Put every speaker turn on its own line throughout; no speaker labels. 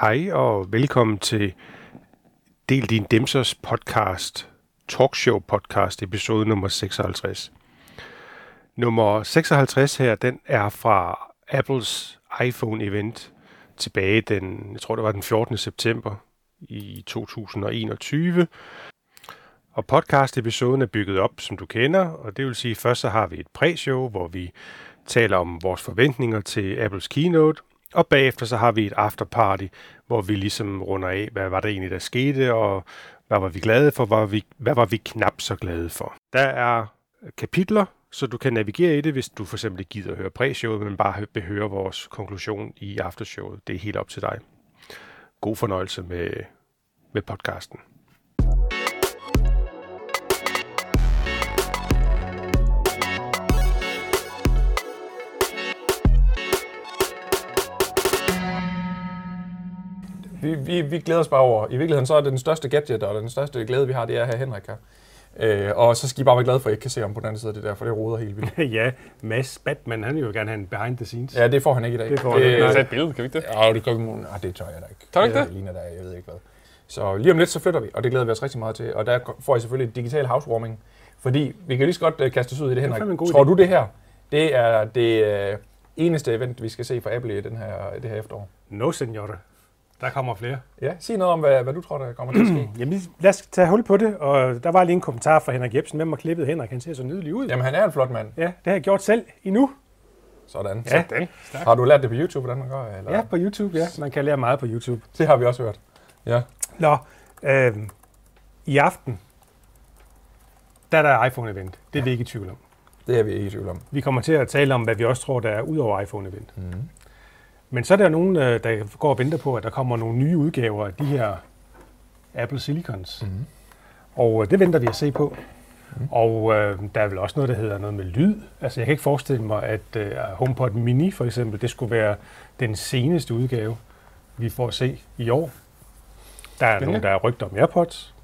Hej og velkommen til Del din Demsers podcast, talkshow podcast, episode nummer 56. Nummer 56 her, den er fra Apples iPhone event tilbage den, jeg tror det var den 14. september i 2021. Og podcast-episoden er bygget op, som du kender, og det vil sige, først så har vi et præshow, hvor vi taler om vores forventninger til Apples keynote, og bagefter så har vi et afterparty, hvor vi ligesom runder af, hvad var det egentlig, der skete, og hvad var vi glade for, hvad var vi, hvad var vi knap så glade for. Der er kapitler, så du kan navigere i det, hvis du for eksempel ikke gider at høre præshowet, men bare behører vores konklusion i aftershowet. Det er helt op til dig. God fornøjelse med, med podcasten.
Vi, vi, vi glæder os bare over. I virkeligheden så er det den største gadget, og den største glæde, vi har, det er at have Henrik her. Øh, og så skal I bare være glade for, at I ikke kan se ham på den anden side af det der, for det roder helt vildt.
ja, Mads Batman, han vil jo gerne have en behind the scenes.
Ja, det får han ikke i dag.
Det får
Vi
han
kan
ikke.
ikke.
tage Øh, et billede, kan vi ikke det?
Ja, det gør vi muligt. Ah, det tør jeg da ikke.
Tør du ikke
det?
det?
ligner der, jeg ved ikke hvad. Så lige om lidt, så flytter vi, og det glæder vi os rigtig meget til. Og der får I selvfølgelig et digital housewarming, fordi vi kan lige så godt øh, kaste os ud i det, Henrik.
fandme en god
Tror
idé.
du det her, det er det øh, eneste event, vi skal se fra Apple i den her, det her efterår?
No, senor. Der kommer flere.
Ja, sig noget om, hvad, hvad du tror, der kommer til at ske.
Jamen, lad os tage hul på det, og der var lige en kommentar fra Henrik Jebsen. Hvem har klippet Henrik? Han ser så nydelig ud.
Jamen, han er en flot mand.
Ja, det har jeg gjort selv endnu.
Sådan.
Ja.
Den. Stærk.
Har du lært det på YouTube, hvordan man gør? Eller?
Ja, på YouTube, ja. Man kan lære meget på YouTube.
Det har vi også hørt. Ja.
Nå, øh, i aften, der er der iPhone-event. Det er ja. vi ikke i tvivl om.
Det er vi ikke i tvivl om.
Vi kommer til at tale om, hvad vi også tror, der er ud over iPhone-event.
Mm.
Men så er der jo nogen, øh, der går og venter på, at der kommer nogle nye udgaver af de her Apple Silicons. Mm. Og øh, det venter vi at se på. Mm. Og øh, der er vel også noget, der hedder noget med lyd. Altså jeg kan ikke forestille mig, at øh, HomePod Mini for eksempel, det skulle være den seneste udgave, vi får at se i år. Der er
Spændende.
nogen, der er rygt om AirPods.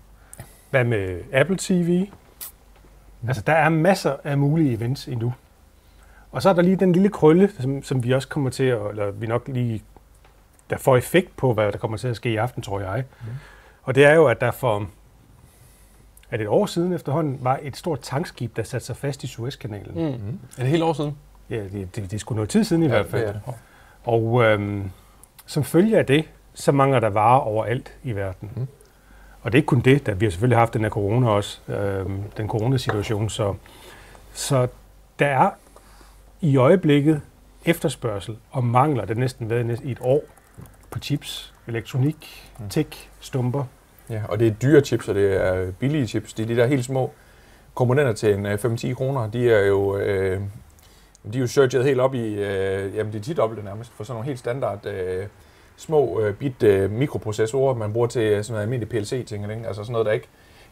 Hvad med Apple TV?
Mm.
Altså der er masser af mulige events endnu. Og så er der lige den lille krølle, som, som vi også kommer til at, eller vi nok lige, der får effekt på, hvad der kommer til at ske i aften, tror jeg. Mm. Og det er jo, at der for at et år siden efterhånden var et stort tankskib, der satte sig fast i Suezkanalen. Mm.
Mm. Er det helt år siden?
Ja, det, det, det er sgu noget tid siden i hvert fald.
det er det.
Og øhm, som følge af det, så mangler der varer overalt i verden. Mm. Og det er ikke kun det, da vi har selvfølgelig haft den her corona også, øhm, den coronasituation. Så, så der er i øjeblikket efterspørgsel og mangler, det har næsten været næsten i et år, på chips, elektronik, tech, stumper.
Ja, og det er dyre chips, og det er billige chips. Det er de der helt små komponenter til en øh, 5-10 kroner. De er jo, øh, de er jo surged helt op i, øh, jamen de er tidoblet nærmest, for sådan nogle helt standard øh, små øh, bit øh, mikroprocessorer, man bruger til øh, sådan noget almindelig PLC ting, ikke? altså sådan noget, der ikke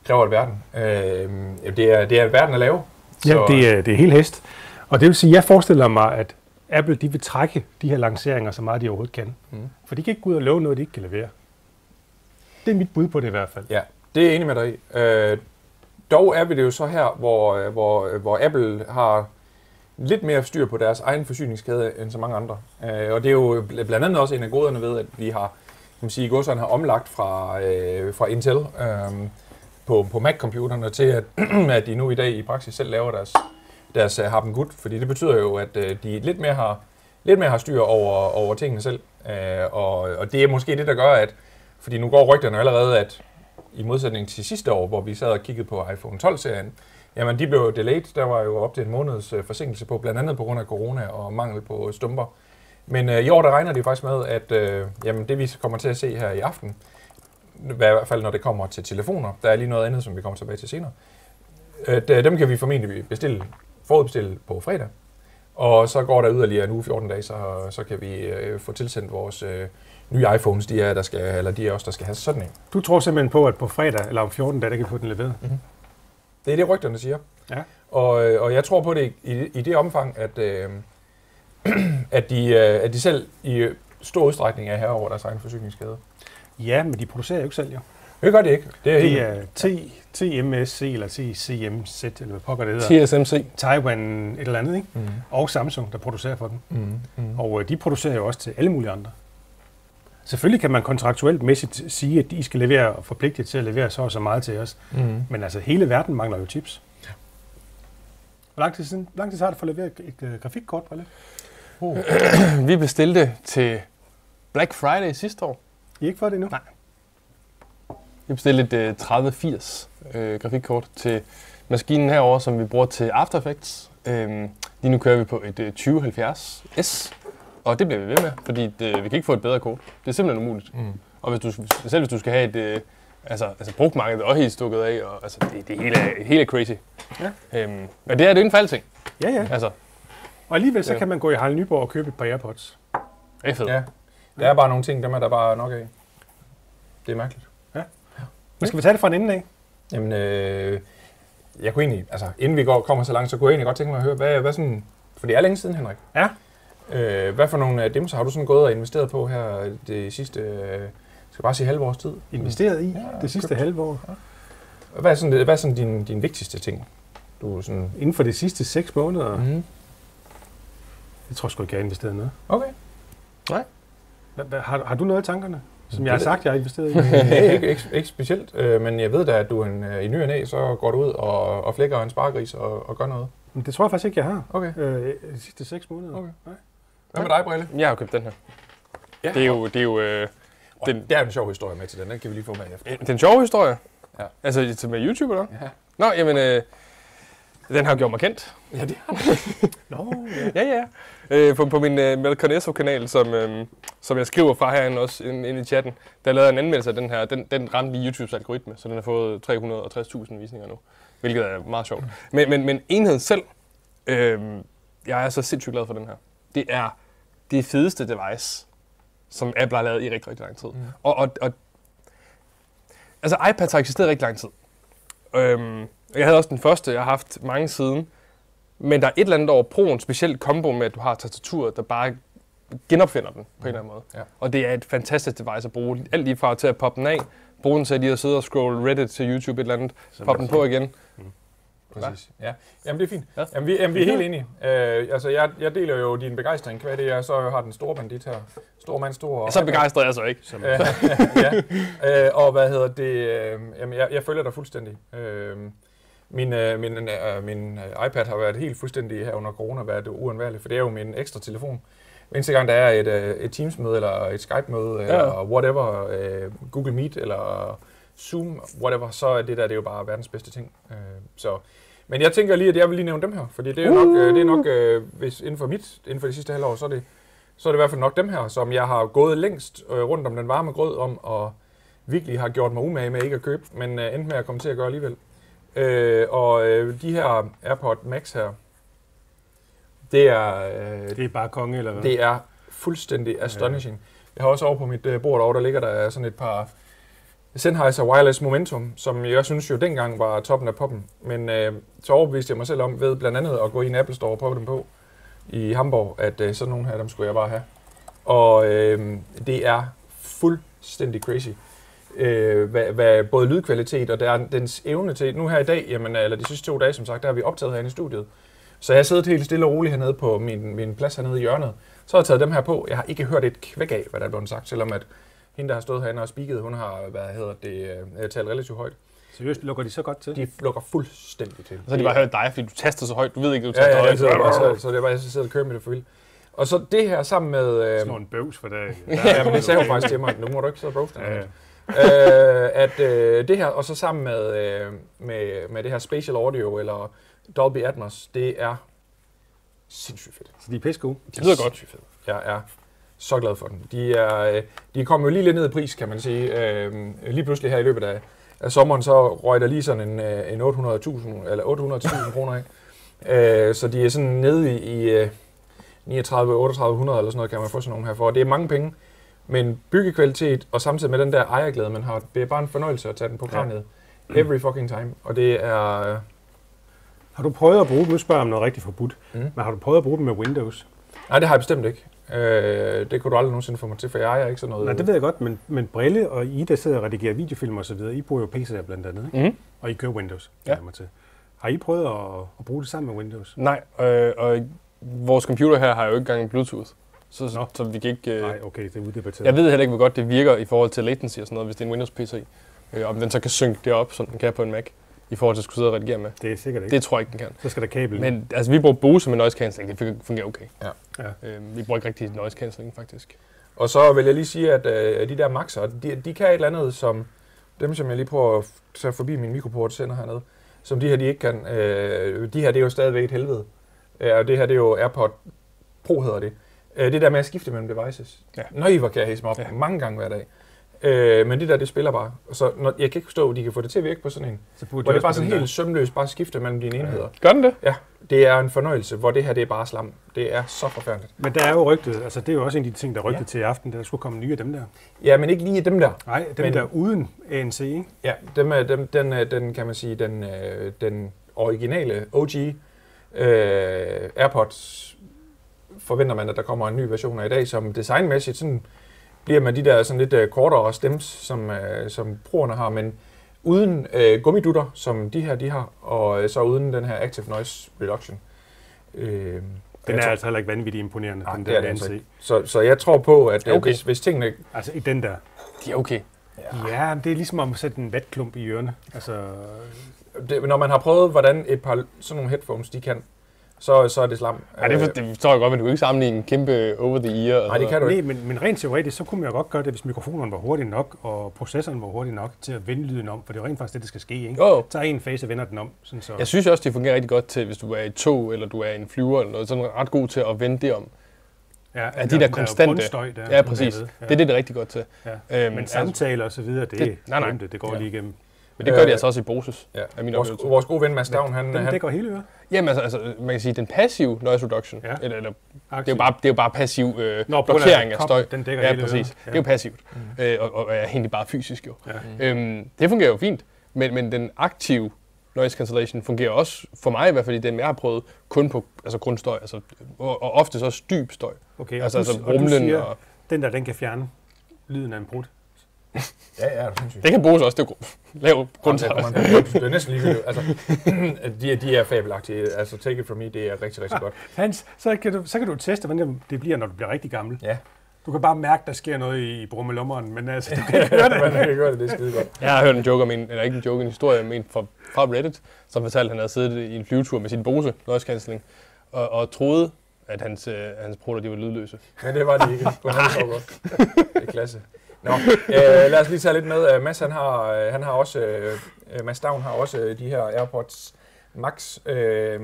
kræver alverden. Øh, jamen, det, er, det er alverden at lave.
Ja, det er, det er helt hest. Og det vil sige, jeg forestiller mig, at Apple de vil trække de her lanceringer så meget de overhovedet kan. Mm. For de kan ikke gå ud og love noget, de ikke kan levere. Det er mit bud på det i hvert fald.
Ja, det er jeg enig med dig i. Øh, dog er vi det jo så her, hvor, øh, hvor, øh, hvor Apple har lidt mere styr på deres egen forsyningskæde end så mange andre. Øh, og det er jo bl- blandt andet også en af goderne ved, at vi har, kan man sige, godserne har omlagt fra, øh, fra Intel øh, på, på Mac-computerne til, at, at de nu i dag i praksis selv laver deres, deres uh, Harpen Good, fordi det betyder jo, at øh, de lidt mere har, lidt mere har styr over, over tingene selv. Øh, og, og det er måske det, der gør, at fordi nu går rygterne allerede, at i modsætning til sidste år, hvor vi sad og kiggede på iPhone 12-serien, jamen de blev jo delayed. Der var jo op til en måneds øh, forsinkelse på, blandt andet på grund af corona og mangel på stumper. Men øh, i år, der regner de faktisk med, at øh, jamen, det vi kommer til at se her i aften, i hvert fald når det kommer til telefoner, der er lige noget andet, som vi kommer tilbage til senere, øh, der- dem kan vi formentlig bestille, forudbestille på fredag. Og så går der yderligere en uge 14 dage, så, så kan vi øh, få tilsendt vores øh, nye iPhones, de er, der skal, eller de er os, der skal have sådan en.
Du tror simpelthen på, at på fredag eller om 14 dage, der kan vi få den leveret.
Det er det, rygterne siger.
Ja.
Og, øh, og jeg tror på det i, i det omfang, at, øh, at, de, øh, at de selv i øh, stor udstrækning er herover deres egen forsyningskæde.
ja, men de producerer jo ikke selv, jo.
Det gør de ikke. Det er, helt,
Det er T, TMSC eller TCMZ, eller hvad pokker det hedder.
TSMC.
Taiwan et eller andet, ikke? Mm. Og Samsung, der producerer for dem.
Mm, mm.
Og øh, de producerer jo også til alle mulige andre.
Selvfølgelig kan man kontraktuelt mæssigt sige, at de skal levere og forpligtet til at levere så og så meget til os.
Mm.
Men altså, hele verden mangler jo chips. Hvor lang tid, siden, hvor lang tid har det for at levere et, et, øh, grafikkort, Palle?
Uh. vi bestilte til Black Friday sidste år.
I er ikke for det endnu?
Nej. Vi bestilte et uh, 3080 øh, grafikkort til maskinen herover, som vi bruger til After Effects. Øhm, lige nu kører vi på et øh, 2070 S, og det bliver vi ved med, fordi det, vi kan ikke få et bedre kort. Det er simpelthen umuligt.
Mm.
Og hvis du, selv hvis du skal have et... Øh, altså, altså brugtmarkedet er også helt stukket af, og altså, det, det hele, er, hele er crazy.
Ja.
Øhm, men det er det jo ikke for alting.
Ja, ja.
Altså,
Og alligevel så
Ja.
kan man gå i Harald Nyborg og købe et par Airpods.
det er fedt.
Ja. Der er bare nogle ting, dem er der bare nok af. Det er mærkeligt.
Men skal vi tage det fra en ende af?
Jamen, øh, jeg kunne egentlig, altså inden vi går, kommer så langt, så kunne jeg egentlig godt tænke mig at høre, hvad, hvad sådan, for det er længe siden, Henrik.
Ja.
Øh, hvad for nogle af dem, så har du sådan gået og investeret på her det sidste, øh, skal jeg bare sige halve års tid?
Investeret i
Mm. Ja,
ja, det sidste
købt.
halve år.
Hvad er sådan, det- hvad er sådan din, din vigtigste ting? Du sådan...
Inden for de sidste 6 måneder, mm.
Mm.
jeg tror sgu ikke, jeg har investeret i noget.
Okay.
Hva- hva- Har, har du noget i tankerne, som
Det
jeg har
ved
sagt, jeg har investeret i?
Nej, ikke, ikke, ikke specielt, øh, men jeg ved da, at du en, øh, i ny og næ, så går du ud og, og flækker en spargris og, og gør noget.
Men det tror jeg faktisk ikke, jeg har.
Okay.
Øh, de sidste 6 måneder.
Okay.
Nej.
Hvad med dig, Brille?
Jeg har jo købt den her.
Ja.
Det er jo, det er jo øh,
Og
den-
der er en sjov historie med til den, den kan vi lige få med efter.
den sjove historie.
Ja.
Altså til med YouTube eller? hvad?
Ja.
Nå, jamen, øh, den har gjort mig kendt.
Ja, det har
Nå, ja.
Ja, ja. Øh, på, på min øh, Melconesso-kanal, som, øh, som jeg skriver fra herinde også ind, ind i chatten, der lavede jeg en anmeldelse af den her. Den, den ramte lige YouTubes algoritme, så den har fået 360.000 visninger nu, hvilket er meget sjovt. Men, men, men enheden selv, øh, jeg er så sindssygt glad for den her. Det er det fedeste device, som Apple har lavet i rigtig, rigtig lang tid.
Mm.
Mm. Og, og, og, altså iPads har eksisteret rigtig lang tid. Øhm, og jeg havde også den første, jeg har haft mange siden. Men der er et eller andet over Pro'en, specielt kombo med, at du har tastaturet, der bare genopfinder den på en eller anden måde.
Ja.
Og det er et fantastisk device at bruge. Alt lige fra til at poppe den af, bruge den til lige at sidde og scrolle Reddit til YouTube et eller andet,
Så
poppe den på igen.
Præcis. Ja. Jamen, det er fint.
Ja.
Jamen, vi, jamen, vi er helt enige. Øh, altså, jeg, jeg deler jo din begejstring, hvad det er, så har den store bandit her. Stor mand, stor...
Så begejstret er jeg så ikke.
Som,
Øh, ja. Øh, og hvad hedder det? Øh, jamen, jeg, jeg følger dig fuldstændig. Øh, min, øh, min, øh, min øh, iPad har været helt fuldstændig her under corona, været uundværlig, for det er jo min ekstra telefon. Hver eneste gang der er et, øh, et Teams-møde, eller et Skype-møde, eller
Ja.
whatever, øh, Google Meet, eller Zoom, whatever, så er det der det er jo bare verdens bedste ting. Øh, så. Men jeg tænker lige, at jeg vil lige nævne dem her, fordi det er nok, øh, det er nok øh, hvis inden for mit, inden for det sidste halvår, så er det så er det i hvert fald nok dem her, som jeg har gået længst øh, rundt om den varme grød om, og virkelig har gjort mig umage med ikke at købe, men øh, endte med at komme til at gøre alligevel. Øh, og øh, de her AirPod Max her, det er, øh,
det er bare konge, eller hvad?
det er fuldstændig astonishing. Jeg har også over på mit øh, bord over, der ligger der sådan et par Sennheiser Wireless Momentum, som jeg synes jo dengang var toppen af poppen. Men øh, så overbeviste jeg mig selv om ved blandt andet at gå i en Apple Store og prøve dem på i Hamburg, at øh, sådan nogle her, dem skulle jeg bare have. Og øh, det er fuldstændig crazy. Øh, hvad, hvad, både lydkvalitet og der, dens evne til, nu her i dag, jamen, eller de sidste to dage som sagt, der har vi optaget herinde i studiet. Så jeg har siddet helt stille og roligt hernede på min, min plads hernede i hjørnet, så har jeg taget dem her på. Jeg har ikke hørt et kvæk af, hvad der er blevet sagt, selvom at hende, der har stået herinde og spiket, hun har hvad hedder det, øh, talt relativt højt.
Seriøst, lukker de så godt til?
De lukker fuldstændig til.
Og så har de bare hørt dig, fordi du taster så højt. Du ved ikke, du
Ja,
taster
ja, ja, så,
højt.
så, så det er bare, jeg sidder og kører med det for vildt. Og så det her sammen med... Øh,
Slår en bøvs for dagen.
ja, men det sagde hun faktisk til mig, at nu må du ikke sidde og roaste
Ja,
ja,
ja.
øh, at øh, det her, og så sammen med, øh, med, med det her Spatial Audio, eller Dolby Atmos, det er sindssygt fedt.
Så de er pisse gode.
Det lyder godt.
Jeg er så glad for dem. De, er, øh, de kom jo lige lidt ned i pris, kan man sige. Øh, lige pludselig her i løbet af, af sommeren, så røg der lige sådan en, øh, en 800.000 eller 800.000 kroner af. Øh, så de er sådan nede i, i øh, 39 3800 eller sådan noget, kan man få sådan nogle her for. Det er mange penge, men byggekvalitet og samtidig med den der ejerglæde, man har, det er bare en fornøjelse at tage den på kranet. Every fucking time. Og det er... Øh,
Har du prøvet at bruge dem? Nu spørger jeg om noget rigtig forbudt.
Mm.
Mm. Men har du prøvet at bruge dem med Windows?
nej, det har jeg bestemt ikke. Øh, det kunne du aldrig nogensinde få mig til, for jeg ejer ikke sådan noget.
Nej, det ved jeg godt, men, men Brille og I, der sidder og redigerer videofilm og så videre, I bruger jo PC'er blandt andet, ikke?
Mhm.
og I kører Windows,
Ja.
ja. mig til. Har I prøvet at, at bruge det sammen med Windows?
Nej, øh, og vores computer her har jo ikke engang Bluetooth. Så, så,
Nå.
så vi kan ikke... Øh,
Nej, okay, det er uddebatteret.
jeg ved heller ikke, hvor godt det virker i forhold til latency og sådan noget, hvis det er en Windows-PC. Øh, om den så kan synke det op, som den kan på en Mac, i forhold til at skulle sidde og redigere med.
Det er sikkert ikke.
Det tror jeg ikke, den kan.
Så skal der kabel. Men...
Men altså, vi bruger Bose med noise cancelling, det fun- fungerer okay.
Ja.
Ja.
Øh, vi bruger ikke rigtig noise cancelling, faktisk.
Og så vil jeg lige sige, at øh, de der maxer, de, de kan et eller andet, som dem, som jeg lige prøver at f- tage forbi min mikroport sender hernede, som de her, de ikke kan. Øh, de her, det er jo stadigvæk et helvede. Øh, og det her, det er jo AirPod Pro, hedder det. Øh, det der med at skifte mellem devices.
Ja.
Nøj, hvor kan jeg hisse mig op
Ja.
ja. mange gange hver dag. Øh, men det der, det spiller bare. Og Så når, jeg kan ikke forstå, at de kan få det til at virke på sådan en.
Så burde
Hvor det
også
bare sådan
begynde
helt sømløst bare skifter mellem dine enheder.
Gør den det?
Det er en fornøjelse, hvor det her, det er bare slam. Det er så forfærdeligt.
at- Men der er jo rygtet, altså det er jo også en af de ting, der rygtet ja.
Ja.
til i aften, der skulle komme nye af dem der.
Ja, men ikke lige dem der.
Nej, dem men...
Men-
der uden ANC, ikke?
Ja, dem, er- dem, den, øh, den kan man sige, den, øh, den originale OG øh, AirPods forventer man, at der kommer en ny version af i dag, som designmæssigt sådan, bliver man de der sådan lidt øh, kortere stems, som, øh, som brugerne har, men uden øh, gummidutter, som de her de har, og øh, så uden den her Active Noise Reduction. Øh,
Den
jeg
er
tror-
altså heller ikke vanvittigt imponerende,
Nej,
den
det er
der
det
ANC.
altså ikke. Så, så jeg tror på, at øh,
Okay.
hvis, hvis tingene...
Altså i den der.
De er okay.
Ja, men det er ligesom om at sætte en vatklump i ørerne. Altså,
Det, når man har prøvet, hvordan et par sådan nogle headphones de kan, så, så er det slam.
Ja, det, for- det forstår jeg godt, men du kan ikke sammenligne en kæmpe over the ear.
Nej, det kan du
nej,
ikke.
men, men rent teoretisk, så kunne man jo godt gøre det, hvis mikrofonerne var hurtige nok, og processoren var hurtig nok til at vende lyden om, for det er jo rent faktisk det, der skal ske, ikke?
Jo, jo.
Tager en fase og vender den om, sådan så...
Jeg synes også, det fungerer rigtig godt til, hvis du er i et tog, eller du er i en flyver, eller noget, så er den ret god til at vende det om.
ja,
de der konstante-
grundstøj der,
Ja, ja præcis.
bagved.
Det er det, det er rigtig godt til.
Ja.
Øhm,
Men samtaler og så videre, det,
Det-
det,
nej, nej.
det, det går
Ja.
lige igennem.
men det gør de
Øh,
altså også i Boses.
Ja,
er min
vores,
oplevelse.
vores gode ven Mads Stavn, han,
Den
han,
dækker hele øret.
Jamen altså, altså, man kan sige, den passive noise reduction,
Ja.
eller, eller det,
Axel.
er jo bare, det er jo bare passiv øh,
Nå, på grund af
blokering af
koblen,
støj.
Den dækker
Ja,
hele
præcis.
øret.
Det er jo passivt,
Mm.
øh, og, og er egentlig bare fysisk jo.
Ja.
Øhm, det fungerer jo fint, men, men den aktive noise cancellation fungerer også, for mig i hvert fald i dem, jeg har prøvet, kun på altså grundstøj, altså, og, og oftest også dyb støj.
Okay,
altså,
og du-
altså
og, du
rumlen
siger,
og...
Den der, den kan fjerne lyden af en brud.
Ja, ja, det er sindssygt.
Det kan bruges også, det er gru- lav
Jamen, der
grundstøj.
kommer han på. Det er næsten lige altså, de, er- de er fabelagtige. Altså, take it from me, det er rigtig, rigtig godt.
Hans, så kan, du, så kan du teste, hvordan det bliver, når du bliver rigtig gammel.
Ja,
Du kan bare mærke, der sker noget i brummelummeren, men altså, du kan ikke høre det.
man kan gøre det, det er skide godt.
Jeg har hørt en joke om en, eller ikke en joke, en historie om en fra, fra Reddit, som fortalte, at han havde siddet i en flyvetur med sin Bose noise cancelling, og, og troede, at hans, øh, hans prutter, de var lydløse.
Men det var det ikke. Men han så godt. Det er klasse. Nå, øh, lad os lige tage lidt med. Øh, Mads, han har, øh, han har også, øh, øh, Mads Stavn har også øh, de her AirPods Max. Øh,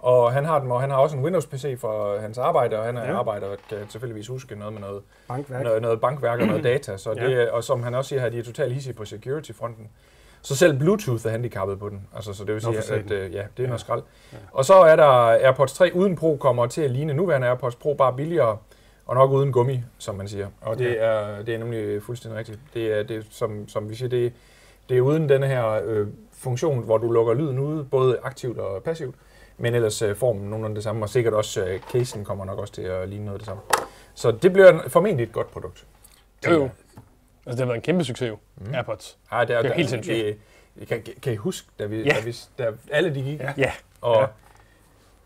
og han har dem, og han har også en Windows-PC for hans arbejde, og han er
Ja.
ja. arbejder og kan tilfældigvis huske noget med noget
Bankværk.
noget, noget bankværk og noget data, så det, og som han også siger her, de er totalt hissige på security-fronten. Så selv Bluetooth er handicappet på den, altså, så det vil
Nå,
sige,
for
at
satan.
øh, ja, det er
Ja.
noget skrald. Og så er der AirPods 3 uden Pro kommer til at ligne nuværende AirPods Pro, bare billigere og nok uden gummi, som man siger. Og det er, det er nemlig fuldstændig rigtigt. Det er, det, er, som, som vi siger, det er, det er uden denne her øh, funktion, hvor du lukker lyden ude, både aktivt og passivt. Men ellers øh, formen nogenlunde det samme, og sikkert også øh, casen kommer nok også til at ligne noget af det samme. Så det bliver formentlig et godt produkt.
Jo, jo. Altså, det har været en kæmpe succes jo, mm. AirPods.
Ej, det er,
Det er jo
der-
helt sindssygt.
det- det- Kan, kan I huske, da, vi,
Ja.
da, vi, da alle de gik,
Ja.
Ja.
og,
Ja.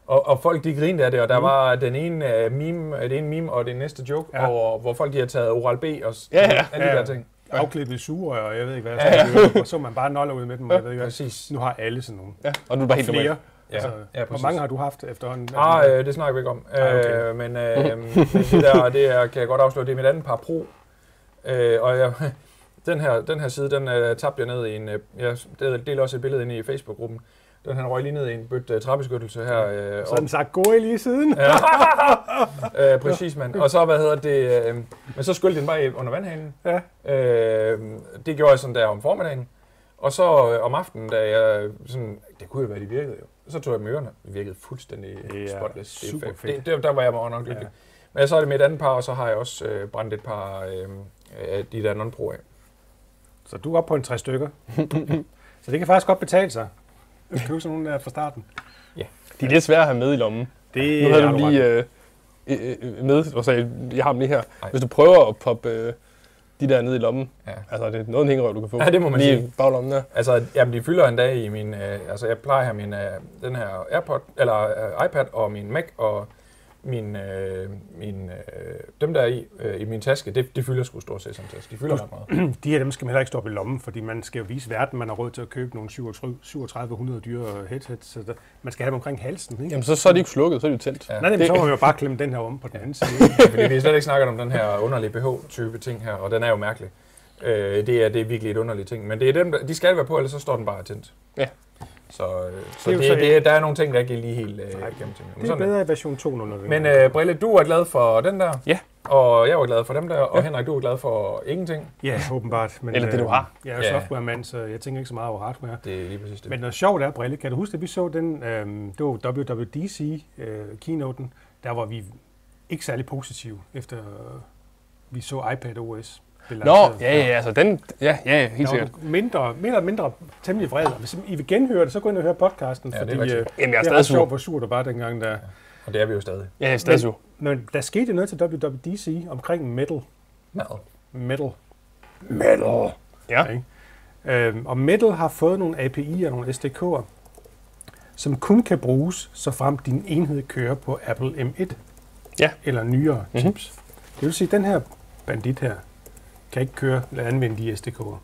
og, og folk de grinede af det, og der mm. var den ene, uh, meme, øh, det ene meme og den næste joke,
Ja.
ja. over, hvor folk de har taget Oral-B og s-
Ja, ja.
alle de
Ja, ja.
der ting.
Afklippet sugerør, og jeg ved ikke hvad. Ja, ja. Og så er man bare noller ud med dem, og jeg ved ikke hvad.
Præcis.
Nu har alle sådan nogle.
Ja, og nu er det bare helt
Flere.
normalt.
Ja,
Altså,
ja,
hvor
præcis.
mange har du haft efterhånden? Altså,
Ah, øh, det snakker vi ikke om.
Ah, okay.
Øh, men øh, men det der, det er, kan jeg godt afsløre, det er mit andet par pro. Øh, og jeg, den, her, den her side, den øh, tabte jeg ned i en... Øh, jeg delte også et billede ind i Facebook-gruppen. Den her røg lige ned i en bødt øh, træbeskyttelse her. Øh,
Så har den sagt, gå i lige siden.
Ja. øh, præcis, mand. Og så, hvad hedder det... Øh, men så skyldte den bare i- under vandhanen.
Ja.
Øh, det gjorde jeg sådan der om formiddagen. Og så øh, om aftenen, da jeg sådan... Det kunne jo være, det virkede jo. Så tog jeg dem i ørerne. Det virkede fuldstændig
Det er
spotless.
super
fedt.
fedt.
Det, det, der var jeg meget nok lykkelig.
Ja.
Ja. Men så er det med et andet par, og så har jeg også øh, brændt et par øh, af de der non-pro af.
Så du er oppe på en tre stykker. så det kan faktisk godt betale sig. At købe sådan nogle der fra starten.
De er lidt svære at have med i lommen.
Det
Nu havde du
ret.
lige øh, øh, øh, med, og sagde, jeg har dem lige her.
Ej.
Hvis du prøver at poppe øh, de der ned i lommen,
Ja.
altså det er noget af en hængerøv, du kan få.
Ja, det må man
lige
sige.
i baglommen der.
Altså, jamen, de fylder en dag i min... Øh, altså, jeg plejer at have min, øh, den her AirPod, eller øh, iPad og min Mac og min, øh, min, øh, dem der er i, øh, i min taske, det, det fylder sgu stort set som taske. De fylder ret meget.
De her dem skal man heller ikke stoppe i lommen, fordi man skal jo vise verden, man har råd til at købe nogle 37 3700 dyre øh, headsets. Så der, man skal have dem omkring halsen, ikke?
Jamen, så, så er de ikke slukket, så er de jo telt.
Ja.
Nej, nej, men
det-
så må vi jo bare klemme den her om på den anden side.
Fordi vi har slet ikke snakket om den her underlige BH-type ting her, og den er jo mærkelig. Øh, det, er, det er virkelig et underligt ting. Men det er dem, der- de skal være på, ellers så står den bare tændt.
Ja.
Så, øh,
Det
så,
er jo
det,
så-
det, er- der er nogle ting, der ikke er lige helt øh,
Nej.
gennem til. Men,
Det er
sådan er det.
bedre i version 2.0.
men øh, Brille, du er glad for den der.
Ja.
Og jeg var glad for dem der, og Henrik, du er glad for ingenting.
Ja, åbenbart. Men, øh,
Eller det, du har.
Jeg er jo
Ja.
softwaremand, så jeg tænker ikke så meget over hardware.
Det er lige præcis det.
Men noget sjovt er, Brille, kan du huske, at vi så den, øh, det var WWDC-keynoten, øh, der var vi ikke særlig positive, efter øh, vi så iPad OS. blive
Nå,
lanceret.
ja, ja, altså den, ja, ja, helt
Der
sikkert.
var mindre, mindre og mindre temmelig vred. Og Hvis I vil genhøre det, så gå ind og høre podcasten,
Ja,
ja,
det er
fordi det er,
rigtigt.
øh,
Jamen, jeg er
det er
stadig
ret sjovt,
sur.
hvor sur du var dengang. Der.
Og det er vi jo stadig.
Ja, jeg er stadig
Men-
sur.
Men der skete noget til WWDC omkring metal.
No.
metal
Metal.
Ja.
ikke? Øhm, og metal har fået nogle API'er, nogle SDK'er, som kun kan bruges, så frem din enhed kører på Apple M1
Ja.
eller nyere
Mhm.
chips. Det vil sige, at den her bandit her kan ikke køre eller anvende de SDK'er.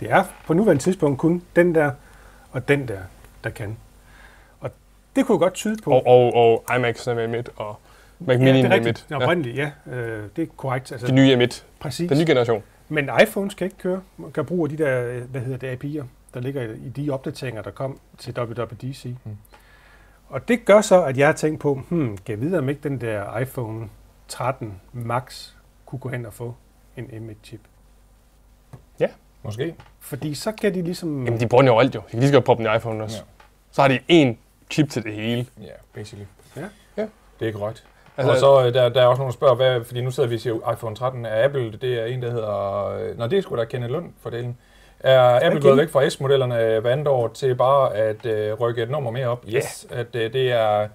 Det er på nuværende tidspunkt kun den der og den der, der kan. Og det kunne godt tyde på...
Og, og, og iMac er med i midt, og Mac
ja,
Mini
det
er
er
med i
rigtigt.
midt.
Ja,
Ja,
oprindeligt, ja. Øh, det er korrekt. Altså,
de nye er midt.
præcis.
Den nye generation.
Men iPhones kan ikke køre, kan bruge de der, øh, hvad hedder det, API'er, der ligger i i de opdateringer, der kom til WWDC.
Mm.
Mm. Og det gør så, at jeg har tænkt på, hmm, kan jeg vide, om ikke den der iPhone 13 Max kunne gå hen og få en M1-chip?
Måske.
Fordi så kan de ligesom...
Jamen, de bruger den jo alt jo. De kan lige så godt proppe den i iPhone også.
Ja.
Ja. Så har de én chip til det hele.
Ja, yeah, basically.
Ja.
Ja.
Det er korrekt. Altså,
Altså-
og så øh, der, der er også nogen, der spørger, hvad, fordi nu sidder vi og siger, iPhone 13 er Apple, det er en, der hedder... øh, Nå, det er sgu da Kenneth Lund for delen. Er Apple gået
Kenneth.
væk fra S-modellerne hver andet år til bare at øh, rykke et nummer mere op? Yes, at øh, det er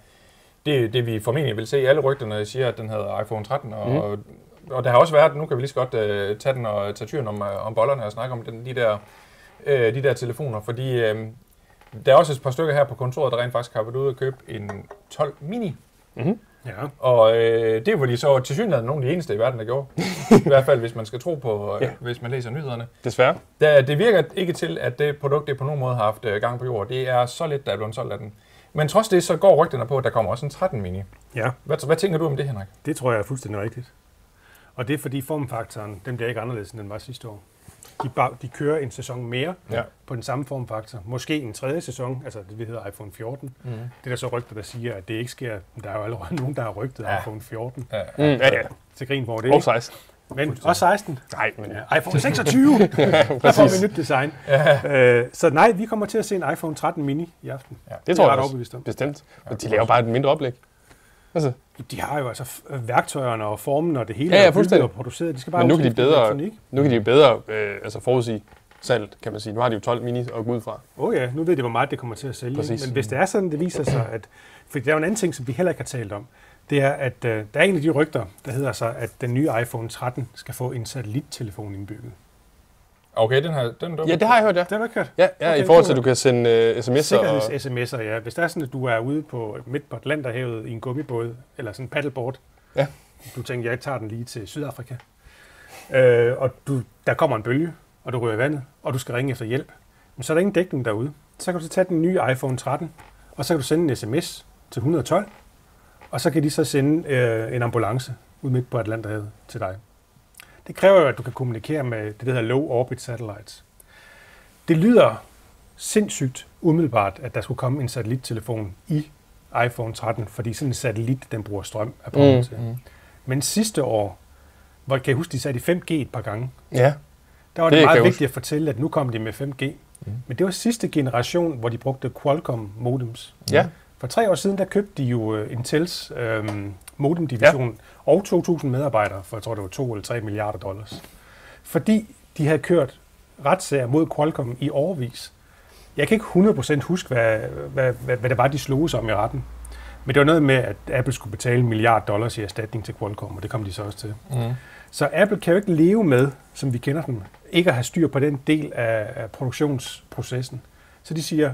det, er det, vi formentlig vil se. Alle rygterne siger, at den hedder iPhone 13, og,
Mhm.
og, og der har også været, nu kan vi lige så godt øh, tage, den og, tage tyren om, øh, om bollerne og snakke om den, de, der, øh, de der telefoner, fordi øh, der er også et par stykker her på kontoret, der rent faktisk har været ude og købe en 12 mini.
Ja.
Og øh, det var de så til synligheden nogle af de eneste i verden, der gjorde. I hvert fald, hvis man skal tro på, øh, ja.
Ja.
hvis man læser nyhederne.
Desværre.
Der, det virker ikke til, at det produkt, det på nogen måde har haft øh, gang på jord. Det er så lidt, der er blevet solgt af den. Men trods det, så går rygterne på, at der kommer også en 13 mini.
ja,
Hvad, hvad tænker du om det, Henrik?
det tror jeg er fuldstændig rigtigt. Og det er fordi formfaktoren, den bliver ikke anderledes, end den var sidste år. De, bare, de kører en sæson mere
Ja.
på den samme formfaktor. Måske en tredje sæson, altså det vi hedder iPhone 14.
Mhm.
Mm.
Det er der så rygter, der siger, at det ikke sker. Men Der er jo allerede nogen, der har rygtet
Ja.
ja. iPhone 14
Ja.
Mm, ja, ja.
til grin, hvor det
Og
ikke.
16.
Men også 16.
Nej, men ja.
Ja, iPhone 26! der får vi nyt design. Ja. Øh, så nej, vi kommer til at se en iPhone 13 mini i aften. Ja.
det tror
er
jeg
ret
også.
overbevist om.
Bestemt. Men de laver bare et mindre oplæg. Altså,
De har jo altså f- værktøjerne og formen og det hele
Ja, ja,
er bygget
fuldstændig.
og produceret. De skal bare
men nu kan de
udskifte den
bedre,
elektronik.
nu kan de jo bedre øh, altså forudsige salget, kan man sige. Nu har de jo 12 mini at gå ud fra.
Åh oh ja, nu ved de, hvor meget det kommer til at sælge.
Præcis.
Præcis. Men hvis det er sådan, det viser sig, at... For der er jo en anden ting, som vi heller ikke har talt om. Det er, at øh, der er en af de rygter, der hedder sig, at den nye iPhone 13 skal få en satellittelefon indbygget.
Okay, den her... Den, den,
Ja, det har jeg hørt, ja.
Det har du ikke hørt?
Ja, ja
Okay,
i forhold til,
det
at du kan sende øh, sms'er. Og,
Sikkerheds-sms'er, ja. Hvis det er sådan, at du er ude på midt på Atlanterhavet i en gummibåd, eller sådan en paddleboard,
Ja.
du tænker, jeg tager den lige til Sydafrika, øh, og du, der kommer en bølge, og du ryger i vandet, og du skal ringe efter hjælp, men så er der ingen dækning derude. Så kan du så tage den nye iPhone 13, og så kan du sende en sms til 112, og så kan de så sende øh, en ambulance ud midt på Atlanterhavet til dig. Det kræver jo, at du kan kommunikere med det, der hedder low orbit satellites. Det lyder sindssygt umiddelbart, at der skulle komme en satellittelefon i iPhone 13, fordi sådan en satellit, den bruger strøm af båndet
Mm,
til. Men sidste år, hvor kan jeg huske, de satte i 5G et par gange,
ja.
der var det,
Det kan
det
jeg
meget
huske.
vigtigt at fortælle, at nu kom de med 5G. Mm. Men det var sidste generation, hvor de brugte Qualcomm modems.
ja.
For tre år siden, der købte de jo øh, Intels øh, modemdivision ja. og 2.000 medarbejdere for, jeg tror, det var 2 eller 3 milliarder dollars. Fordi de havde kørt retssager mod Qualcomm i årvis. Jeg kan ikke 100% huske, hvad, hvad, hvad, hvad det var, de sloges om i retten. Men det var noget med, at Apple skulle betale en milliard dollars i erstatning til Qualcomm, og det kom de så også til.
Mm.
Mhm.
Så Apple kan jo ikke leve med, som vi kender dem, ikke at have styr på den del af, af produktionsprocessen. Så de siger,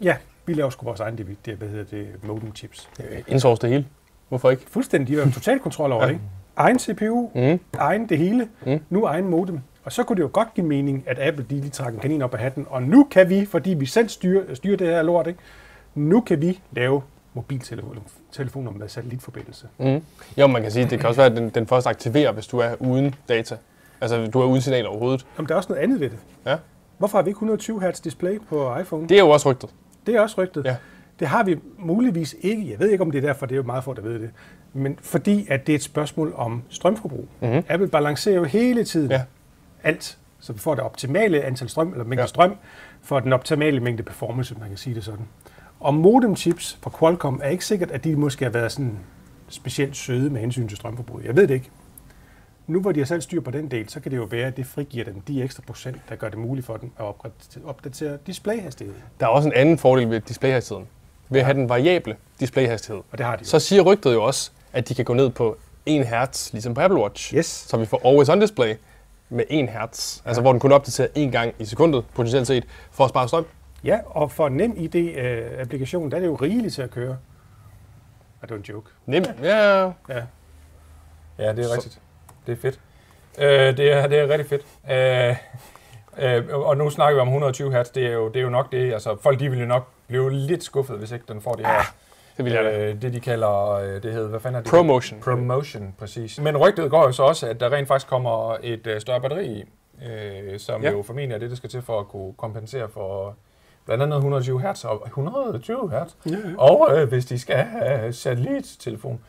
ja, vi laver sgu vores egen divi- det, hvad hedder det, modem chips.
Indsource øh, det hele. Hvorfor ikke?
Fuldstændig. De var jo total kontrol over det. Ikke? Egen CPU,
Mm.
egen det hele,
Mm.
nu egen modem. Og så kunne det jo godt give mening, at Apple de lige trak en kanin op af hatten, og nu kan vi, fordi vi selv styrer, styrer det her lort, ikke? nu kan vi lave mobiltelefoner med satellitforbindelse.
Mm. Jo, man kan sige, det kan også være, at den, den først aktiverer, hvis du er uden data. Altså, du er uden signal overhovedet.
Jamen, der er også noget andet ved det.
Ja.
Hvorfor har vi ikke 120 Hz display på iPhone?
Det er jo også rygtet.
Det er også rygtet.
Ja.
Det har vi muligvis ikke. Jeg ved ikke, om det er derfor, det er jo meget få, der ved det. Men fordi, at det er et spørgsmål om strømforbrug.
Mhm.
Apple balancerer jo hele tiden
Ja.
alt, så vi får det optimale antal strøm, eller mængde
Ja.
ja. strøm, for den optimale mængde performance, hvis man kan sige det sådan. Og modemchips fra Qualcomm er ikke sikkert, at de måske har været sådan specielt søde med hensyn til strømforbrug. Jeg ved det ikke. Nu hvor de har selv styr på den del, så kan det jo være, at det frigiver dem de ekstra procent, der gør det muligt for dem at opgrad- opdatere displayhastigheden.
Der er også en anden fordel ved displayhastigheden. Ved at have den variable displayhastighed.
Og det har de jo.
Så siger rygtet jo også, at de kan gå ned på 1 hertz, ligesom på Apple Watch.
Yes.
Så vi får always on display med 1 hertz. Altså, hvor den kun opdaterer én gang i sekundet, potentielt set, for at spare strøm.
Ja, og for nem ID-applikationen, der er det jo rigeligt til at køre. Og det var en joke.
Nemt. Ja.
Ja.
Ja, det er
Så-
rigtigt. Det er fedt. Øh, det, er, det er rigtig fedt. Øh, øh, og nu snakker vi om 120 hertz. Det er jo, det er jo nok det. Altså, folk de vil jo nok blive lidt skuffet, hvis ikke den får det her.
Det vil jeg da.
Øh, det de kalder, øh, det hedder, hvad fanden er det?
Promotion.
Promotion, præcis. Men rygtet går jo så også, at der rent faktisk kommer et øh, større batteri i, øh, som
Ja.
ja. jo formentlig er det, der skal til for at kunne kompensere for blandt andet 120 hertz og 120 hertz.
Ja.
Og øh, hvis de skal have satellittelefon.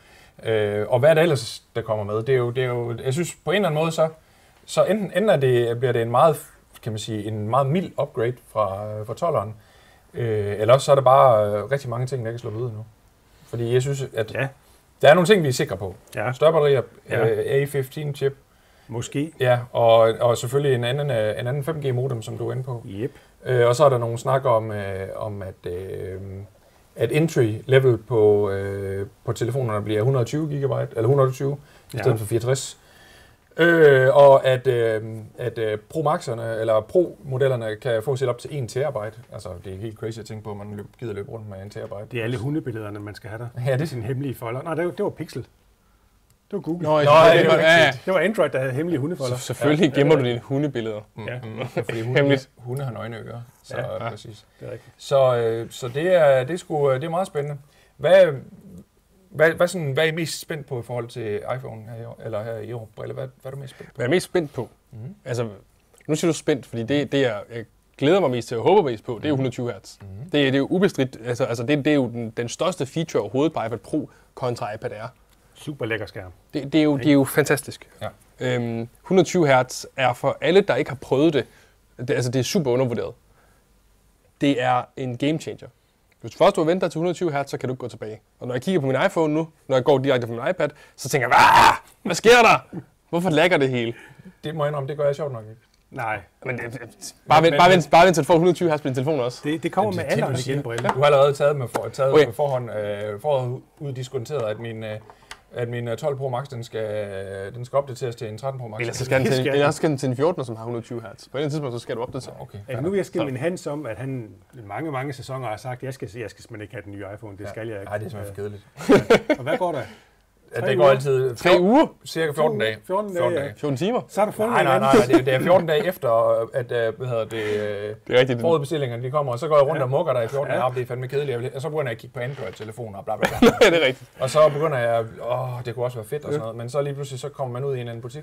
Øh, og hvad er det ellers, der kommer med? Det er jo, det er jo, jeg synes på en eller anden måde, så, så enten, enten er det, bliver det en meget, kan man sige, en meget mild upgrade fra, fra 12'eren, øh, eller også så er der bare øh, rigtig mange ting, der ikke er slået ud endnu. Fordi jeg synes, at
Ja.
der er nogle ting, vi er sikre på.
ja.
Større batterier,
Ja.
ja. Øh, A15-chip,
Måske.
ja, og, og selvfølgelig en anden, øh, en anden 5G-modem, som du er inde på.
Yep.
Øh, og så er der nogle snak om, øh, om at, øh, at entry-level på, øh, på telefonerne bliver 120 GB, eller 120 i
Ja.
stedet for 64. Øh, og at, øh, at øh, Pro Max'erne, eller Pro-modellerne, kan få selv op til 1 terabyte. Altså, det er helt crazy at tænke på, at man løb, gider løbe rundt med 1 terabyte.
Det er alle hundebillederne, man skal have der.
Ja, det
Det er sin hemmelige folder. Nej, det var, det var Pixel. Det var Google.
Nå,
Nå, ja, det var
ja,
rigtigt.
Det var Android, der havde hemmelige
ja.
hundefolder.
Selvfølgelig gemmer du dine hundebilleder.
Ja.
Mm, mm, fordi hunde,
Hemmeligt.
hunde har nøgneører. Så,
Ja,
ja, præcis.
Det er rigtigt.
Så, øh, så det, er, det, er sgu, øh, det er meget spændende. Hvad, hvad, hvad, sådan, hvad er I mest spændt på i forhold til iPhone her i år? Eller her i år? Brille, hvad, hvad er du mest spændt på?
Hvad jeg er mest spændt på,
Mhm.
altså, nu siger du spændt, fordi det, det jeg, jeg glæder mig mest til og håber mest på, det er jo 120 Hz.
Mhm.
Det, er- det er jo ubestridt, altså, altså det, det er jo den, den største feature overhovedet på iPad Pro kontra iPad Air.
Super lækker skærm.
Det, det, er, jo, det er jo fantastisk.
Ja.
Øhm, 120 Hz er for alle, der ikke har prøvet det, det, altså det er super undervurderet. Det er en game changer. Hvis først du venter til 120 Hz, så kan du ikke gå tilbage. Og når jeg kigger på min iPhone nu, når jeg går direkte på min iPad, så tænker jeg, "Ah, hvad sker der? Hvorfor lagger det hele?
Det må jeg indrømme, det gør jeg sjovt nok ikke.
Nej,
Men det, det- bare, vent, bare, vent, bare vent til du får 120 hertz på din telefon også.
det, det kommer
Jamen,
med
det er det,
alderen
du siger.
igen, Brille.
Du har allerede taget med, for, taget
Okay.
okay. med forhånd, øh, forhånd uddiskonteret, at min, øh, at min øh, 12 Pro Max, den skal, øh, den skal opdateres til en 13 Pro Max.
Eller så skal den
Det
til,
skal
eller
den.
så skal den til en 14, som har 120 hertz. På et eller andet tidspunkt, så skal du opdatere.
Okay.
Altså, nu vil jeg skille min Hans om, at han mange, mange sæsoner har sagt, at jeg skal, jeg skal simpelthen ikke have den nye iPhone. Det skal jeg ikke. Øh.
Nej, det er simpelthen for kedeligt.
Og hvad går der?
Ja,
Tre
det går
uger?
altid
Tre uger?
cirka 14 dage.
14 dage,
14
ja.
dage.
14 timer?
Så har du fundet
Nej, nej,
en
nej,
anden.
nej, det er- det er 14 dage efter, at øh, hvad hedder det, øh,
Det er rigtigt. Det,
Forudbestillingerne de kommer, og så går jeg rundt
Ja.
og mukker dig i 14
Ja.
ja. det er fandme kedeligt. Jeg vil- Og så begynder jeg at kigge på Android-telefoner og bla bla bla.
ja, det er rigtigt.
og så begynder jeg, åh, det kunne også være fedt og sådan noget. Men så lige pludselig, så kommer man ud i en eller anden butik.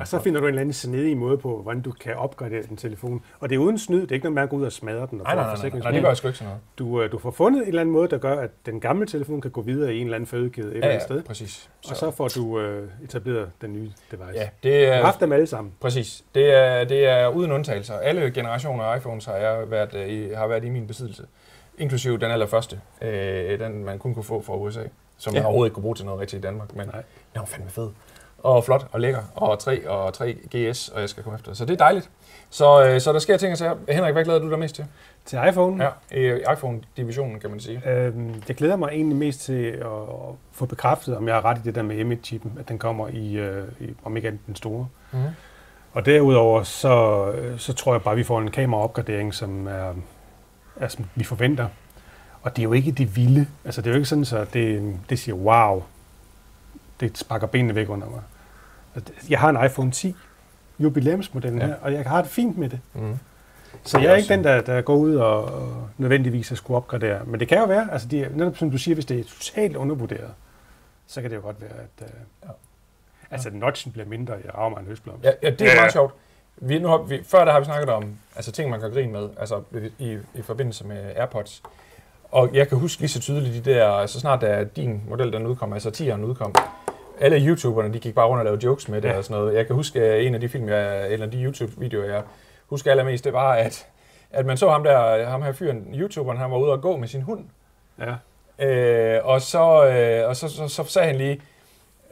Og så finder du en eller anden snedig måde på, hvordan du kan opgradere din telefon. Og det er uden snyd. Det er ikke noget med at gå ud og smadre den og få
Nej, nej,
en
nej, nej, nej,
forsikringsmæssig
det gør jeg sgu ikke sådan noget.
Du, øh, du får fundet en eller anden måde, der gør, at den gamle telefon kan gå videre i en eller anden fødekæde et eller andet sted.
præcis.
Og så får du øh, etableret den nye device.
ja,
Ja.
det
Du har haft
er,
dem alle sammen.
præcis. Det er, det er uden undtagelser. Alle generationer af iPhones har, jeg været, øh, i, har været i min besiddelse. Inklusive den allerførste, øh, den man kun kunne få fra USA, som
Ja.
man overhovedet ikke kunne bruge til noget rigtigt i Danmark. Men
Nej.
Den var fandme fed. Og flot og lækker. Og 3 og 3 GS, og jeg skal komme efter. Så det er dejligt. Så, øh, så der sker ting og sager. Henrik, hvad glæder du dig mest til?
Til iPhone, ja.
Ja, i iPhone-divisionen, kan man sige.
øhm, jeg glæder mig egentlig mest til at få bekræftet, om jeg har ret i det der med M1-chippen, at den kommer i, øh, i om ikke andet den store.
Mm-hmm.
Og derudover, så, øh, så tror jeg bare, at vi får en kameraopgradering, som, er, er, som vi forventer. Og det er jo ikke det vilde. Altså, det er jo ikke sådan, så det, det siger, wow, det sparker benene væk under mig. Altså, det- Jeg har en iPhone 10, jubilæumsmodellen ja. her, og jeg har det fint med det.
Mm.
Så
Det
jeg
er
er ikke
også
den, der, der går ud og, og nødvendigvis at skulle opgradere. Men det kan jo være, altså det er, netop som du siger, hvis det er totalt undervurderet, så kan det jo godt være, at øh, ja.
Ja.
altså, notchen bliver mindre i Raumer en høstblom.
Ja, ja det er
Ja,
ja.
ja.
meget sjovt. Vi, nu har, vi, før der har vi snakket om altså, ting, man kan grine med, altså i, i forbindelse med AirPods. Og jeg kan huske lige så tydeligt de der, så snart der din model den udkom, altså 10'eren udkom, alle YouTuberne, de gik bare rundt og lavede jokes med det ja.
Ja.
og sådan noget. Jeg kan huske øh, en af de film, jeg, eller de YouTube-videoer, jeg husker allermest, det var, at, at man så ham der, ham her fyren, YouTuberen, han var ude og gå med sin hund,
Ja.
Øh, og så, øh, og så, så, så sagde han lige,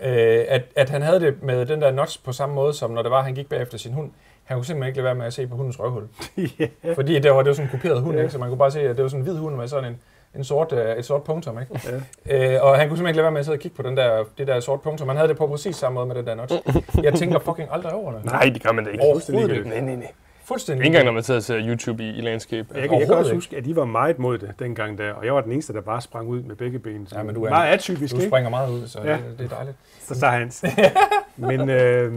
øh, at, at han havde det med den der nuts på samme måde, som når det var, han gik bagefter sin hund. Han kunne simpelthen ikke lade være med at se på hundens røvhul.
ja.
Fordi det var, det var sådan en kuperet hund,
Ja.
ikke? så man kunne bare se, at det var sådan en hvid hund med sådan en, en sort, øh, et sort punktum. Ikke?
ja.
Øh, og han kunne simpelthen ikke lade være med at sidde og kigge på den der, det der sort punktum. Han havde det på præcis samme måde med den der nuts. Jeg tænker fucking aldrig over det.
Nej, det gør man da ikke.
Overhovedet
ligegyldigt.
ikke.
Nej, nej, nej.
Fuldstændig.
Ikke engang, når man sidder og ser YouTube i, i
Jeg,
landskab.
kan, jeg kan
Overhovedet
også
ikke.
huske, at I var meget mod det dengang der, og jeg var den eneste, der bare sprang ud med begge ben.
Ja, men du er-
meget atypisk,
Du
ikke?
springer meget ud, så
Ja.
det, det er dejligt.
Så sagde han. men øh,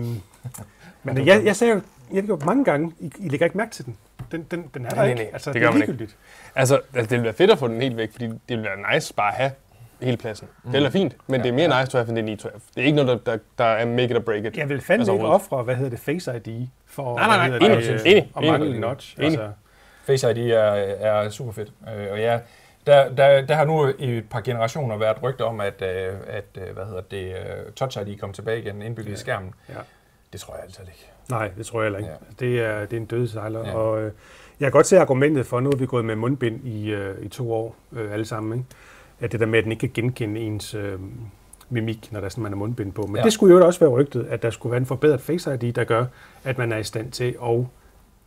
men øh, jeg, jeg sagde jo, jeg gjorde mange gange, I, I lægger ikke mærke til den. Den, den, den er der
nej,
ikke.
nej.
Altså,
Det
det,
gør
er
man ikke.
ligegyldigt.
Altså, altså, det ville være fedt at få den helt væk, fordi det ville være nice bare at have hele pladsen. Mm. Det ville være fint, men ja, det er mere ja. nice to have, end det er need to have. Det er ikke noget, der, der, der er make it or break it.
Jeg vil fandme
Altså,
altså, ikke
overhovedet.
ofre, hvad hedder det, Face ID for
Nej, nej, nej.
hvad hedder
Enig.
det,
Enig.
øh, og
Enig.
mangle notch.
Enig.
Altså,
Face ID er, er super fedt. Øh, og ja, der, der, der har nu i et par generationer været rygter om, at, øh, at øh, hvad hedder det, øh, Touch ID kom tilbage igen indbygget ja. i skærmen.
ja.
Det tror jeg altid ikke.
Nej, det tror jeg heller ikke.
Ja.
Ja. Det, er, det er en dødsejler.
Ja.
Ja. Og, øh, jeg kan godt se argumentet for, at nu er vi gået med mundbind i, øh, i to år øh, alle sammen. Ikke? At det der med, at den ikke kan genkende ens øh, mimik, når der er sådan, man har mundbind på. Men
Ja.
ja. det skulle jo også være rygtet, at der skulle være en forbedret Face ID, der gør, at man er i stand til at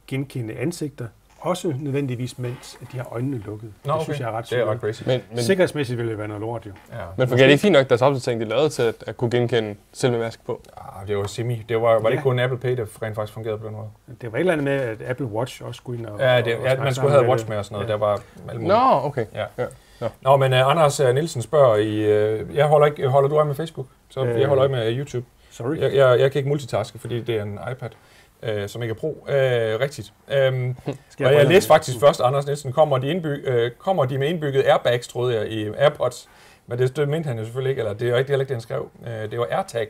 genkende ansigter. Også nødvendigvis, mens de har øjnene lukket. det synes jeg er ret
Det er ret
sygt.
crazy.
Men, men,
Sikkerhedsmæssigt ville det være noget lort, jo.
Ja.
men fungerer det ikke fint nok, deres opdatering, de lavede til at, at kunne genkende selv med mask på?
Ah, det var semi. Det var, var det
Ja.
ikke kun Apple Pay, der rent faktisk fungerede på den måde?
Det var et eller andet med, at Apple Watch også skulle ind og
Ja,
og-
det,
og
ja
snakke
man
sammen
skulle have
med
Watch
det.
med og sådan noget.
Ja.
Der var alt muligt.
Nå, okay.
Ja.
Ja. Nå.
Nå, men uh, Anders øh, Nielsen spørger i... Uh, jeg holder, ikke, holder du øje med Facebook? Så
Øh.
jeg holder øje med YouTube.
Sorry.
Jeg, jeg, jeg kan ikke multitaske, fordi det er en iPad, øh, som ikke er pro. Øh, rigtigt. Øhm,
Skal
Og jeg
brille-
læste faktisk først, Anders Nielsen, kommer de, indbyg, øh, kommer de med indbygget airbags, troede jeg, i AirPods. Men det, det mente han jo selvfølgelig ikke, eller det er jo ikke det, heller ikke det, han skrev. Øh, det var AirTag.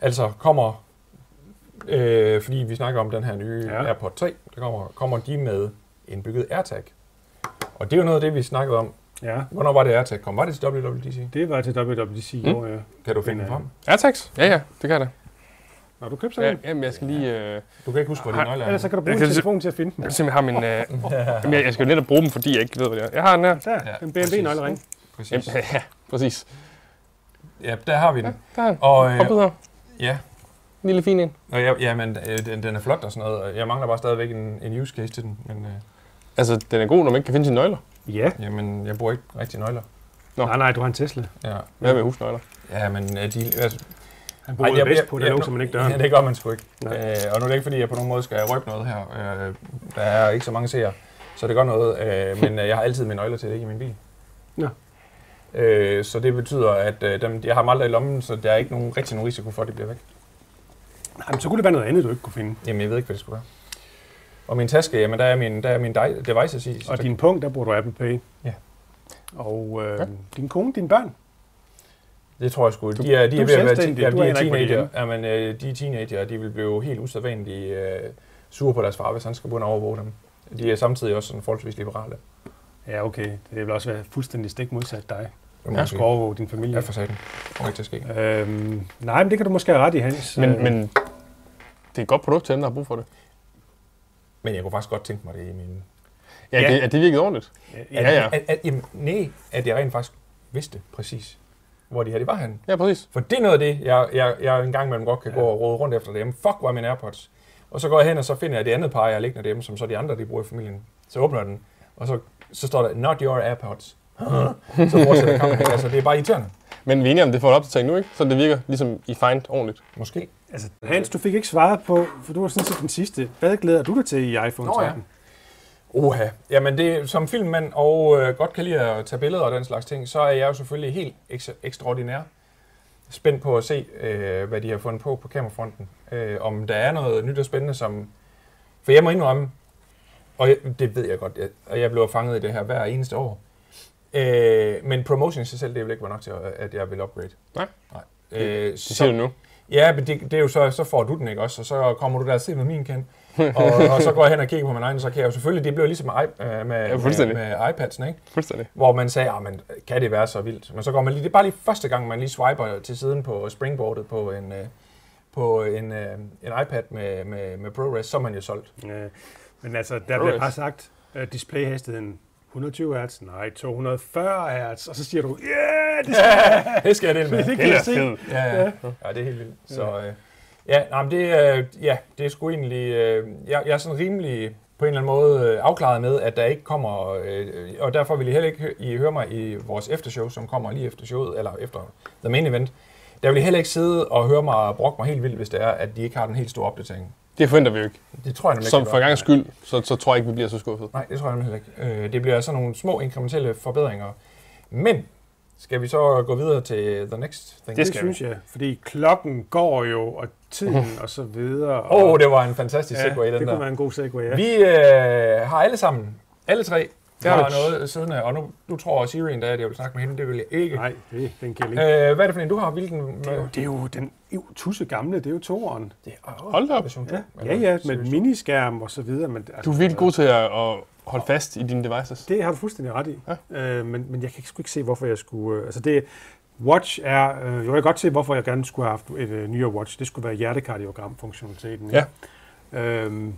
Altså kommer, øh, fordi vi snakker om den her nye ja.
Ja.
AirPod 3, der kommer, kommer de med indbygget AirTag. Og det er jo noget af det, vi snakkede om.
Ja,
Hvornår var det AirTag kom? Var det til WWDC?
det var til WWDC i
Mm.
år, ja.
Kan du finde
Men, øh,
den frem?
AirTags? Ja, ja, det kan jeg da.
Har du købt sådan
Ja,
en?
jamen, jeg skal lige... Øh,
Du kan ikke huske, hvor din
Har-
nøgle er.
Ellers så kan du bruge
Jeg kan
din telefon til at finde den.
jeg simpelthen har min... Øh, jamen, jeg, jeg skal jo netop bruge dem, fordi jeg ikke ved, hvad det er. Jeg har den her.
Der,
Ja,
en
præcis.
BMW-nøglering.
Præcis.
Jamen, ja, præcis.
Ja, der har vi den.
Der er den.
Og, øh,
Hop ud her.
ja,
En lille fin en.
Nå, ja, ja, men øh, den, den er flot og sådan noget. og Jeg mangler bare stadigvæk en, en use case til den. Men øh,
Altså, den er god, når man ikke kan finde sine nøgler.
Ja.
jamen, jeg bruger ikke rigtig nøgler.
Nå.
Nej, nej, du har en Tesla.
Ja,
Hvad med husnøgler?
ja men øh, de... Altså,
Han bor jo vest på, der låser man ikke døren.
Ja, det gør man sgu ikke.
Nej.
Øh, og nu er det ikke, fordi jeg på nogen måde skal røbe noget her. Øh, der er ikke så mange seere, så det gør noget. Øh, men øh, jeg har altid mine nøgler til det, ikke i min bil.
Nå.
Øh, så det betyder, at øh, dem, jeg har dem aldrig i lommen, så der er ikke nogen, rigtig nogen risiko for, at de bliver væk.
Jamen, så kunne det være noget andet, du ikke kunne finde.
Jamen, jeg ved ikke, hvad det skulle være. Og min taske, jamen, der er min, der er min dej- devices i. så-
Og din punkt, der bruger du Apple Pay.
Ja.
Og øh,
Ja.
din kone, dine børn.
Det tror jeg sgu. De er,
du
de er
er
ved at være
selvstændig,
ja,
du
de er
aner ikke, hvor de er
teenager. Jamen, øh, de er teenager, og de vil blive helt usædvanligt øh, sure på deres far, hvis han skal begynde at overvåge dem. De er samtidig også sådan forholdsvis liberale.
Ja, okay. Det vil også være fuldstændig stik modsat dig.
Det må
Du
man sige.
skal overvåge din familie.
Ja, for satan. Det kommer ikke til at ske.
Øhm, nej, men det kan du måske have ret i, Hans.
Men,
Øh,
men det er et godt produkt til dem, der har brug for det.
Men jeg kunne faktisk godt tænke mig det i min...
Ja,
Ja.
Det, er det virket ordentligt?
ja,
Ja, ja.
At, at, jamen, nej, at jeg rent faktisk vidste præcis, hvor de her det var han.
Ja, præcis.
For det er noget af det, jeg, jeg, jeg en gang imellem godt kan ja. gå og rode rundt efter derhjemme. Fuck, hvor er min Airpods? Og så går jeg hen, og så finder jeg det andet par, jeg har liggende derhjemme, som så de andre, de bruger i familien. Så åbner jeg den, og så, så står der, not your Airpods. så fortsætter kampen. Altså, det er bare irriterende.
Men vi er enige om, det får en opdatering nu, ikke? Så det virker ligesom i Find ordentligt.
Måske.
Altså, Hans, du fik ikke svaret på, for du var sådan set den sidste. Hvad glæder du dig til i iPhone
Nå, ja.
13?
Oha. Jamen, det, som filmmand og øh, godt kan lide at tage billeder og den slags ting, så er jeg jo selvfølgelig helt ekstra, ekstraordinær spændt på at se, øh, hvad de har fundet på på kamerafronten. Øh, om der er noget nyt og spændende, som... For jeg må indrømme, og jeg, det ved jeg godt, jeg, og jeg bliver fanget i det her hver eneste år. Øh, men promotion i sig selv, det vil ikke være nok til, at- at jeg vil upgrade.
Nej.
Nej. Øh,
Det siger
så,
du nu.
ja, men det, det, er jo så, så får du den, ikke også? Og så kommer du der og sidder med min kan. og, og, så går jeg hen og kigger på min egen, så kan jeg jo selvfølgelig, det blev ligesom med, i- øh, med,
Ja,
med,
fuldstændig.
med iPadsen, ikke?
Fuldstændig.
hvor man sagde, "Ah, men kan det være så vildt? Men så går man lige, det er bare lige første gang, man lige swiper til siden på springboardet på en, øh, på en, øh, en iPad med, med, med ProRes, så er man jo solgt.
Øh, men altså, der
Alright.
bliver bare sagt, øh, displayhastigheden 120 Hz, nej, 240 Hz, og så siger du, yeah, det, skal,
Det skal jeg dele med.
det kan jeg se.
Ja, ja. ja, det er helt vildt. Så, øh, ja, nej, men det, øh, ja, det er sgu egentlig... Øh, jeg, jeg er sådan rimelig på en eller anden måde øh, afklaret med, at der ikke kommer... Øh, og derfor vil I heller ikke hø- I høre mig i vores eftershow, som kommer lige efter showet, eller efter The Main Event. Der vil I heller ikke sidde og høre mig brokke mig helt vildt, hvis det er, at de ikke har den helt store opdatering.
Det forventer vi jo ikke.
Det tror jeg nemlig
Som
ikke.
for en gangs skyld, så, så tror jeg ikke, vi bliver så skuffet.
Nej, det tror jeg nemlig heller ikke. Øh, det bliver sådan nogle små inkrementelle forbedringer. Men skal vi så gå videre til the next thing?
Det, det synes jeg, fordi klokken går jo, og tiden og så videre.
Åh,
og-
oh, det var en fantastisk
ja,
segue, den
det
der.
kunne være en god segue, ja.
Vi øh, har alle sammen, alle tre, der har
Ouch.
noget siden af, og nu, nu tror også Irene, der, at jeg vil snakke med hende, det vil jeg ikke.
Nej, det, den kan jeg ikke.
Øh, hvad er det for en, du har? Hvilken?
Det er, jo, det er jo den jo, tusse gamle, det er jo toeren.
det er, oh,
Hold da op.
Ja, ja, ja med miniskærm og så videre. Men, altså,
Du er virkelig god til at, at holde fast i dine devices.
Det har du fuldstændig ret i. Ja. Øh, men, men jeg kan sgu ikke se, hvorfor jeg skulle... Øh, altså det, Watch er... Øh, jo, jeg kan godt se, hvorfor jeg gerne skulle have haft et øh, nyere Watch. Det skulle være hjertekardiogram-funktionaliteten. ikke? Øhm,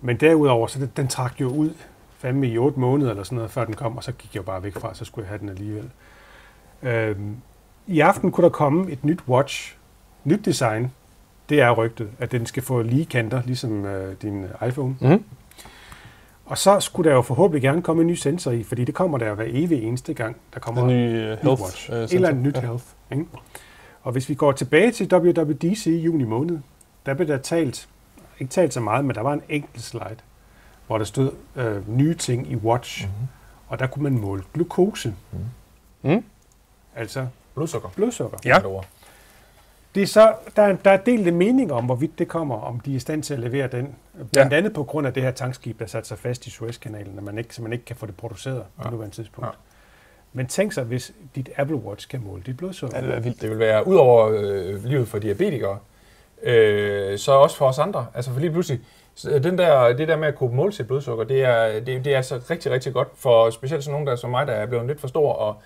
men derudover, så den, den trak jo ud fandme i 8 måneder eller sådan noget, før den kom, og så gik jeg jo bare væk fra, så skulle jeg have den alligevel. Øhm, I aften kunne der komme et nyt watch, nyt design. Det er rygtet, at den skal få lige kanter, ligesom øh, din øh, iPhone.
Mhm.
Og så skulle der jo forhåbentlig gerne komme en ny sensor i, fordi det kommer der jo hver evig eneste gang, der kommer
Den nye uh, health
Watch.
uh,
et eller andet nyt health. Ikke? Og hvis vi går tilbage til WWDC i juni måned, der blev der talt, ikke talt så meget, men der var en enkelt slide, hvor der stod øh, nye ting i Watch, mm-hmm. og der kunne man måle glukose,
Mhm. Mm?
altså
Blodsukker.
blodsukker.
Ja.
Med ord.
Det er så, der, er- der er delte mening om, hvorvidt det kommer, om de er i stand til at levere den. Blandt ja. andet på grund af det her tankskib, der satte sig fast i Suezkanalen, at man ikke, så man ikke kan få det produceret ja. på nuværende tidspunkt.
Ja.
Ja. Men tænk sig, hvis dit Apple Watch kan måle dit blodsukker.
Ja, det er vildt.
Det vil være, udover øh, livet for diabetikere, øh, så også for os andre. Altså for lige pludselig, så øh, den der, det der med at kunne måle sit blodsukker, det er, det, det er altså rigtig, rigtig godt for specielt sådan nogen der som mig, der er blevet lidt for stor og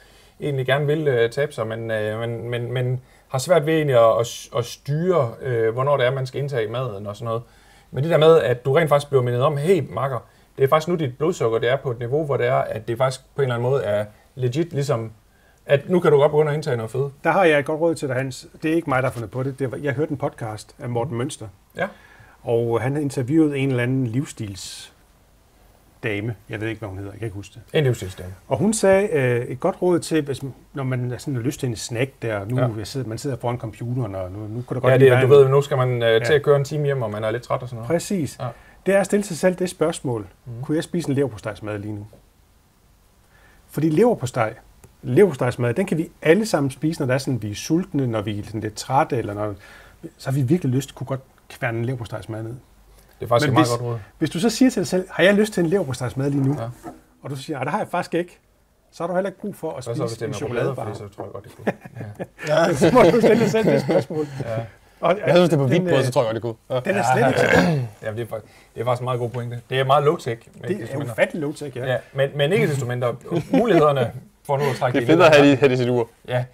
egentlig gerne vil øh, tabe sig, men, øh, men, men, men har svært ved egentlig at, at, at styre, øh, hvornår det er, man skal indtage maden og sådan noget. Men det der med, at du rent faktisk bliver mindet om, hey makker, det er faktisk nu dit blodsukker, det er på et niveau, hvor det er, at det faktisk på en eller anden måde er legit, ligesom at nu kan du godt begynde at indtage noget fede.
Der har jeg et godt råd til dig, Hans. Det er ikke mig, der har fundet på det. det var, jeg hørte en podcast af Morten Mønster,
Ja.
og han interviewede en eller anden livsstils dame. Jeg ved ikke, hvad hun hedder. Jeg kan ikke huske det.
En livsstilsdame.
Og hun sagde øh, et godt råd til, hvis, når man er sådan, har lyst til en snack der. Nu
Ja.
ja. jeg sidder, man sidder foran computeren, og nu, nu kunne der godt
Ja,
lige
det, er-
være
du
en-
ved, nu skal man øh, til
Ja.
at køre en time hjem, og man er lidt træt og sådan noget.
Præcis.
Ja. Mhm.
Ja. Det er at stille sig selv det spørgsmål. Mm. Kunne jeg spise en leverpostejsmad lige nu? Fordi leverpostej, leverpostejsmad, den kan vi alle sammen spise, når der er sådan, vi er sultne, når vi er sådan lidt trætte, eller når, så har vi virkelig lyst til at kunne godt kværne en leverpostejsmad ned.
Det er faktisk
Men
et meget
hvis-
godt råd.
Hvis du så siger til dig selv, har jeg lyst til en leverpostejsmad lige nu?
Ja.
Ja. Og du så siger, nej, det har jeg faktisk ikke. Så har du heller ikke brug for at
Hvad så, hvis det
spise
er
en
med chokoladebar?
chokoladebar.
Fordi så tror jeg godt, det kunne. Ja.
Så må du stille dig selv det spørgsmål.
Ja.
Og,
Jeg synes, det er på
den,
hvidt brød,
øh,
så tror jeg godt, det kunne. Ja.
Den er slet ikke så
ja, det er, fak- det er faktisk en meget god pointe. Det er meget low-tech. men
Det
desto
er jo
mindre.
fattig low-tech, ja.
Ja, men, men ikke desto mindre. Mulighederne for nu at trække
Det er fedt at have det, have det i sit ur.
Ja,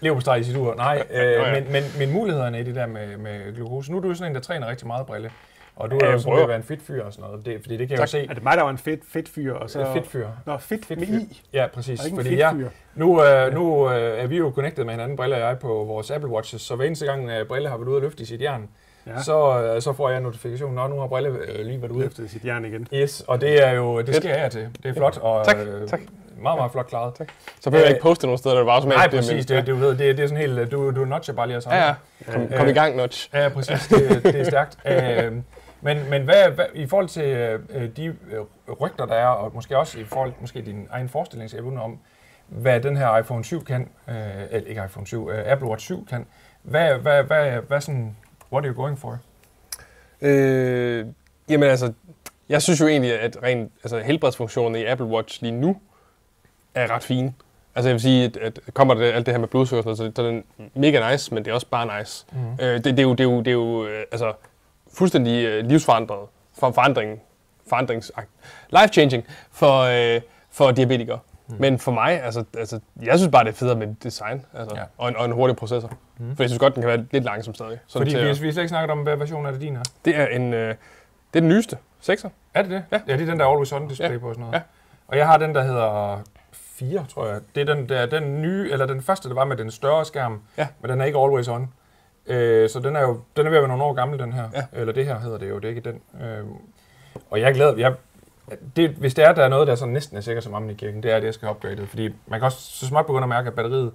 leverpostej i sit ur. Nej, øh,
Nå ja.
men, men, men mulighederne i det der med, med glukose. Nu er du jo sådan en, der træner rigtig meget, Brille. Og du
Ja,
er jo
jeg
sådan ved
prøver.
at være en fit fyr og sådan noget. Det, fordi det kan jeg
Tak.
jo
Er
se.
det mig, der var en fedt, fedt fyr? Og så...
Så... Fit fyr.
Nå, fedt,
Fedt
fedt med
fyr.
i.
Ja, præcis.
Altså- Og ikke en
Fordi
fedt
jeg,
fyr.
Nu, øh, nu øh, er vi jo connected med hinanden, Brille og jeg, på vores Apple Watches, så hver eneste gang øh, Brille har været ude og løfte i sit jern, ja.
Ja. Så
så, øh, så får jeg en notifikation, når nu har Brille øh, lige været ude.
løftede sit jern igen.
Yes, og det er jo, det sker her til. Det er flot, og
Tak,
øh,
tak.
meget, meget flot klaret. Tak.
Så behøver jeg
Øh,
ikke poste nogen steder, der bare
Nej,
automatisk
præcis, det,
det.
du ved, det, det er sådan helt, øh, du, du notcher bare lige og sådan.
Ja, ja. Kom, kom i gang, Notch.
Ja, præcis. Det, det er stærkt. Øh, Men, men hvad, hvad, i forhold til øh, de øh, rygter, der er, og måske også i forhold til måske din egen forestillingsevne om, hvad den her iPhone 7 kan, øh, eller ikke iPhone 7, øh, Apple Watch 7 kan, hvad, hvad, hvad, hvad sådan, what are you going for?
Øh, jamen altså, jeg synes jo egentlig, at rent, altså, helbredsfunktionen i Apple Watch lige nu er ret fin. Altså jeg vil sige, at, at kommer det, alt det her med blodsukker og sådan noget, så, det, så er det mega nice, men det er også bare nice.
Mhm.
Mm. Øh, det, det, er jo, det, er jo, det er jo øh, altså, fuldstændig øh, livsforandret for forandringen. Forandrings, life-changing for, øh, for diabetikere.
Mhm.
Mm. Men for mig, altså, altså, jeg synes bare, det er federe med design altså,
Ja. Mhm.
ja. og, en, og en hurtig processor. Mm. For jeg synes godt, den kan være lidt langsom stadig. Sådan
Fordi
til,
vi,
at-
vi har slet ikke snakket om, hvad version er det din her.
det er en... Øh, det er den nyeste. 6'er.
Er det det?
Ja.
ja det er den der Always On display
Ja.
på og sådan noget.
Ja.
Og jeg har den, der hedder 4, tror jeg. Det er den, der, den nye, eller den første, der var med den større skærm,
Ja.
men den er ikke Always On. Øh, så den er jo den er ved at være nogle år gammel, den her.
Ja.
Eller det her hedder det jo, det er ikke den. Øh, og jeg er glad, jeg, det, hvis det er, der er noget, der er sådan næsten er sikkert som ammen i kirken, det er, at jeg skal have opgraderet. Fordi man kan også så småt begynde at mærke, at batteriet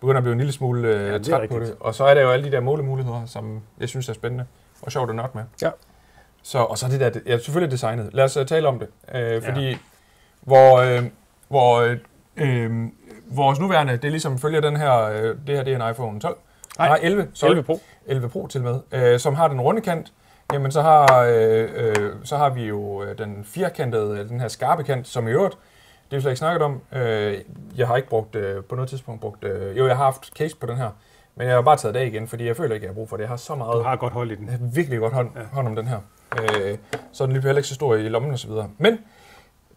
begynder at blive en lille smule øh,
det
ja,
er
træt på
rigtigt.
det. Og så er der jo alle de der målemuligheder, som jeg synes er spændende og sjovt at nok med.
Ja.
Så, og så det der, ja, selvfølgelig designet. Lad os uh, tale om det. Øh, fordi hvor, øh, hvor øh, øh, vores nuværende, det ligesom følger den her, øh, det her det er en iPhone 12. Nej,
Nej,
11, sorry,
11
11.
Pro.
11 Pro til med, øh, som har den runde kant. Jamen så har, øh, øh, så har vi jo øh, den firkantede, eller den her skarpe kant, som i øvrigt, det er vi slet ikke snakket om. Øh, jeg har ikke brugt, øh, på noget tidspunkt brugt, øh, jo jeg har haft case på den her, men jeg har bare taget det af igen, fordi jeg føler ikke, jeg har brug for det. Jeg har så meget
Du har godt hold i den.
jeg har virkelig godt hånd, ja. hånd om den her. Øh, så er den lige heller ikke så stor i lommen og så videre. Men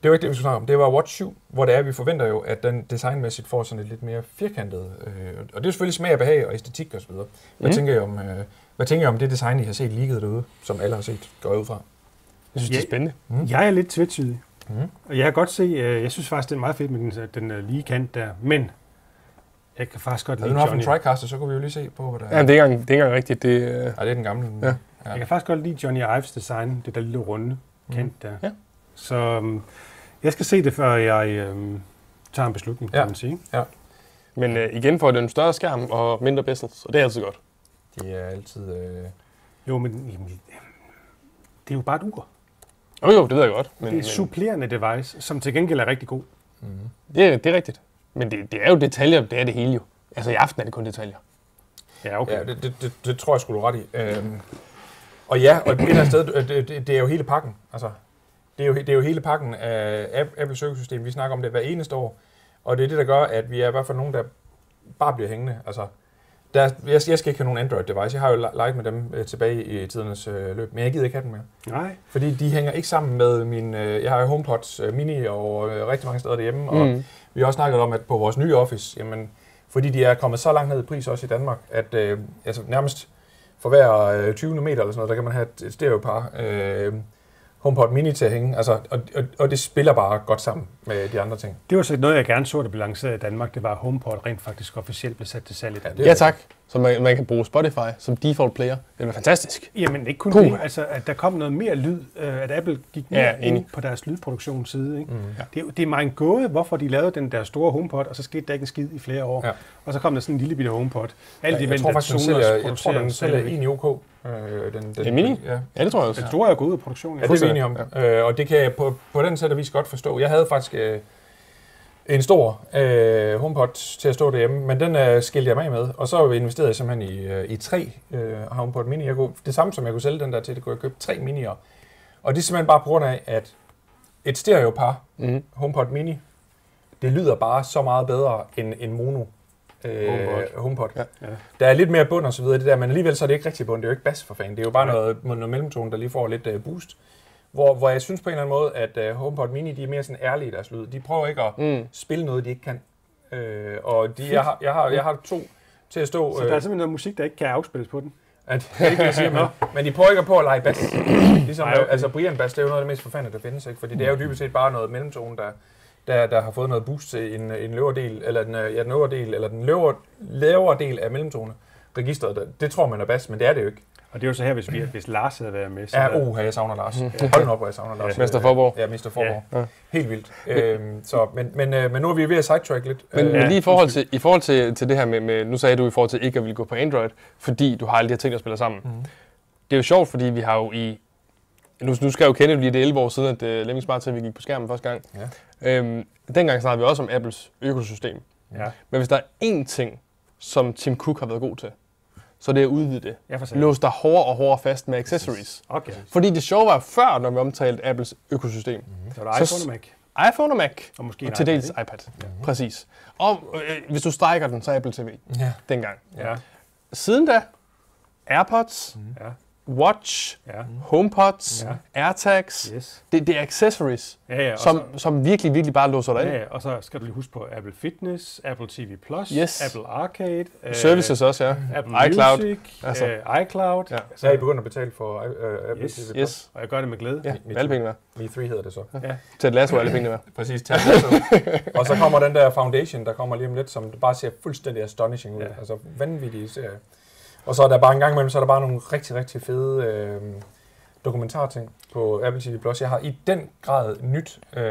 det var ikke det, vi skulle snakke om. Det var Watch 7, hvor det er, vi forventer jo, at den designmæssigt får sådan et lidt mere firkantet. Øh, og det er jo selvfølgelig smag og behag og æstetik og så videre. Hvad, mm.
Mm.
tænker I om, øh, hvad tænker I om det design, I har set ligget derude, som alle har set går jeg ud fra?
Jeg synes, det
Ja.
er spændende.
Jeg er lidt tvetydig.
Mhm.
Mm. Og jeg kan godt se, øh, jeg synes faktisk, det er meget fedt med den, den øh, lige kant der. Men jeg kan faktisk godt
Havde
lide
du nu haft en
Johnny.
TriCaster, så kunne vi jo lige se på, hvad der
Ja. Jamen, det er ikke engang, det er ikke engang rigtigt. Det, øh,
Ej, det er den gamle.
Ja.
Jeg kan faktisk godt lide Johnny Ives design, det der lille runde
Mhm.
kant der.
Ja.
Så øhm, jeg skal se det, før jeg øhm, tager en beslutning, kan
Ja.
man sige.
men øh, igen får den større skærm og mindre bezels, og det er altid godt.
De er altid... Øh,
Jo, men jamen, det er jo bare et ur.
Jo, jo, det ved jeg godt. Men,
Det er et supplerende device, som til gengæld er rigtig god.
mm.
Men, det, er, det er rigtigt. Men det, det er jo detaljer, det er det hele jo. Altså i aften er det kun detaljer.
Ja, okay.
Ja, det, det, det, det tror jeg skulle du ret i. Øhm, og ja, og et eller andet sted, øh, det, det, det er jo hele pakken. Altså, det, er jo, he- det er jo hele pakken af App- Apples økosystem. Vi snakker om det hver eneste år. Og det er det, der gør, at vi er i hvert fald nogen, der bare bliver hængende. Altså, der, er- jeg, jeg skal ikke have nogen Android-device. Jeg har jo le- leget med dem øh, tilbage i tidernes øh, løb, men jeg gider ikke have dem mere.
Nej,
Fordi de hænger ikke sammen med min... Øh, jeg har jo HomePods øh, Mini og øh, rigtig mange steder derhjemme, og
Mm.
vi har også snakket om, at på vores nye office, jamen, fordi de er kommet så langt ned i pris også i Danmark, at øh, altså, nærmest for hver øh, 20 meter eller sådan noget, der kan man have et, et stereopar øh, HomePod Mini til at hænge. Altså, og, og, og det spiller bare godt sammen med de andre ting.
det var så noget, jeg gerne så, der blev lanceret i Danmark. Det var at HomePod rent faktisk officielt blev sat til salg i Danmark.
det er
Ja tak. Så man, man kan bruge Spotify som default player. Det er fantastisk.
Jamen ikke kun
Puh.
det, altså at der kom noget mere lyd, øh, at Apple gik mere
Ja,
ja, ind
enig.
på deres lydproduktionsside. Ikke? Mm, ja. det, er jo- det er mig en gåde, hvorfor de lavede den der store HomePod, og så skete der ikke en skid i flere år.
Ja.
Ja. Og så kom der sådan en lille bitte HomePod. Alt
Jeg, jeg tror faktisk, den sælger, jeg tror, den sælger egentlig OK. Øh, den, den,
En Mini?
Ja,
Ja, det tror jeg også.
Den store er jo gået ud af produktionen.
Ja, det er vi enige om. Ja. Øh, og det kan jeg på, på den sæt og vis godt forstå. Jeg havde faktisk øh, en stor øh, HomePod til at stå derhjemme, men den øh, skilte jeg mig af med. Og så investerede jeg simpelthen i, øh, i tre øh, HomePod Mini. Jeg kunne, det samme som jeg kunne sælge den der til, det kunne jeg købe tre minier. Og det er simpelthen bare på grund af, at et stereopar
Mm.
HomePod Mini, det lyder bare så meget bedre end en mono. Øh, HomePod.
HomePod.
HomePod. Ja.
Ja.
Ja.
Der er lidt mere bund og så videre, i det der, men alligevel så er det ikke rigtig bund, det er jo ikke bas for fanden, det er jo bare noget, noget mellemtone, der lige får lidt øh, boost. Hvor, hvor jeg synes på en eller anden måde, at øh, HomePod Mini, de er mere sådan ærlige i deres lyd. De prøver ikke at
Mm.
spille noget, de ikke kan. Øh, og de, jeg, har, jeg, har, jeg har to til at stå... øh,
Så der er simpelthen noget musik, der ikke kan afspilles på den.
at, det er ikke, hvad jeg siger, men, men de prøver ikke på at lege bas. Ligesom,
Ej, okay.
altså Brian Bass, det er jo noget af det mest forfærdelige, der findes, ikke? Fordi det er jo dybest set bare noget mellemtone, der, der, der har fået noget boost til en, en løvere del, eller den, øh, ja, den øvre del, eller den løvere, lavere del af mellemtone registret. der- Det tror man er bas, men det er det jo ikke.
Og det er jo så her, hvis, vi, hvis Lars havde været med. Så
Ja,
oh.
havde-
uh, jeg savner Lars.
Mm.
Hold nu op, hvor jeg savner Lars.
Ja. Mester Forborg.
Ja, Mester Forborg.
Ja. Ja.
Helt vildt. Øhm, så, men, men, øh, men nu er vi ved at sidetrack lidt.
Men,
Øh,
men lige i
undskyld.
forhold til, i forhold til, til det her med, med, nu sagde du i forhold til ikke at ville gå på Android, fordi du har alle de her ting, der spiller sammen. Mm. Det er jo sjovt, fordi vi har jo i Nu, nu skal jeg jo kende det, fordi det er 11 år siden, at uh, Lemming Smart TV gik på skærmen første gang.
Ja.
Øhm, dengang snakkede vi også om Apples økosystem.
Ja,
Men hvis der er én ting, som Tim Cook har været god til, så er det at udvide det.
jeg får
Lås dig hårdere og hårdere fast med accessories.
Okay,
Fordi det sjove var før, når vi omtalte Apples økosystem.
så var der iPhone
Så-
og Mac.
iPhone og Mac,
Og måske Mm. en
og til
iPad,
dels
ikke? Mhm.
iPad. Præcis. Og øh, hvis du strækker den, så Apple TV
Ja.
dengang.
Ja,
Siden da, AirPods,
ja,
Watch,
ja.
HomePods,
Ja.
AirTags.
Yes.
Det, det er accessories,
Ja, ja, og
som, som virkelig, virkelig bare låser dig
Ja,
ind.
ja, og så skal du lige huske på Apple Fitness, Apple TV+, Plus,
Yes.
Apple Arcade, øh,
Services også, ja.
Apple
iCloud.
Music,
Altså.
øh, iCloud.
Ja.
Så er I begyndt at betale for øh, Apple
Yes.
TV Plus?
Yes.
Og jeg gør det med glæde.
Ja,
Me- me
med alle pengene værd.
Mi 3 hedder det så.
Til et lasso er alle pengene værd.
Præcis, tag Og så kommer den der Foundation, der kommer lige om lidt, som bare ser fuldstændig astonishing ud.
Ja.
Ja. Altså vanvittige serier. Og så er der bare en gang imellem, så er der bare nogle rigtig, rigtig fede øh, dokumentarting på Apple TV+. Plus. Jeg har i den grad nyt. Øh,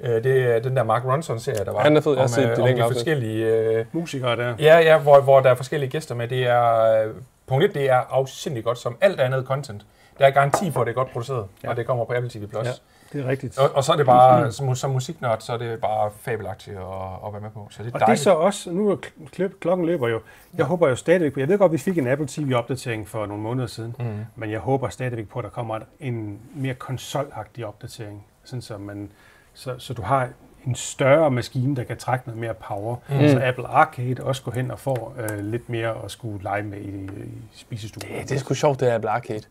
øh, det er den der Mark Ronson-serie, der var.
Han er fed, jeg har
om,
set
øh,
det
om
længe
de
afsnit.
forskellige... Øh,
Musikere der.
Ja, ja, hvor, hvor der er forskellige gæster med. Det er, øh, punkt 1, det er afsindelig godt, som alt andet content. Der er garanti for, at det er godt produceret,
Ja.
ja. og det kommer på Apple TV+. Plus.
Ja.
Ja.
Det er rigtigt.
Og, og så er det bare, som, som musiknørd, så er det bare fabelagtigt at, at være med på. Så det er
Og det er
dejligt.
så også, nu er kl- klip- klokken løber jo, jeg håber jo stadigvæk på, jeg ved godt, vi fik en Apple TV-opdatering for nogle måneder siden,
Mhm.
Mm.
men jeg håber stadigvæk på, at der kommer en mere konsolagtig opdatering, sådan så, man, så, så du har en større maskine, der kan trække noget mere power,
Mhm.
mm. så Apple Arcade også går hen og får øh, lidt mere at skulle lege med i, i spisestuen.
Ja, det er sgu sjovt, det her Apple Arcade.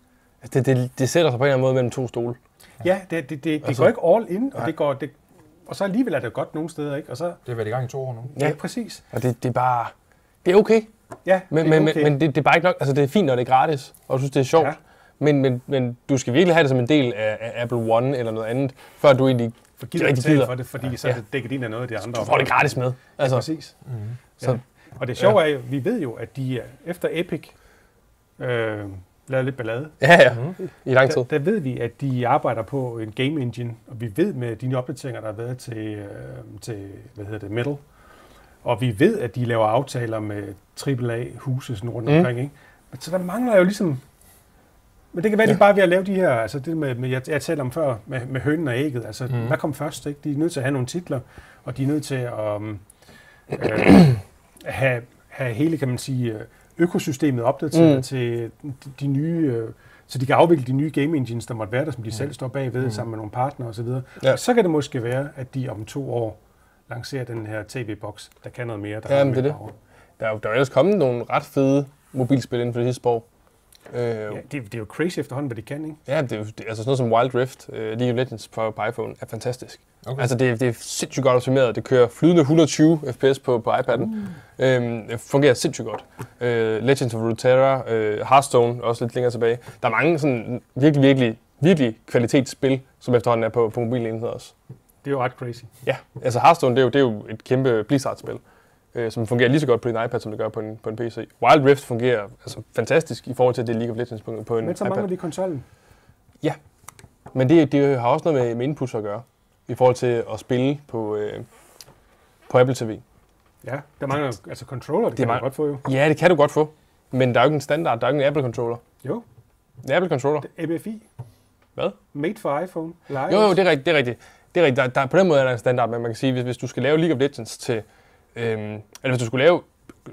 Altså, Det, det, det sætter sig på en eller anden måde mellem to stole.
Ja, det, det, det, det
Altså-
går ikke all in, og, det går, det, og så alligevel er det godt nogle steder, ikke? Og så,
Det har været i gang i to år nu.
ja,
Ja.
ja præcis.
Og det, det er bare... Det er okay.
Ja,
Men,
det er
men,
okay.
men, men det, det er bare ikke nok. Altså, det er fint, når det er gratis, og du synes, det er sjovt.
Ja.
Ja. Men, men, men du skal virkelig have det som en del af, af Apple One eller noget andet, før du egentlig
for
rigtig
gider ikke betale
gider.
for det, fordi så er
Ja.
det dækket ind af noget af de andre.
du får det gratis med.
Altså.
Altså,
Præcis.
Mm.
Ja.
Så-
Og det sjove er jo, vi ved jo, at de er, efter Epic øh, lavede lidt ballade,
ja, ja.
Mm.
I lang
Mhm. der, der
tid.
ved vi, at de arbejder på en game engine, og vi ved med de nye opdateringer, der har været til, øh, til hvad hedder det, Metal, og vi ved, at de laver aftaler med AAA-huse sådan rundt
Mm.
omkring, ikke? Men så der mangler jo ligesom... Men det kan være, at de bare er ved at lave de her, altså det med, med jeg, jeg talte om før, med, med hønen og ægget, altså mm.
Mm.
hvad kom først, ikke? De er nødt til at have nogle titler, og de er nødt til at um, øh, have, have hele, kan man sige, øh, økosystemet opdateret mm.
Mm.
til de, de nye, øh, så de kan afvikle de nye game engines, der måtte være der, som de mm. selv står bagved, mm. sammen med nogle partnere osv. Ja.
Ja.
Så kan det måske være, at de om to år lancerer den her tv-boks, der kan noget mere. Der
Ja,
har
men
mere
det er det.
power.
Der er jo der er ellers kommet nogle ret fede mobilspil inden for det sidste år. Øh, ja.
Ja, det, det er jo crazy efterhånden, hvad de kan, ikke?
ja, det er jo det, er altså sådan noget som Wild Rift, uh, League of Legends på, på iPhone, er fantastisk.
Okay.
Altså, det, er- det er sindssygt godt optimeret. Det kører flydende 120 fps på, på iPad'en. Mm. Øhm, det fungerer sindssygt godt. Øh, Legends of Runeterra, øh, Hearthstone, også lidt længere tilbage. Der er mange sådan virkelig, virkelig, virkelig kvalitetsspil, som efterhånden er på, på mobile enheder også.
Det er jo ret crazy.
Ja, altså Hearthstone, det er jo, det er jo et kæmpe Blizzard-spil, øh, som fungerer lige så godt på din iPad, som det gør på en, på en PC. Wild Rift fungerer altså, fantastisk i forhold til det League of Legends på, på en
Men så
iPad.
mangler de konsollen.
Men det, det har også noget med, med inputs at gøre, i forhold til at spille på, øh, på Apple TV.
Ja, der mangler jo- altså controller, det,
Det
det kan man
mangler-
godt få jo.
Ja, det kan du godt få, men der er jo ikke en standard, der er jo ikke en Apple-controller.
Jo,
En Apple-controller?
det er MFI.
Hvad?
Made for iPhone. Live.
Jo, jo, det er rigtigt, det er rigtigt. Det er rigtigt. Der, der, på den måde er der en standard, men man kan sige, hvis, hvis du skal lave League of Legends til, øhm, eller hvis du skulle lave,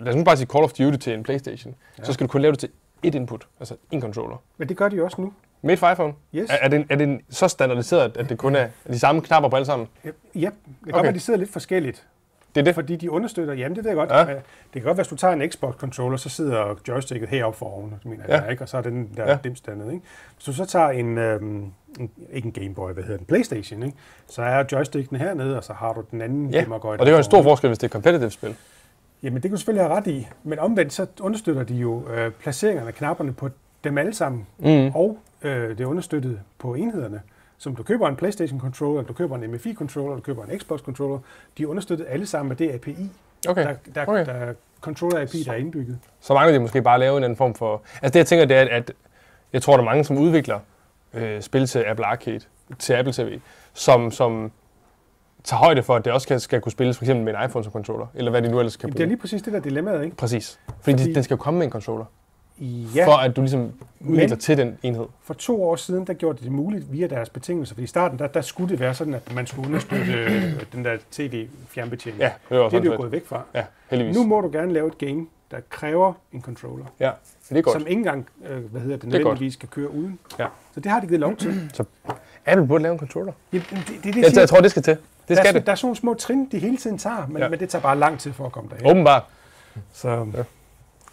lad os nu bare sige Call of Duty til en Playstation,
Ja.
ja. så skal du kun lave det til ét input, altså én controller.
Men det gør de jo også nu.
Made for iPhone.
Yes.
Er, er, den, er den så standardiseret, at det kun er de samme knapper på alle sammen?
Yep. Ja, det kan
Okay.
godt være, de sidder lidt forskelligt.
Det er det.
Fordi de understøtter, jamen det ved jeg godt.
Ja.
Ja. Det kan godt være, hvis du tager en Xbox-controller, så sidder joysticket heroppe for oven, mener
Ja.
jeg, ikke? og så er den der ja.
Ja.
dims dernede. Ikke? Hvis du så tager en, øhm, en, ikke en Game Boy, hvad hedder den, Playstation, ikke? så er joysticken hernede, og så har du den anden
Ja,
Game-Boy
Og det er jo en stor
derovre.
forskel, hvis det er competitive spil.
Jamen det kan du selvfølgelig have ret i, men omvendt så understøtter de jo øh, placeringerne af knapperne på dem alle sammen,
Mm.
og øh, det er understøttet på enhederne. Så om du køber en PlayStation controller, du køber en MFI controller, du køber en Xbox controller, de er understøttet alle sammen med det API,
Okay.
der, der, okay.
Okay.
der controller API, der er indbygget.
så mangler de måske bare at lave en anden form for... Altså det, jeg tænker, det er, at- at jeg tror, der er mange, som udvikler øh, spil til Apple Arcade, til Apple TV, som, som tager højde for, at det også skal, skal kunne spilles for eksempel med en iPhone som controller, eller hvad de nu ellers kan
Jamen,
bruge.
det er lige præcis det der dilemmaet, ikke?
Præcis. Fordi,
Fordi-
Fordi... den skal jo komme med en controller.
Ja,
for at du ligesom udvikler
Men-
til den enhed.
for to år siden, der gjorde de det muligt via deres betingelser. Fordi i starten, der, der skulle det være sådan, at man skulle understøtte øh, den der tv-fjernbetjening.
Ja, det var
det er
sådan
vi jo
set.
gået væk fra.
Ja, heldigvis.
Nu må du gerne lave et game, der kræver en controller,
Ja, det er godt.
som ikke engang øh, hvad hedder det,
godt.
nødvendigvis kan køre uden.
Ja.
Så det har de givet lov til. Jamen,
Apple burde lave en controller.
det, det, det,
Jeg,
siger-
jeg tror, det skal til. Det
der,
skal
er,
det.
der er sådan nogle små trin, de hele tiden tager, men,
Ja.
ja. men det tager bare lang tid for at komme derhen.
Åbenbart.
Så
Ja.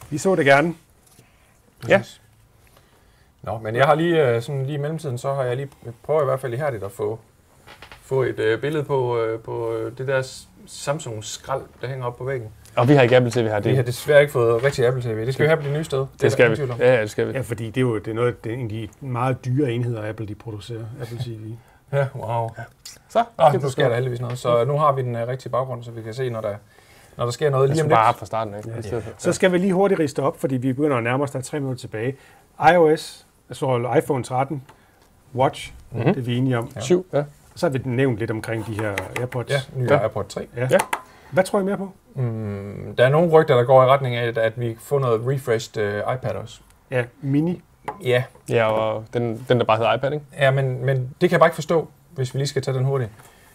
vi så det gerne.
Ja.
Nå, men jeg har lige, øh, sådan lige i mellemtiden, så har jeg lige prøvet i hvert fald ihærdigt at få, få et øh, billede på, øh, på øh, det der s- Samsung-skrald, der hænger op på væggen.
Og vi har ikke Apple TV her.
Vi har
Det,
desværre ikke fået rigtig Apple TV. Det skal vi have på det nye sted. Det,
det skal vi.
Ja.
Ja, ja, det skal vi.
Ja, fordi det er jo det er noget, det er en af de meget dyre enheder, Apple de producerer. Apple TV.
ja, wow.
Så,
Nå,
det
nu sker der heldigvis noget. Så nu har vi den øh, rigtige baggrund, så vi kan se, når der, når der sker noget
Jeg
lige om
skulle bare
lidt.
have fra starten af. i stedet for.
Så skal vi lige hurtigt riste op, fordi vi begynder at nærme os, der er tre minutter tilbage. iOS, altså iPhone 13, Watch, mm-hmm. det er vi enige om.
Ja.
Syv, ja.
Så har vi nævnt lidt omkring de her AirPods.
Ja, ny
Ja.
AirPod 3.
Ja.
Ja.
ja. Hvad tror I mere på?
Mm, der er nogle rygter, der går i retning af, at- at vi får noget refreshed øh, iPad også.
Ja, mini.
Ja,
Ja, og den, den der bare hedder iPad, ikke?
Ja, men, men det kan jeg bare ikke forstå, hvis vi lige skal tage den hurtigt.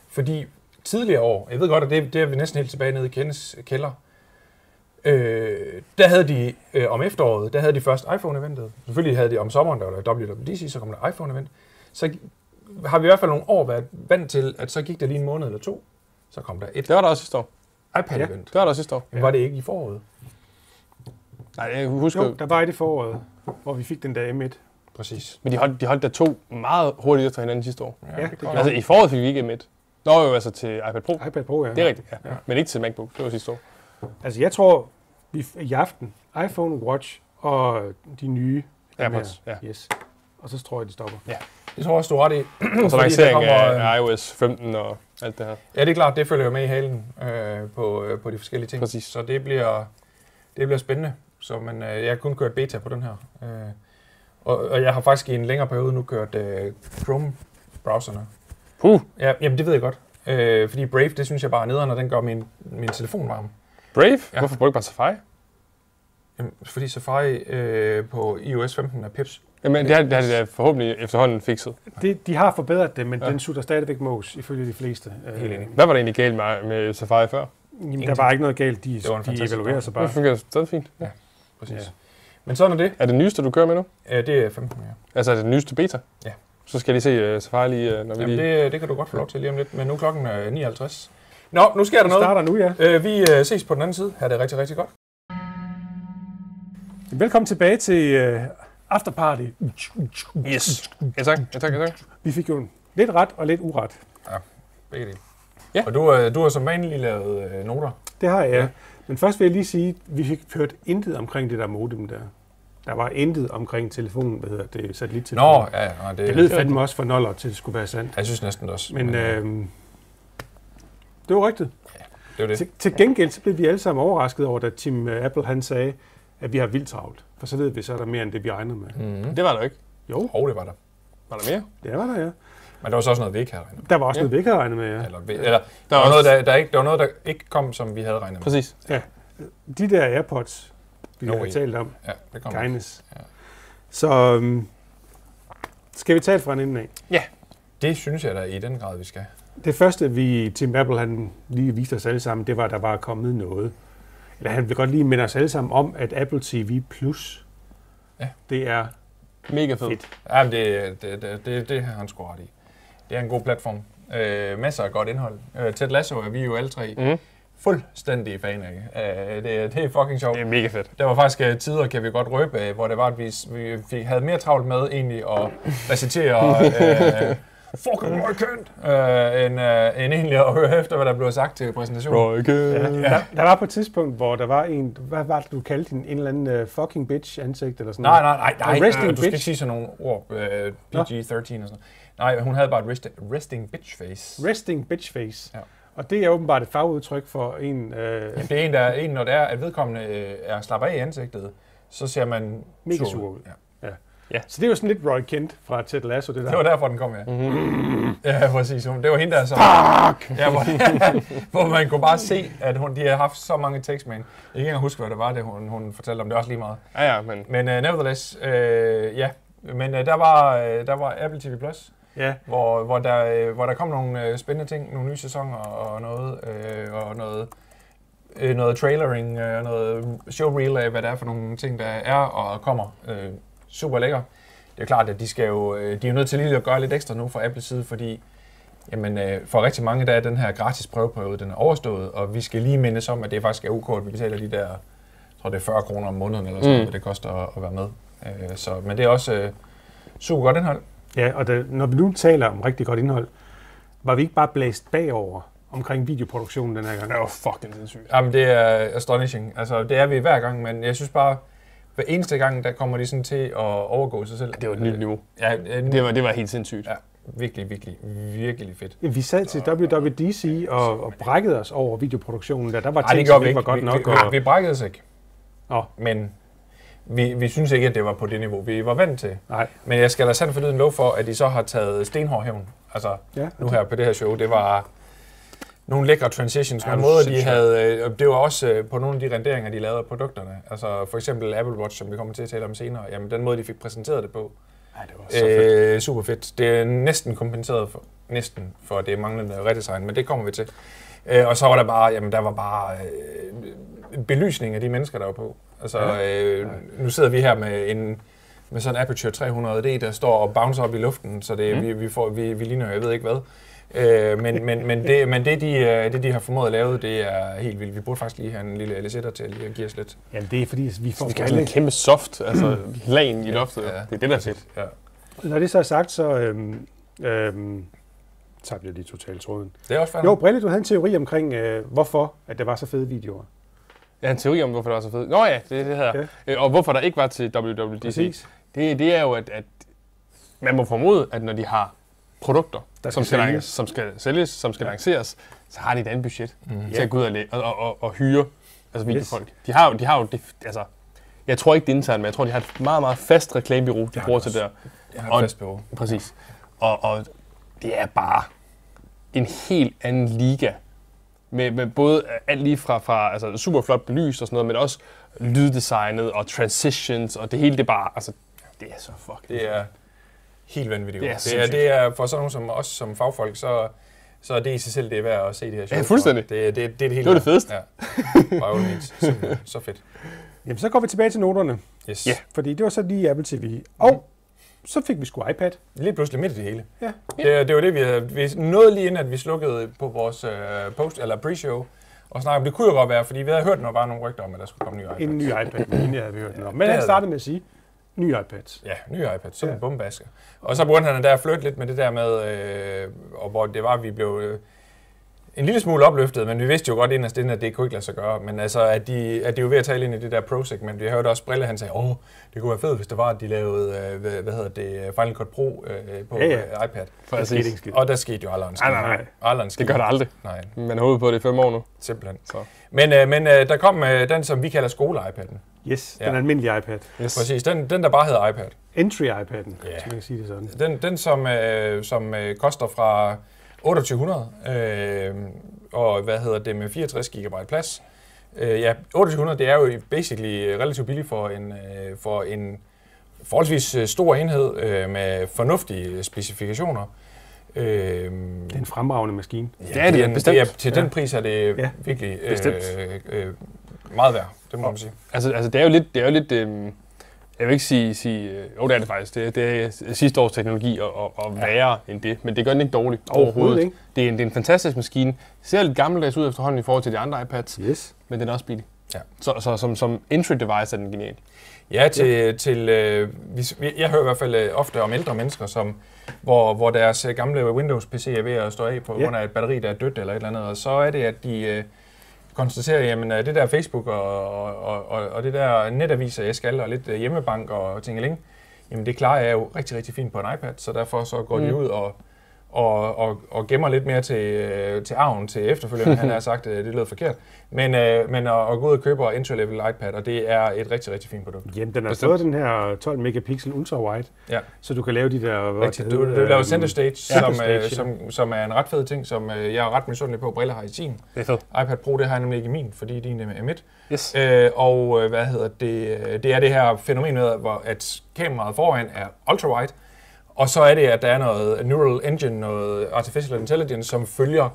Fordi tidligere år, jeg ved godt, at det, det er vi næsten helt tilbage nede i Kendes kælder, øh, der havde de øh, om efteråret, der havde de først iPhone-eventet. Selvfølgelig havde de om sommeren, der var der WWDC, så kom der iPhone-event. Så har vi i hvert fald nogle år været vant til, at så gik der lige en måned eller to, så kom der et
Det var der også sidste år.
iPad-event.
Det var der også sidste år.
Men var det ikke i foråret?
Nej, jeg husker...
Jo, der var et i foråret, hvor vi fik den der M1.
Præcis.
Men de holdt, de holdt der to meget hurtigt efter hinanden sidste år.
Ja, det gjorde
Altså i foråret fik vi ikke M1. Nå jo, altså til iPad Pro.
iPad Pro, ja.
Det er rigtigt, ja. Men ikke til MacBook. Det var sidste år.
Altså, jeg tror, vi f- i aften, iPhone, Watch og de nye
AirPods,
her.
ja.
Yes. Og så tror jeg, de stopper.
Det tror jeg også, du har ret i.
Og
Fordi der
så lancering
kommer, øh,
af iOS 15 og alt det her.
Ja, det er klart, det følger jo med i halen øh, på, øh, på de forskellige ting.
Præcis.
Så det bliver, det bliver spændende. Så men, øh, jeg har kun kørt beta på den her. Øh, og, og jeg har faktisk i en længere periode nu kørt øh, Chrome-browserne.
Puh,
Ja, jamen det ved jeg godt. Øh, fordi Brave, det synes jeg bare er nederen, og den gør min, min telefon varm.
Brave?
Ja.
Hvorfor brugte man Safari?
Jamen, fordi Safari øh, på iOS 15 er pips.
Jamen, det har, det har de da forhåbentlig efterhånden fikset.
Det, de har forbedret det, men
Ja.
ja. den sutter stadigvæk mås, ifølge de fleste.
Helt enig.
Hvad var der egentlig galt med, med Safari før?
Jamen, der
Ingenting.
var ikke noget galt. De,
Det var en
de
fantastisk
evaluerer sig
Det
bare.
fungerer stadig fint.
Præcis.
Ja.
Ja. Men sådan er det.
Er det nyeste, du kører med nu?
Øh, det er 15, ja.
Altså, er det den nyeste beta?
Ja.
Så skal jeg lige se uh, Safari lige, uh, når vi
Jamen,
lige...
det, det kan du godt få lov til lige om lidt, men nu er klokken øh, 59. Nå, nu sker der
Det
noget.
starter nu, ja.
Øh, vi øh, ses på den anden side. Ha' det rigtig, rigtig godt.
Velkommen tilbage til øh, Afterparty.
Yes. Ja, tak. Ja, tak, ja, tak.
Vi fik jo lidt ret og lidt uret.
Begge dele.
Ja.
Og du, øh, du har som vanligt lavet øh, noter.
Det har jeg.
Ja.
Ja. Men først vil jeg lige sige, at vi fik hørt intet omkring det der modem der. Der var intet omkring telefonen, hvad hedder det, satellittelefonen.
ja, ja. nej,
det lød fandme også for noller til, det skulle være sandt.
Jeg synes næsten det også.
Men
øh,
øh, det var rigtigt.
det er jo det.
Til, til gengæld så blev vi alle sammen overrasket over, da Tim øh, Apple han sagde, at vi har vildt travlt. For så ved vi, så er der mere end det, vi regnede med.
Mm-hmm.
Mm. Det var der ikke.
Jo,
Og det var der.
Var der mere?
det var der, ja.
Men der var så også noget, vi ikke havde regnet med.
Der var også
Ja.
noget, vi ikke havde regnet med, ja.
Eller, vi- eller
Der
der, var
også-
noget, der, der, ikke, der var noget, der ikke kom, som vi havde regnet med.
Præcis.
De der AirPods, vi
No
no har
way.
talt om,
Ja, det kom.
kindness.
Ja.
Så øhm, skal vi tale fra en ende af?
Det synes jeg da i den grad, vi skal.
Det første, vi Tim Apple han lige viste os alle sammen, det var, at der var kommet noget. Eller han vil godt lige minde os alle sammen om, at Apple TV Plus,
Ja.
det er
Mega fed.
fedt.
Ja, men det, det, det, det, det har han sgu ret i. Det er en god platform. Øh, masser af godt indhold. Øh, Ted Lasso er vi jo alle tre
Mhm.
fuldstændig fan af. Øh, det, det er fucking sjovt.
Det er mega fedt.
Der var faktisk øh, tider, kan vi godt røbe, øh, hvor det var, at vi, s- vi fik, havde mere travlt med egentlig at recitere øh, fucking American, øh, end, øh, end egentlig at høre efter, hvad der blev sagt til præsentationen.
Ja.
Rocket.
Øh, Der, der var på et tidspunkt, hvor der var en, hvad var det, du kaldte din, en eller anden uh, fucking bitch ansigt eller sådan
Nej,
noget?
nej, nej, nej,
A resting
øh, du
bitch.
skal ikke sige sådan nogle ord, øh, PG-13
Nå.
og sådan noget. Nej, hun havde bare et rest, resting bitch face.
Resting bitch face.
Ja.
Og det er åbenbart et fagudtryk for en øh,
Jamen, det er en, der er en, når det er, at vedkommende øh, er slapper af i ansigtet, så ser man
mega
ud.
sur ud.
Ja.
Ja.
Ja.
Så det er jo sådan lidt Roy Kent fra Ted Lasso, det der.
Det var derfor, den kom, ja.
Mm.
Mm-hmm. Ja, præcis. Hun- Det var hende, der så... Ja, hvor, hvor, man kunne bare se, at hun, de har haft så mange tekst med hende. Jeg kan ikke engang huske, hvad det var, det hun, hun fortalte om. Det er også lige meget.
Ja, ja, men
Men uh, nevertheless, uh, ja. Men uh, der, var, uh, der var Apple TV+, Plus,
Ja,
hvor, hvor, der, uh, hvor der kom nogle uh, spændende ting, nogle nye sæsoner og noget, uh, og noget, uh, noget trailering øh, og noget showreel af, hvad det er for nogle ting, der er og kommer. Uh, super lækker. Det er klart, at de, skal jo, øh, de er jo nødt til lige at gøre lidt ekstra nu fra Apples side, fordi jamen, øh, for rigtig mange der er den her gratis prøveperiode den er overstået, og vi skal lige mindes om, at det faktisk er ok, at vi betaler de der, jeg tror det er 40 kroner om måneden, eller sådan,
Mm.
mm. det koster at, at være med. Øh, så, men det er også øh, super godt indhold.
ja og da, når vi nu taler om rigtig godt indhold, var vi ikke bare blæst bagover omkring videoproduktionen den her gang?
det er jo fucking sindssygt.
Jamen, det er astonishing. Altså, det er vi hver gang, men jeg synes bare, hver eneste gang, der kommer de sådan til at overgå sig selv.
Det var et nyt niveau.
Ja, øh,
Det var, det var helt sindssygt.
ja, virkelig, virkelig, virkelig fedt.
Vi sad til WWDC og, og brækkede os over videoproduktionen der. Der var
Ej, det
ting,
gjorde
som
vi
ikke
ikke.
var godt
vi,
nok.
Vi,
og-
vi, vi brækkede os ikke.
Nå.
Men vi, vi synes ikke, at det var på det niveau, vi var vant til.
Nej,
Men jeg skal da sandt forlyden lov for, at de så har taget stenhård hævn. Altså,
ja.
nu her på det her show, det var nogle lækre transitions,
Ja,
nogle
det er
måder, de
sindssygt.
havde, øh, og det var også øh, på nogle af de renderinger, de lavede af produkterne. Altså for eksempel Apple Watch, som vi kommer til at tale om senere, jamen den måde, de fik præsenteret det på,
Ej, det var så fedt.
øh, super fedt. Det er næsten kompenseret for, næsten for det manglende redesign, men det kommer vi til. Øh, og så var der bare, jamen, der var bare øh, belysning af de mennesker, der var på. Altså, øh, nu sidder vi her med en med sådan en Aperture 300D, der står og bouncer op i luften, så det, mm.
Mhm.
vi, vi, får, vi, vi ligner, jeg ved ikke hvad. Øh, men, men, men, det, men det, de, øh, det, de har formået at lave, det er helt vildt. Vi burde faktisk lige have en lille LSE'er til at lige at give os lidt.
Jamen, det er fordi, vi får...
Vi skal have sådan en kæmpe soft, altså lagen i loftet.
Ja.
Det er det, der er fedt.
Ja.
Når det så er sagt, så... Øhm, øhm, tabte jeg lige totalt tråden.
Det er også fandme.
Jo, Brille, du havde en teori omkring, øh, hvorfor at der var så fede videoer.
Jeg har en teori om, hvorfor det var så fedt. Nå ja, det er det her. Ja. Og hvorfor der ikke var til WWDC. Det, det er jo, at, at man må formode, at når de har produkter,
Der
der
skal
som, skal
sælges.
sælges. som skal sælges, som skal ja. lanceres, så har de et andet budget mm. til
Ja.
at gå ud og, læ- og, og, og, og hyre altså
Yes.
videofolk. De har jo, de har jo det, altså, jeg tror ikke det er internt, men jeg tror, de har et meget, meget fast reklamebureau, de
har
bruger
de
til det der.
Jeg
Og-
har fast behov.
Præcis. Og, og det er bare en helt anden liga. Med, med både alt lige fra, fra altså super flot belyst og sådan noget, men også lyddesignet og transitions og det hele, det er bare, altså, det er så fucking
Det er helt vanvittigt.
Det
Det
er
er,
sindssygt.
det er for sådan nogen som os som fagfolk, så, så er det i sig selv, det er værd at se det her show.
Ja, fuldstændig.
Det, er- det, er- det, er det, hele
Det var det
værd.
fedeste.
Ja. By all means. Simpelthen. Så fedt.
Jamen, så går vi tilbage til noterne,
Yes.
Ja.
fordi det var så lige Apple TV. Og så fik vi sgu iPad.
Lige pludselig midt i det hele.
Ja.
Det, er- det var det, vi, havde- vi nåede lige inden, at vi slukkede på vores øh, post, eller pre-show, og snakkede om, det kunne jo godt være, fordi vi havde hørt noget, bare nogle rygter om, at der skulle komme en ny iPad.
En ny iPad, men inden jeg havde hørt den om. Men
Det
han
havde
startede med at sige, ny iPad.
Ja, ny iPad, som
Ja.
ja. bombasker. Og så begyndte han der at flytte lidt med det der med, øh, og hvor det var, at vi blev øh, en lille smule opløftet, men vi vidste jo godt inderst inden, at det kunne ikke lade sig gøre. Men altså, at de, at de var ved at tale ind i det der pro-segment. Vi hørte også Brille, han sagde, åh, det kunne være fedt, hvis det var, at de lavede, øh, hvad, hvad hedder det, Final Cut Pro øh, på
Ja,
ja,
ja.
ja. iPad.
for
Der skete
at sige.
ikke en skid.
Og der skete jo aldrig en skid.
Nej, nej, nej.
Aldrig en skid.
Det gør det aldrig.
Nej,
Man har hovedet på det i fem år nu.
simpelthen.
Så.
Men, øh, men øh, der kom øh, den, som vi kalder skole-iPad'en.
Yes,
Ja.
den almindelige iPad.
Yes.
Præcis, den, den der bare hedder iPad.
Entry-iPad'en,
Ja.
hvis man kan sige det sådan.
Den, den som, øh, som øh, koster fra 2800, øh, og hvad hedder det, med 64 GB plads. Øh, ja, 2800, det er jo basically øh, relativt billigt for en, øh, for en forholdsvis øh, stor enhed øh, med fornuftige specifikationer. Øh, ja,
Det er en fremragende maskine.
det er det, bestemt.
Det er, til den pris er det
Ja,
ja. virkelig
bestemt.
øh, øh, meget værd, det må man sige.
Altså, altså det er jo lidt, det er jo lidt øhm, jeg vil ikke sige, sige øh, jo det er det faktisk, det, er- det er sidste års teknologi og, og, og værre end det, men det gør den ikke dårligt
Overhovedet
overhovedet.
ikke.
Det, er en, det er en fantastisk maskine, ser lidt gammeldags ud efterhånden i forhold til de andre iPads,
Yes.
men den er også billig.
Ja.
Så, så som, som entry device er den genial.
Ja, til, ja. til øh, hvis- jeg hører i hvert fald øh, ofte om ældre mennesker, som, hvor, hvor deres øh, gamle Windows-PC er ved at stå af på
Ja.
ja. grund af et batteri, der er dødt eller et eller andet, og så er det, at de øh, konstaterer, jamen øh, det der Facebook og, og, og, og- og det der netaviser, jeg skal, og lidt øh, hjemmebank og ting jamen det klarer jeg jo rigtig, rigtig fint på en iPad, så derfor så går mm. de ud og, og, og, og gemmer lidt mere til, øh, til arven til efterfølgende. Han har sagt, øh, det lød forkert. Men, øh, men at, at gå ud og købe entry-level iPad, og det er et rigtig, rigtig fint produkt.
Jamen, den har
Bestemt.
fået den her 12 megapixel ultra-wide,
Ja.
så du kan lave de der... hvad
Rigtigt.
det
Du,
hedder,
du laver
øhm,
Center Stage, ja,
Center
som,
Stage,
øh,
ja.
som, som er en ret fed ting, som øh, jeg er ret misundelig på, at Brille har i sin.
Det er fedt.
iPad Pro, det har jeg nemlig ikke i min, fordi din er midt.
Yes.
Øh, og øh, hvad hedder det? øh, Det er det her fænomen med, hvor at kameraet foran er ultrawide, og så er det, at der er noget neural engine, noget artificial intelligence, som følger,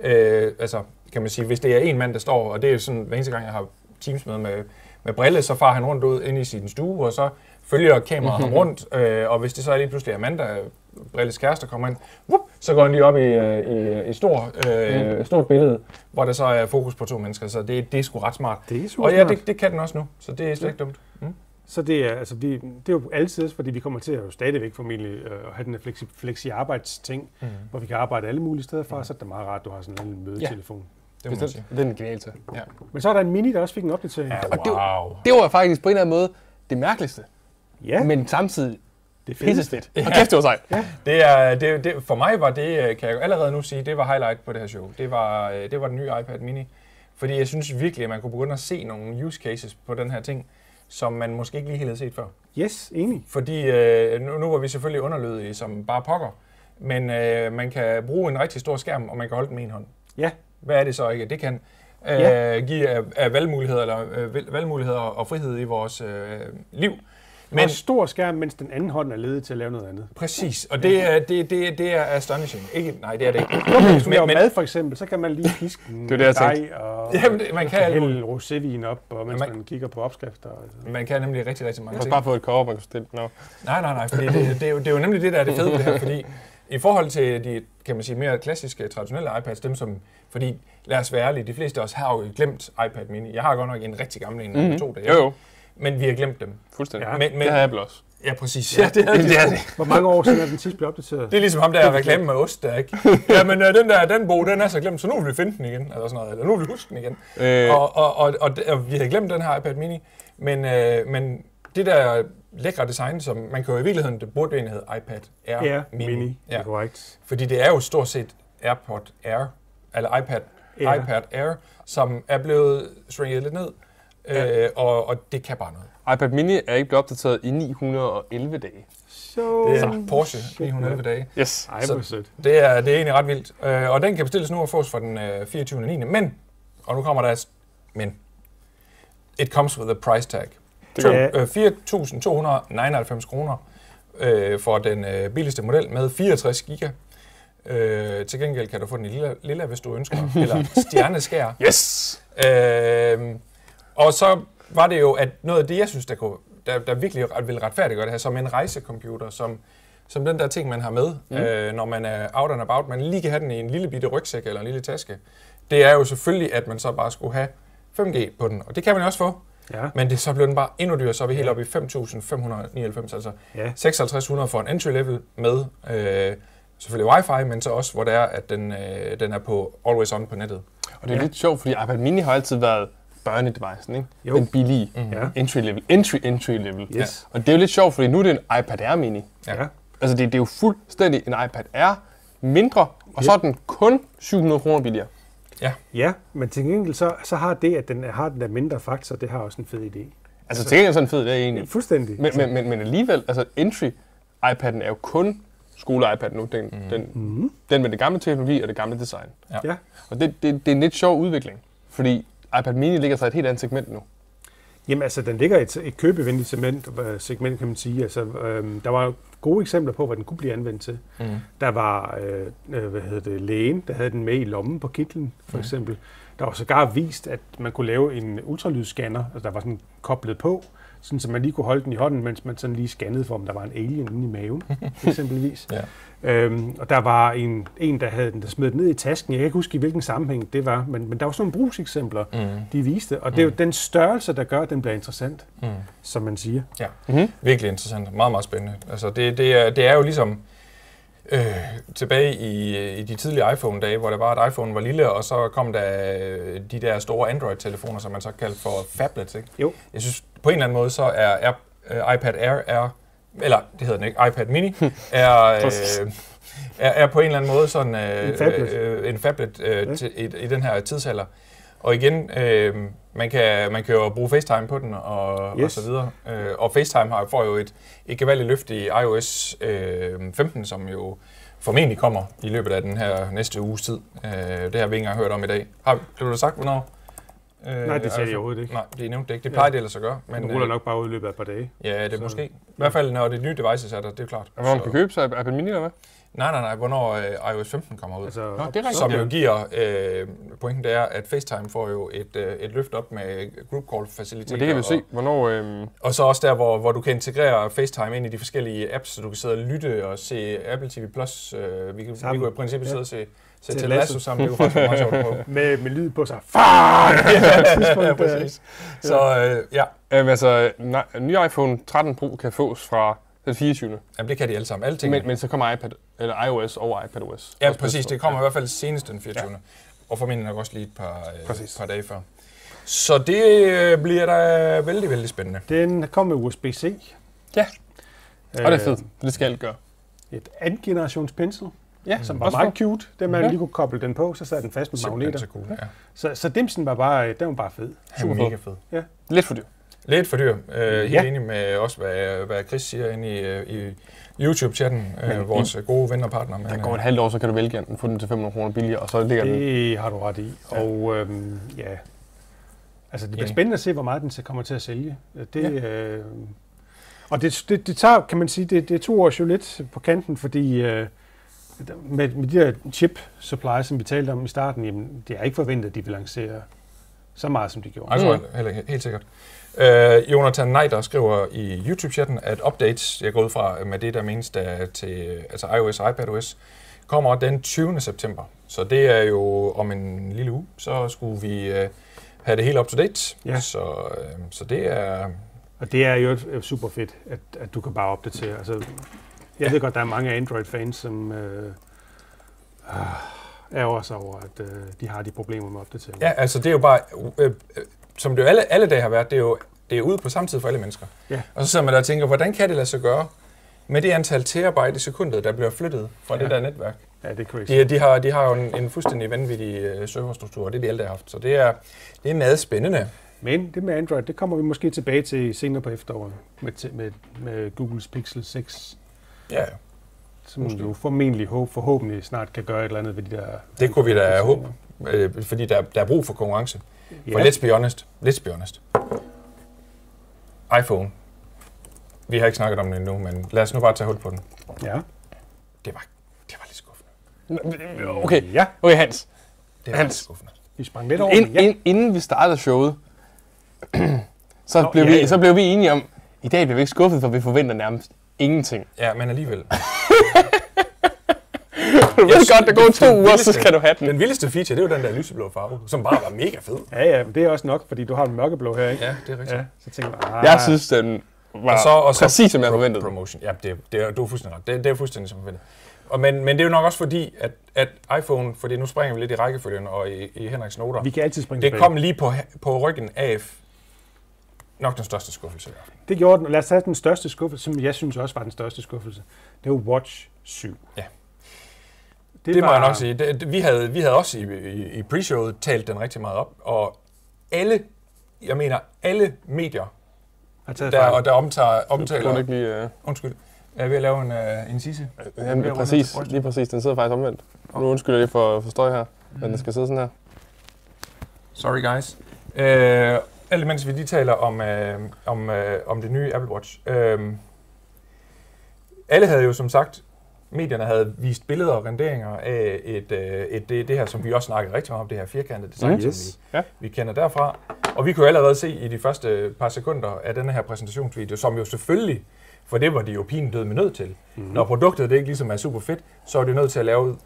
øh, altså kan man sige, hvis det er en mand, der står, og det er jo sådan, hver eneste gang, jeg har teams med, med, med brille, så far han rundt ud ind i sin stue, og så følger kameraet ham rundt, øh, og hvis det så er lige pludselig Amanda, Brilles kæreste, kommer ind, whoop, så går han lige op i, øh, i, i stor, øh, stort billede, hvor der så er fokus på to mennesker, så det, det er sgu ret smart.
Det er super
Og ja,
smart.
det, det kan den også nu, så det er slet ikke dumt.
Så det er, altså, vi, det er jo altid, fordi vi kommer til at jo stadigvæk formentlig øh, at have den her flexi, flexi arbejdsting, mm. hvor vi kan arbejde alle mulige steder fra, så er det meget rart, at du har sådan en lille mødetelefon.
Det må man sige.
Bestemt. Det er den geniale til.
Ja.
Men så er der en mini, der også fik en opdatering.
Ja,
Og det,
wow.
det var faktisk på en eller anden måde det mærkeligste,
ja
men samtidig
det er fedt.
pisse fedt. Og kæft, det var sejt.
Det er, det, det, for mig var det, øh, kan jeg jo allerede nu sige, det var highlight på det her show. Det var, øh, det var den nye iPad mini. Fordi jeg synes virkelig, at man kunne begynde at se nogle use cases på den her ting, som man måske ikke lige helt havde set før.
Yes, enig.
Fordi øh, nu, nu var vi selvfølgelig underlødige som bare pokker, men øh, man kan bruge en rigtig stor skærm, og man kan holde den med en hånd.
Ja,
Hvad er det så ikke? Det kan øh,
Ja.
give af, af valgmuligheder, eller, øh, val- valgmuligheder og frihed i vores øh, liv.
men en stor skærm, mens den anden hånd er ledet til at lave noget andet.
Præcis, og det, er- det, det, det er astonishing. Ikke, nej, det er det ikke.
Hvis du
Men-
laver
men-
mad for eksempel, så kan man lige piske den
Det er det, jeg
med dej, og
Jamen, det- man kan,
kan
alt muligt.
hælde rosévin op, og mens
Man-
man, kigger på opskrifter. og-
man kan nemlig rigtig, rigtig mange
Jeg
ting.
bare få et cover, man kan stille. No.
Nej, nej, nej, fordi det, det, er jo, det er jo nemlig det, der er det fede ved det her, fordi i forhold til de, kan man sige, mere klassiske, traditionelle iPads, dem som, fordi lad os være ærlige, de fleste af os har jo glemt iPad mini. Jeg har godt nok en rigtig gammel en, mm-hmm. to dage,
Mhm. Jo, jo.
men vi har glemt dem.
Fuldstændig.
Ja.
Ja.
Men, men,
Det har Apple også.
ja, præcis. Ja, det er det.
Det er det.
Hvor mange år siden er den sidst blev opdateret?
Det er ligesom ham der reklame med ost, der ikke. Jamen, øh, den der, den bog, den er så glemt, så nu vil vi finde den igen, eller sådan noget, eller nu vil vi huske den igen.
Øh,
Og, og, og, og, d- og vi havde glemt den her iPad mini, men, øh, men det der lækre design, som man kan jo i virkeligheden, det burde jo egentlig hedde iPad Air
Ja,
mini.
mini. Det
Ja,
er korrekt.
fordi det er jo stort set AirPod Air, eller iPad
Air.
Air, iPad Air som er blevet shrinket lidt ned, øh, og, og det kan bare noget.
Øh, iPad mini er ikke blevet opdateret i 911 dage.
Så...
Det er Porsche 911 dage.
Yes.
Ej,
Så-
hvor sødt.
Det er, det er egentlig ret vildt. Øh, og den kan bestilles nu og fås fra den øh, 24. 9. Men, og nu kommer der et s- men, it comes with a price tag.
Det
Så-
gør
Ja.
ja.
Øh, 4.299 kroner øh, for den øh, billigste model med 64 giga. Øh, til gengæld kan du få den i lilla, lilla hvis du ønsker, eller stjerneskær.
Yes!
Øh, og så var det jo, at noget af det, jeg synes, der, kunne, der, der virkelig ret- ville retfærdiggøre det her, som en rejsecomputer, som, som den der ting, man har med, mm. øh, når man er out and about, man lige kan have den i en lille bitte rygsæk eller en lille taske, det er jo selvfølgelig, at man så bare skulle have 5G på den, og det kan man jo også få.
Ja.
Men det, så blev den bare endnu dyrere, så er vi helt oppe i 5.599, altså
Ja.
5600 for en entry level med øh, selvfølgelig wifi, men så også, hvor det er, at den, øh, den er på always on på nettet.
Og det er ja. lidt sjovt, fordi iPad mini har altid været børnedevicen, ikke?
Jo.
Den billige.
Ja.
Entry level. Entry, entry level.
Yes.
Og det er jo lidt sjovt, fordi nu er det en iPad Air mini.
Ja.
Altså det, det er jo fuldstændig en iPad Air mindre, og så er den kun 700 kroner billigere. Altså,
ja, men til gengæld så, så har det, at den har den der mindre faktor, det har også en fed idé.
Altså til gengæld er sådan en fed idé egentlig.
Fuldstændig.
Men, men, men, men alligevel, altså entry iPad'en er jo kun skole-iPad nu. Den, mm. den, mm. den med det gamle teknologi og det gamle design.
ja.
Og det, det, det er en lidt sjov udvikling, fordi iPad mini ligger sig i et helt andet segment nu.
Jamen altså, den ligger i et, et købevenligt segment, øh, segment, kan man sige. Altså, øhm, der var jo gode eksempler på, hvad den kunne blive anvendt til. Mm. Der var, øh, øh, hvad hedder det, lægen, der havde den med i lommen på kitlen, for mm. eksempel. Der var sågar vist, at man kunne lave en ultralydsscanner, altså der var sådan koblet på, sådan så man lige kunne holde den i hånden, mens man sådan lige scannede for, om der var en alien inde i maven, eksempelvis.
Ja.
Øhm, og der var en, en, der havde den, der smed den ned i tasken. Jeg kan ikke huske, i hvilken sammenhæng det var, men, men der var sådan nogle brugseksempler, mm. de viste. Og det er jo den størrelse, der gør, at den bliver interessant, mm. som man siger.
Ja, mm-hmm. virkelig interessant. Meget, meget spændende. Altså, det, det, er, det er jo ligesom øh, tilbage i, øh, i de tidlige iPhone-dage, hvor det var, at iPhone var lille, og så kom der øh, de der store Android-telefoner, som man så kaldte for phablets, ikke?
Jo.
Jeg synes, på en eller anden måde, så er Air, øh, iPad Air, er, eller det hedder den ikke, iPad Mini, er, øh, er, er på en eller anden måde sådan øh,
En phablet.
Øh, en phablet øh,
Ja.
til, i, i den her tidsalder. Og igen, øh, man, kan, man kan jo bruge FaceTime på den og, yes. og
Yes.
så videre. Øh, og FaceTime har, får jo et, et gevaldigt løft i iOS øh, 15, som jo formentlig kommer i løbet af den her næste uges tid. Øh, det har vi ikke engang hørt om i dag. Har, blev det sagt, hvornår? Øh,
Nej, det sagde de
iPhone-
overhovedet ikke.
Nej, det nævnte det ikke. Det
Ja.
plejer det ellers at gøre.
Men
Men,
den ruller
øh,
nok bare ud i løbet af et par dage.
Ja, det er
Så-
måske. I hvert fald, når det nye devices er der, det er klart.
Hvornår man
Så-
kan købe sig? Apple Mini eller hvad?
Nej, nej, nej. Hvornår øh, iOS 15 kommer ud. Altså,
Altså,
Nå, det er rigtigt.
som
ja.
jo giver, øh, pointen det er, at FaceTime får jo et, øh, et løft op med group call faciliteter.
Men det kan vi jo se,
Og,
hvornår... Øhm,
og så også der, hvor, hvor du kan integrere FaceTime ind i de forskellige apps, så du kan sidde og lytte og se Apple TV+. Plus. Øh, vi, kan, vi
Sammen.
kunne i princippet
Ja.
sidde og se, se
Til
til
Lasso.
Lasso sammen. Det kunne faktisk være meget sjovt at prøve.
med, med lyd på sig. Fuck!
ja,
tidspunkt,
præcis. Så øh, ja,
øhm, altså, nej, ny iPhone 13 Pro kan fås fra den 24.
Jamen, det kan de alle sammen. Alle tingene.
Men, men så kommer iPad, eller iOS over iPadOS.
Ja,
Også
præcis.
bedre.
Det kommer i hvert fald senest den 24. Ja. Og formentlig nok også lige et par, øh,
Præcis.
par dage før. Så det øh, bliver da vældig, vældig spændende.
Den kom med USB-C.
Ja.
Øh,
Og det er fedt. Det skal alt gøre.
Et anden generations pensel,
Ja,
som var meget cute. Det man
Ja.
lige kunne koble den på, så sad den fast med magneter.
så cool. Ja.
Så, så dimsen var bare, øh, den var bare fed.
Han er
Super fed.
mega fed.
Lidt for dyrt.
Lidt for dyr. Øh, helt
Ja.
enig med også, hvad, hvad Chris siger inde i, øh, i YouTube-chatten. Øh, vores gode venner og partner. Men,
Der går
øh,
et halvt år, så kan du vælge den, få den til 500 kroner billigere, og så ligger den
Det har du ret i.
Ja.
Og øhm, ja, altså det bliver
Enig.
spændende at se, hvor meget den så kommer til at sælge. Øh, Det, øh, og det, det, det tager, kan man sige, det, det er to års jo lidt på kanten, fordi øh, med, med de der chip supply, som vi talte om i starten, jamen, det er ikke forventet, at de vil lancere så meget, som de gjorde.
Nej, det tror jeg altså, heller ikke. Helt sikkert. Øh, Jonathan Neider skriver i YouTube-chatten, at updates, jeg går ud fra øh, med det, der menes der til øh, altså iOS og iPadOS, kommer den 20. september. Så det er jo om en lille uge, så skulle vi øh, have det helt up to date.
Ja.
Så, øh, så det er...
Og det er jo øh, super fedt, at, at du kan bare opdatere. Altså, jeg
Ja.
ja. ved godt, der er mange Android-fans, som øh, ah, ærger sig over, at øh, de har de problemer med opdatering.
Ja, altså det er jo bare... Øh, øh, som det jo alle, alle dage har været, det er jo det er ude på samme tid for alle mennesker.
Ja.
Og så sidder man der og tænker, hvordan kan det lade sig gøre med det antal terabyte i sekundet, der bliver flyttet fra ja. det der netværk?
ja det er crazy.
De, de, har, de har jo en, en fuldstændig vanvittig øh, serverstruktur, og det er de alle, der har haft. Så det er, det er meget spændende.
Men det med Android, det kommer vi måske tilbage til senere på efteråret med, til- med, med Googles Pixel 6,
Ja,
som
Måske.
måske. jo formentlig håb, forhåbentlig snart kan gøre et eller andet ved de der...
det kunne vi da
Android-funktioner.
håbe, øh, fordi der, der er brug for konkurrence. Ja. For
Ja,
let's be honest, let's be honest. iPhone. Vi har ikke snakket om den endnu, men lad os nu bare tage hul på den.
ja.
Det var, det var lidt skuffende.
Okay,
Ja,
okay Hans.
Det var
Hans.
lidt skuffende.
vi sprang lidt over. men
Ind,
ja.
ind, inden vi startede showet, så,
Nå,
blev
ja,
vi,
ja.
så blev vi enige om, i dag bliver vi ikke skuffet, for vi forventer nærmest ingenting.
Ja, men alligevel.
Du ved godt, der går to uger, så
vildeste-
skal du have den.
Den vildeste feature, det er jo den der lyseblå farve, som bare var mega fed.
Ja, ja, men det er også nok, fordi du har en mørkeblå her, ikke?
Ja, det er rigtigt.
ja så tænker jeg, ah,
Jeg synes, den var
Og så, og så
præcis, som jeg forventede.
Promotion. Ja, det, det er, du er fuldstændig ret. Det, det er fuldstændig som forventet. Og men, men det er jo nok også fordi, at, at iPhone, fordi nu springer vi lidt i rækkefølgen og i, i Henriks noter,
vi kan altid springe
det
tilbage.
kom lige på, på ryggen af nok den største skuffelse. i aften.
Det gjorde den, og lad os tage den største skuffelse, som jeg synes også var den største skuffelse. Det var Watch 7.
Ja. Det, det må
var-
jeg nok sige. Det, det, vi, havde, vi havde også i, i, i pre-showet talt den rigtig meget op, og alle, jeg mener alle medier,
Har taget
der,
fejl.
og der omtager,
Jeg tror
omtaler,
ikke lige... øh,
undskyld, jeg er ved at lave en, øh, en sisse. Jeg er ved at
Jamen,
runde til
præcis,
brystet.
lige præcis. Den sidder faktisk omvendt. Nu undskylder jeg lige for, for støj her, men den skal sidde sådan her.
Sorry guys. Øh, alt imens vi lige taler om, øh, om, øh, om det nye Apple Watch. Øh, alle havde jo som sagt, medierne havde vist billeder og renderinger af et, øh, et, det, det her, som vi også snakkede rigtig meget om, det her firkantede design,
Mm.
mm.
Yes.
som vi,
Ja.
ja. vi kender derfra. Og vi kunne jo allerede se i de første par sekunder af denne her præsentationsvideo, som jo selvfølgelig, for det var de jo pinedød med nødt til. Mm.
Mhm.
Når produktet det ikke ligesom er super fedt, så er de nødt til at lave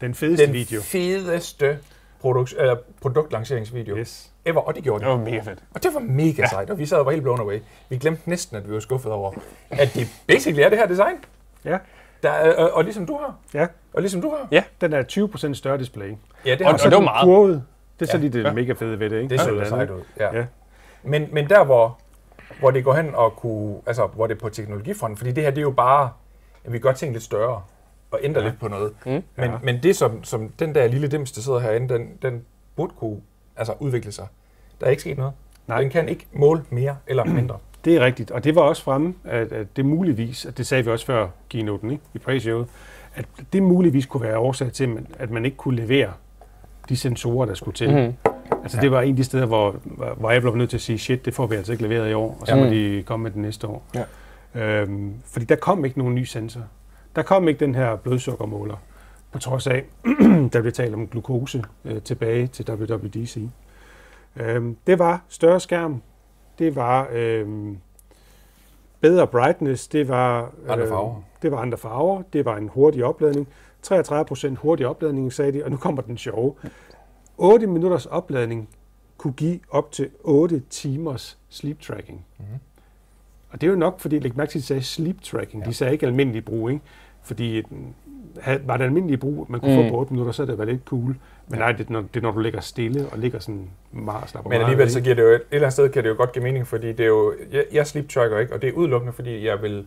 Den fedeste
den
video.
fedeste produkt, øh, produktlanceringsvideo
Yes.
ever, og det gjorde
Det
de.
var mega fedt.
Og det var mega ja. sejt, og vi sad og var helt blown away. Vi glemte næsten, at vi var skuffet over, at det basically er det her design,
Ja,
der er, øh, og ligesom du har,
ja.
og ligesom du har.
Ja.
Den er 20% større display.
Ja, det
Og-
har
og
så,
det var
den
meget.
Kurvet. Det er så
Ja.
lige det mega fede ved det, ikke?
det så
Sådan
jo
andet.
sejt ud. Ja.
Ja.
Men, men der, hvor, hvor det går hen og kunne, altså hvor det er på teknologifronten, fordi det her, det er jo bare, at vi kan godt tænke lidt større. og ændre ja. lidt på noget.
Mm.
Men, ja. men det, som, som den der lille dims, der sidder herinde, den, den burde kunne altså, udvikle sig. Der er ikke sket noget.
Nej.
Nej. Den kan ikke måle mere eller mindre.
Det er rigtigt, og det var også fremme, at, at det muligvis, at det sagde vi også før keynoten ikke? i pre at det muligvis kunne være årsag til, at man- at man ikke kunne levere de sensorer, der skulle til. Mm.
Mm.
Altså det var en af de steder, hvor, hvor- hvor Apple var nødt til at sige, shit, det får vi altså ikke leveret i år, og så
Ja.
må
Mm.
de komme med det næste år.
Ja.
Øhm, fordi der kom ikke nogen ny sensor. Der kom ikke den her blodsukkermåler, på trods af, der blev talt om glukose øh, tilbage til WWDC. Øhm, det var større skærm, det var øhm, bedre brightness, det var, øhm,
Andre farver.
det var andre farver, det var en hurtig opladning. 33% hurtig opladning, sagde de, og nu kommer den sjove. 8 minutters opladning kunne give op til 8 timers sleep tracking.
Mhm.
Og det er jo nok, fordi læg mærke til, at de sagde sleep tracking. Ja. De sagde ikke almindelig brug, ikke? Fordi den- havde- var det almindelig brug, man kunne mm.
Mm.
få på 8 minutter, så havde det været lidt cool. Men nej, det er, når, det er, når du ligger stille og ligger sådan meget og slapper
Men alligevel så giver det jo et, et eller andet sted kan det jo godt give mening, fordi det er jo, jeg, jeg sleep tracker ikke, og det er udelukkende, fordi jeg vil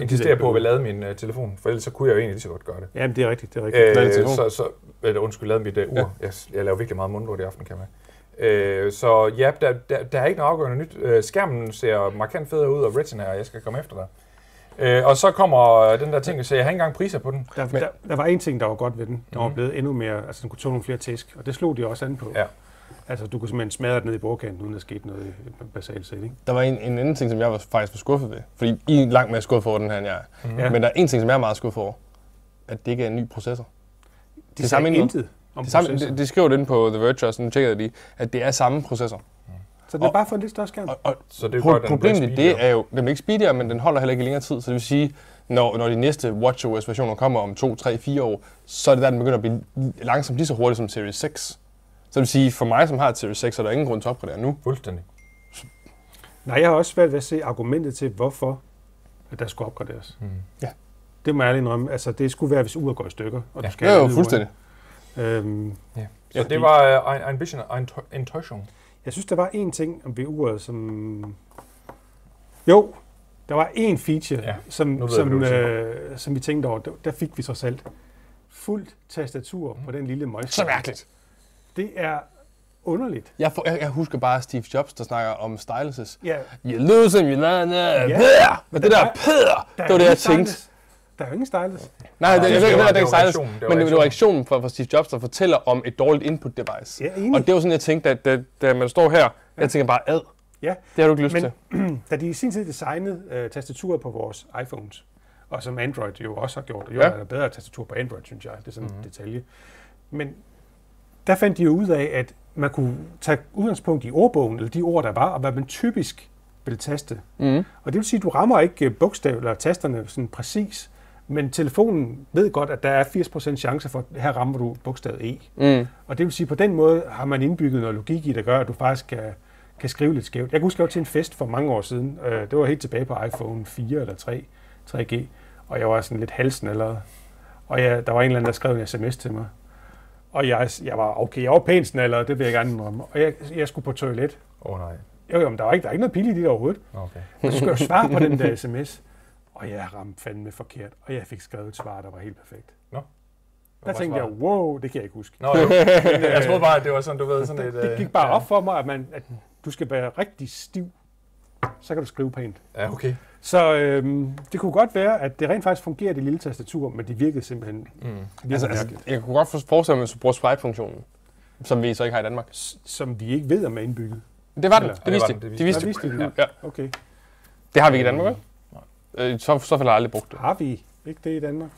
insistere
ikke
på at vil
behøve.
lade min uh, telefon, for ellers så kunne jeg jo egentlig lige så godt gøre det.
Jamen, det er rigtigt, det er rigtigt.
Lade din
Øh,
telefon?
så, så, eller undskyld, lade mit uh, ur. Ja. Jeg, jeg laver virkelig meget mundlort i aften, kan man. Øh, så ja, der, der, der er ikke noget afgørende nyt. Øh, skærmen ser markant federe ud, og Retina, og jeg skal komme efter dig. Øh, og så kommer øh, den der ting, så jeg har ikke engang priser på den.
Der,
Men-
der, der var en ting, der var godt ved den. Den var
Mhm.
blevet endnu mere, altså den kunne tåle nogle flere tæsk, og det slog de også an på.
Ja.
Altså, du kunne simpelthen smadre den ned i bordkanten, uden at skete noget øh, basalt set, ikke?
Der var en, en anden ting, som jeg var, faktisk var skuffet ved. Fordi I er langt mere skuffet over den her, end jeg er.
Mhm.
Ja.
Ja. Men der er en ting, som jeg er meget skuffet over. At det ikke er en ny processor.
De
Det
sagde
samme indhold.
intet om
Det, samme,
processen.
det, det skriver det inde på The Verge også, nu tjekker jeg lige, at det er samme processor.
Så den er
og-
bare for en lidt større skærm.
Og, og
Så det er
pro-
godt, at den bliver
problemet i
speedigere.
det er jo, den er ikke speedigere, men den holder heller ikke i længere tid. Så det vil sige, når, når de næste WatchOS-versioner kommer om 2, 3, 4 år, så er det der, den begynder at blive langsomt lige så hurtigt som Series 6. Så det vil sige, for mig, som har et Series 6, er der ingen grund til at opgradere nu.
Fuldstændig.
Nej, jeg har også svært ved at se argumentet til, hvorfor at der skulle opgraderes.
Mm.
Det må jeg ærligt indrømme. Altså, det skulle være, hvis uret går i stykker. Og
Ja,
du skal
Det er
have
jo
et nyt ur.
fuldstændig.
Øhm,
Så
Fordi-
det var uh, ambition og intu- intuition.
jeg synes, der var én ting om ved uret, som... Jo, der var én feature,
Ja,
ja, som,
nu ved jeg,
som,
hvad du
øh, som vi tænkte over. Der- Der fik vi så alt. Fuldt tastatur på den lille møjs.
Så mærkeligt.
Det er underligt.
Jeg, får, jeg, jeg husker bare Steve Jobs, der snakker om styluses.
Ja,
You lose them, you learn them.
Ja.
Yeah. Men det
Der
der
er-
pæder,
der er
det var det,
ingen
jeg tænkte.
stylus. Der er jo ingen stylus.
Nej, det,
det
jeg
var-
ved ikke,
det
at det
var
ikke stylus,
reaktionen, det var
men det, det var
reaktionen.
reaktionen fra, fra Steve Jobs, der fortæller om et dårligt input device.
Ja,
Og det
enig.
var sådan, jeg tænkte, at da, da man står her, jeg tænker bare, ad,
Ja.
det har du ikke lyst
Men-
til.
Da de i sin tid designede øh, tastaturet på vores iPhones, og som Android jo også har gjort, og jo
Ja.
ja.
Mhm.
er der bedre tastatur på Android, synes jeg, det er sådan mm-hmm. en detalje. Men der fandt de jo ud af, at man kunne tage udgangspunkt i ordbogen, eller de ord, der var, og hvad man typisk ville taste.
Mm.
Og det vil sige, at du rammer ikke øh, bogstav eller tasterne sådan præcis, men telefonen ved godt, at der er 80% chance for, at her rammer du bogstavet E.
Mm.
Og det vil sige, at på den måde har man indbygget noget logik i, der gør, at du faktisk kan, kan skrive lidt skævt. Jeg kan huske, jeg var til en fest for mange år siden. Øh, Det var helt tilbage på iPhone 4 eller 3, 3G, og jeg var sådan lidt halsen allerede. Og jeg, der var en eller anden, der skrev en sms til mig. Og jeg, jeg var, okay, jeg var pænt snallet, det vil jeg gerne indrømme. Og jeg, jeg skulle på toilet.
Åh oh, nej.
Jo, jo, men der var ikke, der er ikke noget pille i det overhovedet.
Nå, Okay.
Og så skulle jeg jo svare på den der sms. Og jeg ramte fandme forkert, og jeg fik skrevet et svar, der var helt perfekt. Der
Hvad var
tænkte jeg,
svaret?
wow, det kan jeg ikke huske.
Nå, jo. Men, øh, jeg troede bare, at det var sådan, du ved, sådan et... øh,
Det gik bare op for mig, at, man, at du skal være rigtig stiv, så kan du skrive pænt.
Ja, okay.
Så øhm, det kunne godt være, at det rent faktisk fungerer, det lille tastatur, men det virkede simpelthen
Mm.
virkelig
Altså,
altså,
altså,
mærkeligt,
jeg kunne godt for- forestille mig, at man skulle bruge swipe-funktionen, som vi så ikke har i Danmark.
s- som vi ikke ved, om er indbygget.
Det var den.
Eller-
Det viste
var
de.
den,
De viste
Nå,
det.
vidste de.
Ja.
Ja.
Okay.
Det har vi ikke i Danmark, vel? Øh, Så, så har jeg aldrig brugt det.
Har vi ikke det i Danmark?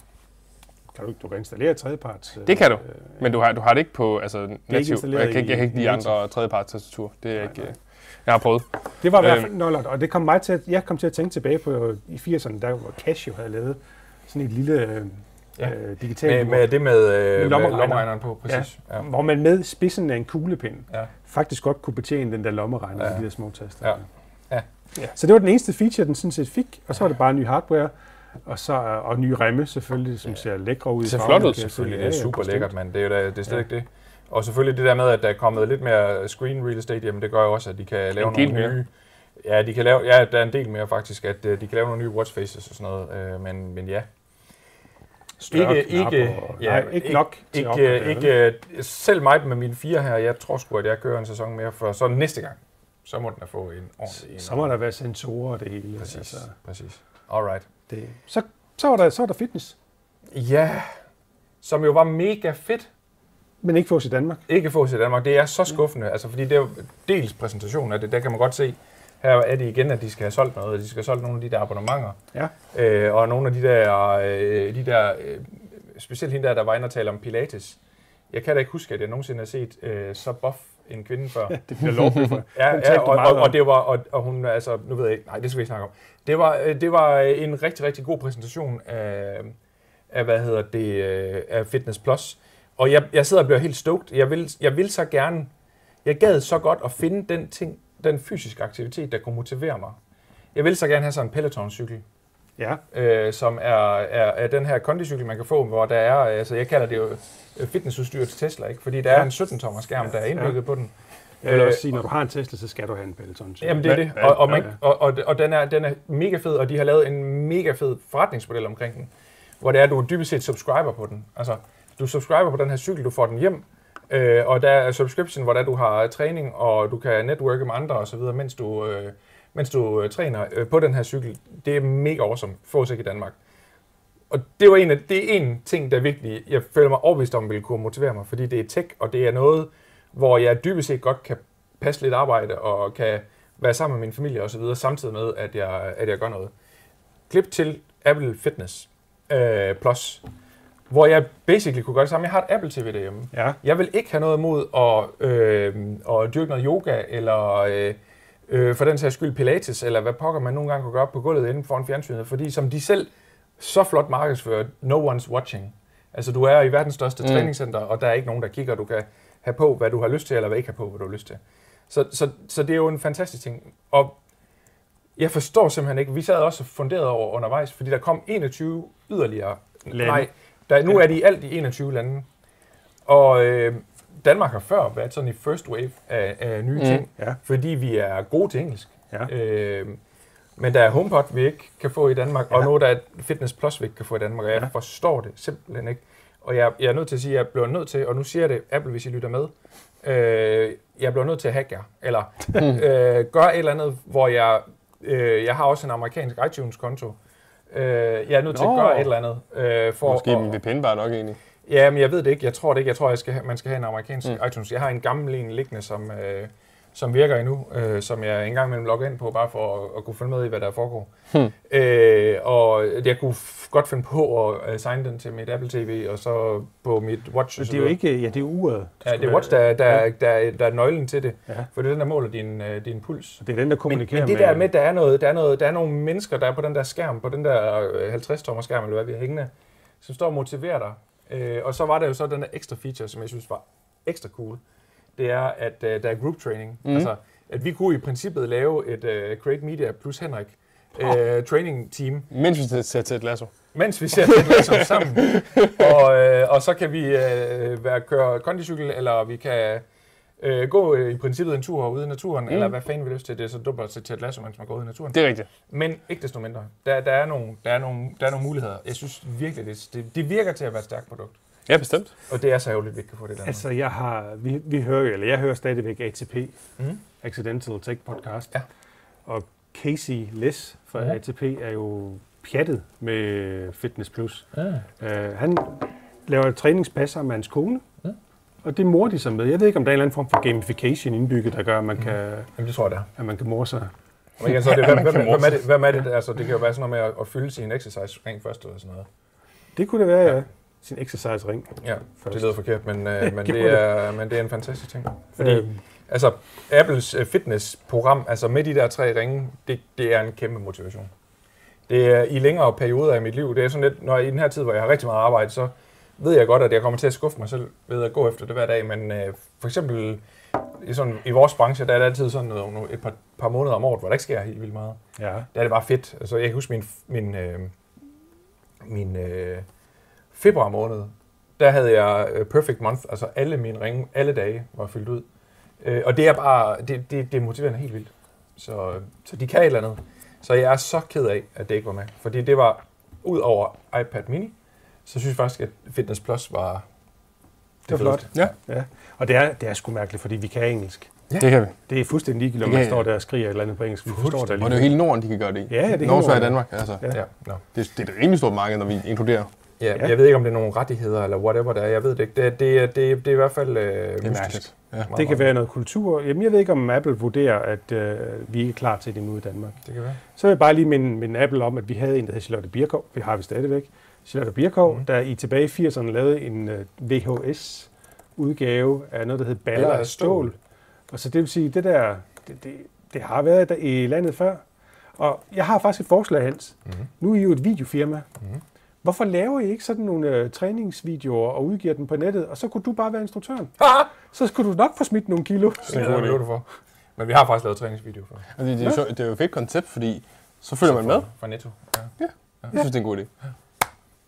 Kan du, ikke- du kan installere tredjeparts... øh,
Det kan du.
øh,
Men du har, du har det ikke på altså, nativ.
installeret
Jeg kan, ikke- jeg kan ikke
i- i
lide andre tredjeparts tastatur. Det er
Nej,
ikke...
nej.
øh, Jeg har prøvet.
Det var i hvert
Øhm.
fald noget, og det kom mig til at, jeg kom til at tænke tilbage på øh, i 80'erne, der hvor Casio havde lavet sådan et lille øh,
Ja.
øh,
Med,
digitalt ur,
med det med, øh, med
lommeregner.
lommeregneren på, præcis. Ja. Ja.
hvor man med spidsen af en kuglepind
Ja.
faktisk godt kunne betjene den der lommeregner ja.
Ja.
de der små taster.
Ja. Ja.
Ja.
Så det var den eneste feature, den sådan set fik, og så var det bare ny hardware, og, så, og nye remme selvfølgelig, som ser lækre ud. i
Det ser
farven,
flot ud,
kan jeg se.
Selvfølgelig,
Ja,
det er
ja,
super
bestemt.
lækkert, mand. Det er, jo da, det er slet
Ja.
ikke det. Og selvfølgelig det der med, at der er kommet lidt mere screen real estate, jamen det gør jo også, at de kan lave
En del
nogle
mere.
nye... Ja, de kan lave, ja, der er en del mere faktisk, at øh, de kan lave nogle nye watch faces og sådan noget, øh, men, men ja.
større
Ikke-
knapper.
ikke-
og,
ja,
nej, ikke,
ikke-
nok til
Ikke,
opgradere,
øh,
vel?
ikke, øh, selv mig med mine fire her, jeg tror sgu, at jeg kører en sæson mere, for så næste gang, så må den have fået en ordentlig en.
Så må der være sensorer og det hele.
Præcis, altså. præcis. Alright.
det. Så, så, var der, så var der fitness,
Ja, som jo var mega fedt,
men ikke for os i Danmark.
ikke fås i Danmark. Det er så skuffende, altså, fordi det er jo dels præsentationen af det, der kan man godt se, her er det igen, at de skal have solgt noget, og de skal have solgt nogle af de der abonnementer,
Ja.
øh, og nogle af de der, øh, de der øh, specielt hende der, der var inde og tale om Pilates. Jeg kan da ikke huske, at jeg nogensinde har set øh, så buff en kvinde før.
Det bliver lovligt for.
Ja,
Den talte
ja
du
og,
meget
og,
om.
og, det var, og, og hun, altså, nu ved jeg ikke, nej, det skal vi ikke snakke om. Det var, øh, det var øh, en rigtig, rigtig god præsentation af, af hvad hedder det, øh, af Fitness Plus. Og jeg, jeg sidder og bliver helt stoked. Jeg vil, jeg vil så gerne, jeg gad så godt at finde den ting, den fysiske aktivitet, der kunne motivere mig. Jeg vil så gerne have sådan en Peloton-cykel,
Ja,
øh, som er, er, er den her kondicykel, man kan få, hvor der er, altså jeg kalder det jo øh, fitnessudstyr til Tesla, ikke? fordi der er en 17-tommer skærm, der er indbygget på den.
jeg vil
Øh,
også sige, når du har en Tesla, så skal du have en Peloton. cykel.
Jamen det er
Ja,
det,
ja,
og, og, man,
ja, ja.
og, og, og den, er, den er mega fed, og de har lavet en mega fed forretningsmodel omkring den, hvor det er, at du er dybest set subscriber på den. Altså, du subscriber på den her cykel, du får den hjem, øh, og der er subscription, hvor der du har træning, og du kan netværke med andre osv., mens du, øh, mens du øh, træner øh, på den her cykel. Det er mega awesome, fås ikke i Danmark. Og det var en af, det er en ting, der virkelig, jeg føler mig overbevist om, ville kunne motivere mig, fordi det er tech, og det er noget, hvor jeg dybest set godt kan passe lidt arbejde, og kan være sammen med min familie osv., samtidig med, at jeg, at jeg gør noget. Klip til Apple Fitness øh, Plus, hvor jeg basically kunne gøre det samme. Jeg har et Apple TV derhjemme.
Ja,
Jeg vil ikke have noget imod at, øh, at dyrke noget yoga, eller øh, øh, for den sags skyld pilates, eller hvad pokker man nogle gange kunne gøre på gulvet inden foran fjernsynet, fordi som de selv så flot markedsfører, no one's watching. Altså du er i verdens største mm. træningscenter, og der er ikke nogen, der kigger, du kan have på, hvad du har lyst til, eller hvad ikke have på, hvad du har lyst til. Så, så, så det er jo en fantastisk ting. Og jeg forstår simpelthen ikke, vi sad også og funderede over undervejs, fordi der kom 21 yderligere
Lande.
Nej, der, nu er de i alt i 21 lande. Og øh, Danmark har før været sådan i first wave af, af nye mm. ting,
ja,
fordi vi er gode til engelsk.
ja.
Øh, men der er HomePod, vi ikke kan få i Danmark, ja. og noget, der er Fitness Plus, vi ikke kan få i Danmark, og jeg ja. forstår det simpelthen ikke. Og jeg, jeg er nødt til at sige, at jeg bliver nødt til, og nu siger jeg det, Apple, hvis I lytter med, øh, jeg bliver nødt til at hacke jer, eller øh, gøre et eller andet, hvor jeg, øh, jeg har også en amerikansk iTunes-konto, øh, jeg er nødt til at
Nå.
gøre et eller andet. Øh, for
Måske
at-
min VPN bare nok egentlig.
Ja, men jeg ved det ikke. Jeg tror det ikke. Jeg tror, jeg skal have, man skal have en amerikansk mm. iTunes. Jeg har en gammel en liggende, som, øh, som virker endnu, øh, som jeg engang imellem logger ind på, bare for at, at kunne følge med i, hvad der foregår. Hmm. Øh, og jeg kunne f- godt finde på at øh, signe den til mit Apple TV, og så på mit Watch. og
Det
så
er jo
videre.
ikke, ja, det er uret. du
Ja,
skal
det er
være-
Watch, der, der, der, der, der er nøglen til det.
Ja.
For det er den, der måler din, øh, din puls.
Det er den, der
Men,
kommunikerer
men det der med, der er, noget, der, er noget, der er nogle mennesker, der er på den der skærm, på den der øh, 50-tommer skærm, eller hvad vi har hængende, som står og motiverer dig. Øh, og så var der jo så den der ekstra feature, som jeg synes var ekstra cool. Det er, at øh, der er group training. Mm. Altså, at vi kunne i princippet lave et øh, Create Media plus Henrik øh, training team,
Mens vi ser til et lasso.
mens vi ser det ligesom sammen. Og, øh, og så kan vi øh, være, køre kondicykel, eller vi kan øh, gå øh, i princippet en tur ude i naturen, mm. eller hvad fanden vi har lyst til. Det er så dumt at se til et lasso, mens man går ud i naturen.
Det er rigtigt.
Men ikke desto mindre. Der, der, er, nogle, der, er, nogle, der er nogle muligheder. Jeg synes virkelig, det, det, det virker til at være et stærkt produkt.
Ja, bestemt.
Og det er så ærgerligt, at vi ikke kan få det der.
Altså, jeg har, vi, vi hører jo- eller jeg hører stadigvæk ATP,
Mhm.
mm. Accidental Tech Podcast.
Ja.
Og Casey Liss fra
Ja.
ATP er jo pjattet med Fitness Plus.
Ja.
Uh, han laver træningspasser med hans kone,
Ja.
og det morer de sig med. Jeg ved ikke, om der er en eller anden form for gamification indbygget, der gør, at man
Mm.
kan,
Jamen, det tror jeg, der er.
at man kan more sig.
Men igen, så er det, hvem, hvem, hvem, er det, hvem er det? Altså, det kan jo være sådan noget med at, at fylde sin exercise ring først eller sådan noget.
Det kunne det være, ja. Sin exercise-ring.
Ja,
Først.
det lyder forkert, men, øh, men,
det
det
må det.
er, men det er en fantastisk ting. Fordi,
Øhm.
altså, Apples øh, fitnessprogram, altså med de der tre ringe, det, det er en kæmpe motivation. Det er i længere perioder af mit liv, det er sådan lidt, når jeg, i den her tid, hvor jeg har rigtig meget arbejde, så ved jeg godt, at jeg kommer til at skuffe mig selv ved at gå efter det hver dag, men øh, for eksempel i, sådan, i vores branche, der er det altid sådan noget, nogle- et par, par måneder om året, hvor der ikke sker helt vildt meget
Ja.
der er det bare fedt. Altså, jeg kan huske min, min, øh, min øh, februar måned, der havde jeg øh, perfect month, altså alle mine ringe, alle dage var fyldt ud. Øh, og det er bare, det, det, det motiverer mig helt vildt. Så, øh, så de kan et eller andet. Så jeg er så ked af, at det ikke var med. Fordi det var ud over iPad mini, så synes jeg faktisk, at Fitness Plus var
Det var flot.
Ja.
Ja. Og det er, det er sgu mærkeligt, fordi vi kan engelsk.
Det kan vi.
Det er fuldstændig ligegyldigt, om
Det
man
kan-
står der og skriger et eller andet på engelsk. Vi forstår det
Og det er jo
lige.
hele Norden, de kan gøre det i.
Ja, ja, det er hele
Norge, Sverige og
Norden.
Danmark. Altså,
Ja.
Ja. Nå.
det, det, er et rimelig stort marked, når vi inkluderer.
Ja,
Ja.
ja. Jeg ved ikke, om det er nogle rettigheder eller whatever der er. Jeg ved det ikke. Det, det, det, det, det er i hvert fald øh,
Det er
mystisk.
mærkeligt. Ja.
Det kan være noget kultur. Jamen, jeg ved ikke, om Apple vurderer, at øh, vi ikke er klar til det nu i Danmark.
Det kan være.
Så vil jeg bare lige minde, minde Apple om, at vi havde en, der hed Charlotte Birkov. Det har vi stadigvæk. Charlotte Birkov, mm. der i tilbage i 80'erne lavede en øh, VHS-udgave af noget, der hed Baller
Baller
af
af stål.
stål. Og så det vil sige, det der, det, det, det har været der i landet før. Og jeg har faktisk et forslag, Hans. Mm. Nu er I jo et videofirma. Mm. Hvorfor laver I ikke sådan nogle øh, træningsvideoer og udgiver dem på nettet, og så kunne du bare være instruktøren?
Ah!
Så skulle du nok få smidt nogle kilo.
Det er en god idé. for. Men vi har faktisk lavet træningsvideo for.
Altså, det, det, er jo, sjovt- det er jo et fedt koncept, fordi så følger man med.
For Netto. Ja.
Jeg synes, det er en god idé.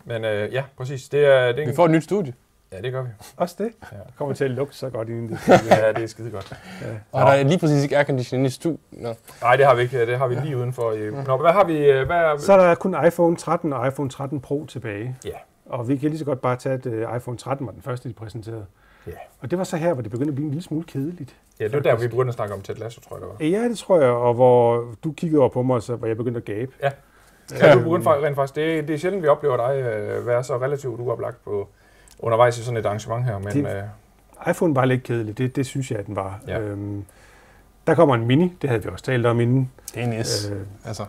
Men øh, ja, præcis. Det er, det er
Vi
en...
får et nyt studie.
Ja, det gør vi.
Også det.
Ja.
Det kommer til at lugte så godt inden det.
Ja, det er skide godt.
Og der er lige præcis ikke aircondition inde i studiet. Nå.
Nej, det har vi ikke. Det har vi lige udenfor. i- Nå, hvad har vi? øh, Hvad er...
Så er der kun iPhone 13 og iPhone 13 Pro tilbage.
Ja.
Og vi kan lige så godt bare tage, at øh, iPhone 13 var den første, de præsenterede.
Ja.
Og det var så her, hvor det begyndte at blive en lille smule kedeligt.
ja, det var der, vi begyndte at snakke om Ted Lasso, tror jeg, det var.
Ja, det tror jeg, og hvor du kiggede over på mig, og så var jeg begyndt at gabe.
Ja. Ja, du begyndte faktisk, rent faktisk. Det, det er sjældent, vi oplever dig øh, være så relativt uoplagt på undervejs i sådan et arrangement her, men
Det-
øh,
iPhone var lidt kedelig, det, det synes jeg, at den var.
Ja.
Øhm, der kommer en mini, det havde vi også talt om inden.
Det er en S.
Øh,
Altså,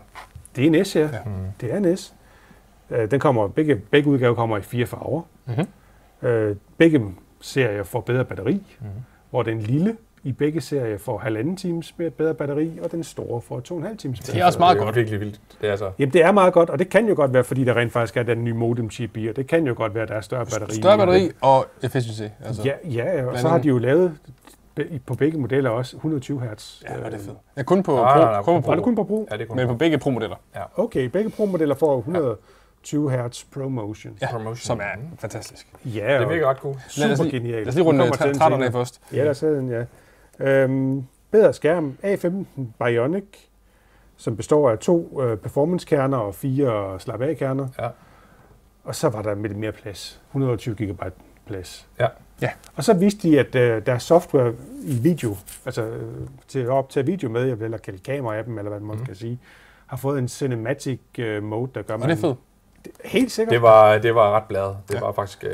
det er en S, ja. ja.
Ja.
hmm.
Det er en S. Øh, den kommer, begge, begge udgaver kommer i fire farver.
Mhm.
Øh, begge serier får bedre batteri,
Mm.
Mhm.
hvor den lille i begge serier får halvanden times mere bedre batteri, og den store får to og en halv times bedre.
det er også meget
det er
godt.
virkelig vildt. Det er altså...
Jamen, det er meget godt, og det kan jo godt være, fordi der rent faktisk er den nye modem-chip i, og det kan jo godt være, at der er større batteri. i
Større
den.
batteri og efficiency. Altså.
Ja, ja, og så
Blandingen.
har de jo lavet be- på begge modeller også 120 hertz. øh,
Ja, hvor er det fedt. Ja, kun på,
Ah,
Nej,
pro,
nej, nej,
kun på
på
pro,
Var det kun på brug?
Ja, det kunne
men på begge pro-modeller,
Okay, begge Pro-modeller får 120 hertz ProMotion.
ja,
Promotion. Mm.
som er
Mhm.
fantastisk.
Ja,
Det
og-
virker ret cool.
Lad os
Super
lige-
genialt.
Lad os lige runde
Vi kommer til den
13'erne af
senere.
først.
Ja, der sad den, ja. Øhm, bedre skærm. A15 Bionic, som består af to øh, performance-kerner og fire slap af kerner
Ja.
Og så var der lidt mere plads. 120 GB plads.
Ja.
Ja.
Og så vidste de, at øh, der er software i video, altså øh, til at optage video med, jeg vil hellere kalde kamera-appen, eller hvad man
Mhm.
mm. kan sige, har fået en cinematic øh, mode, der gør
Og det er fedt.
Helt sikkert.
Det var, det var ret bladet. Det
Ja.
var faktisk øh,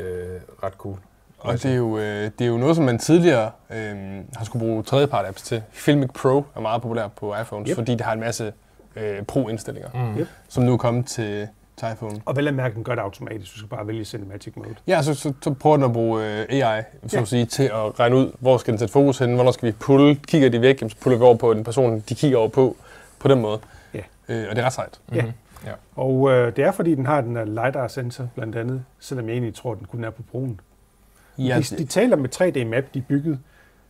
ret cool.
Og det er, jo, øh, det er jo noget, som man tidligere øh, har skulle bruge tredjepart-apps til. Filmic Pro er meget populær på iPhones,
Yep.
yep. fordi det har en masse øh, pro-indstillinger,
Mm.
Yep.
som nu er kommet til, til iPhone.
Og vel at mærke, den gør det automatisk. Du skal bare vælge cinematic mode.
Ja, så, så, så prøver den at bruge øh, AI så
Ja.
at sige, til at regne ud, hvor skal den sætte fokus hen, hvornår skal vi pulle, kigger de væk, jamen, så puller vi over på den person, de kigger over på, på den måde.
Ja.
Øh, og det er ret sejt.
Og øh, det er, fordi den har den her LiDAR-sensor, blandt andet, selvom jeg egentlig tror, at den kun er på broen.
Ja,
Ja, de, de taler med 3D-map, de byggede,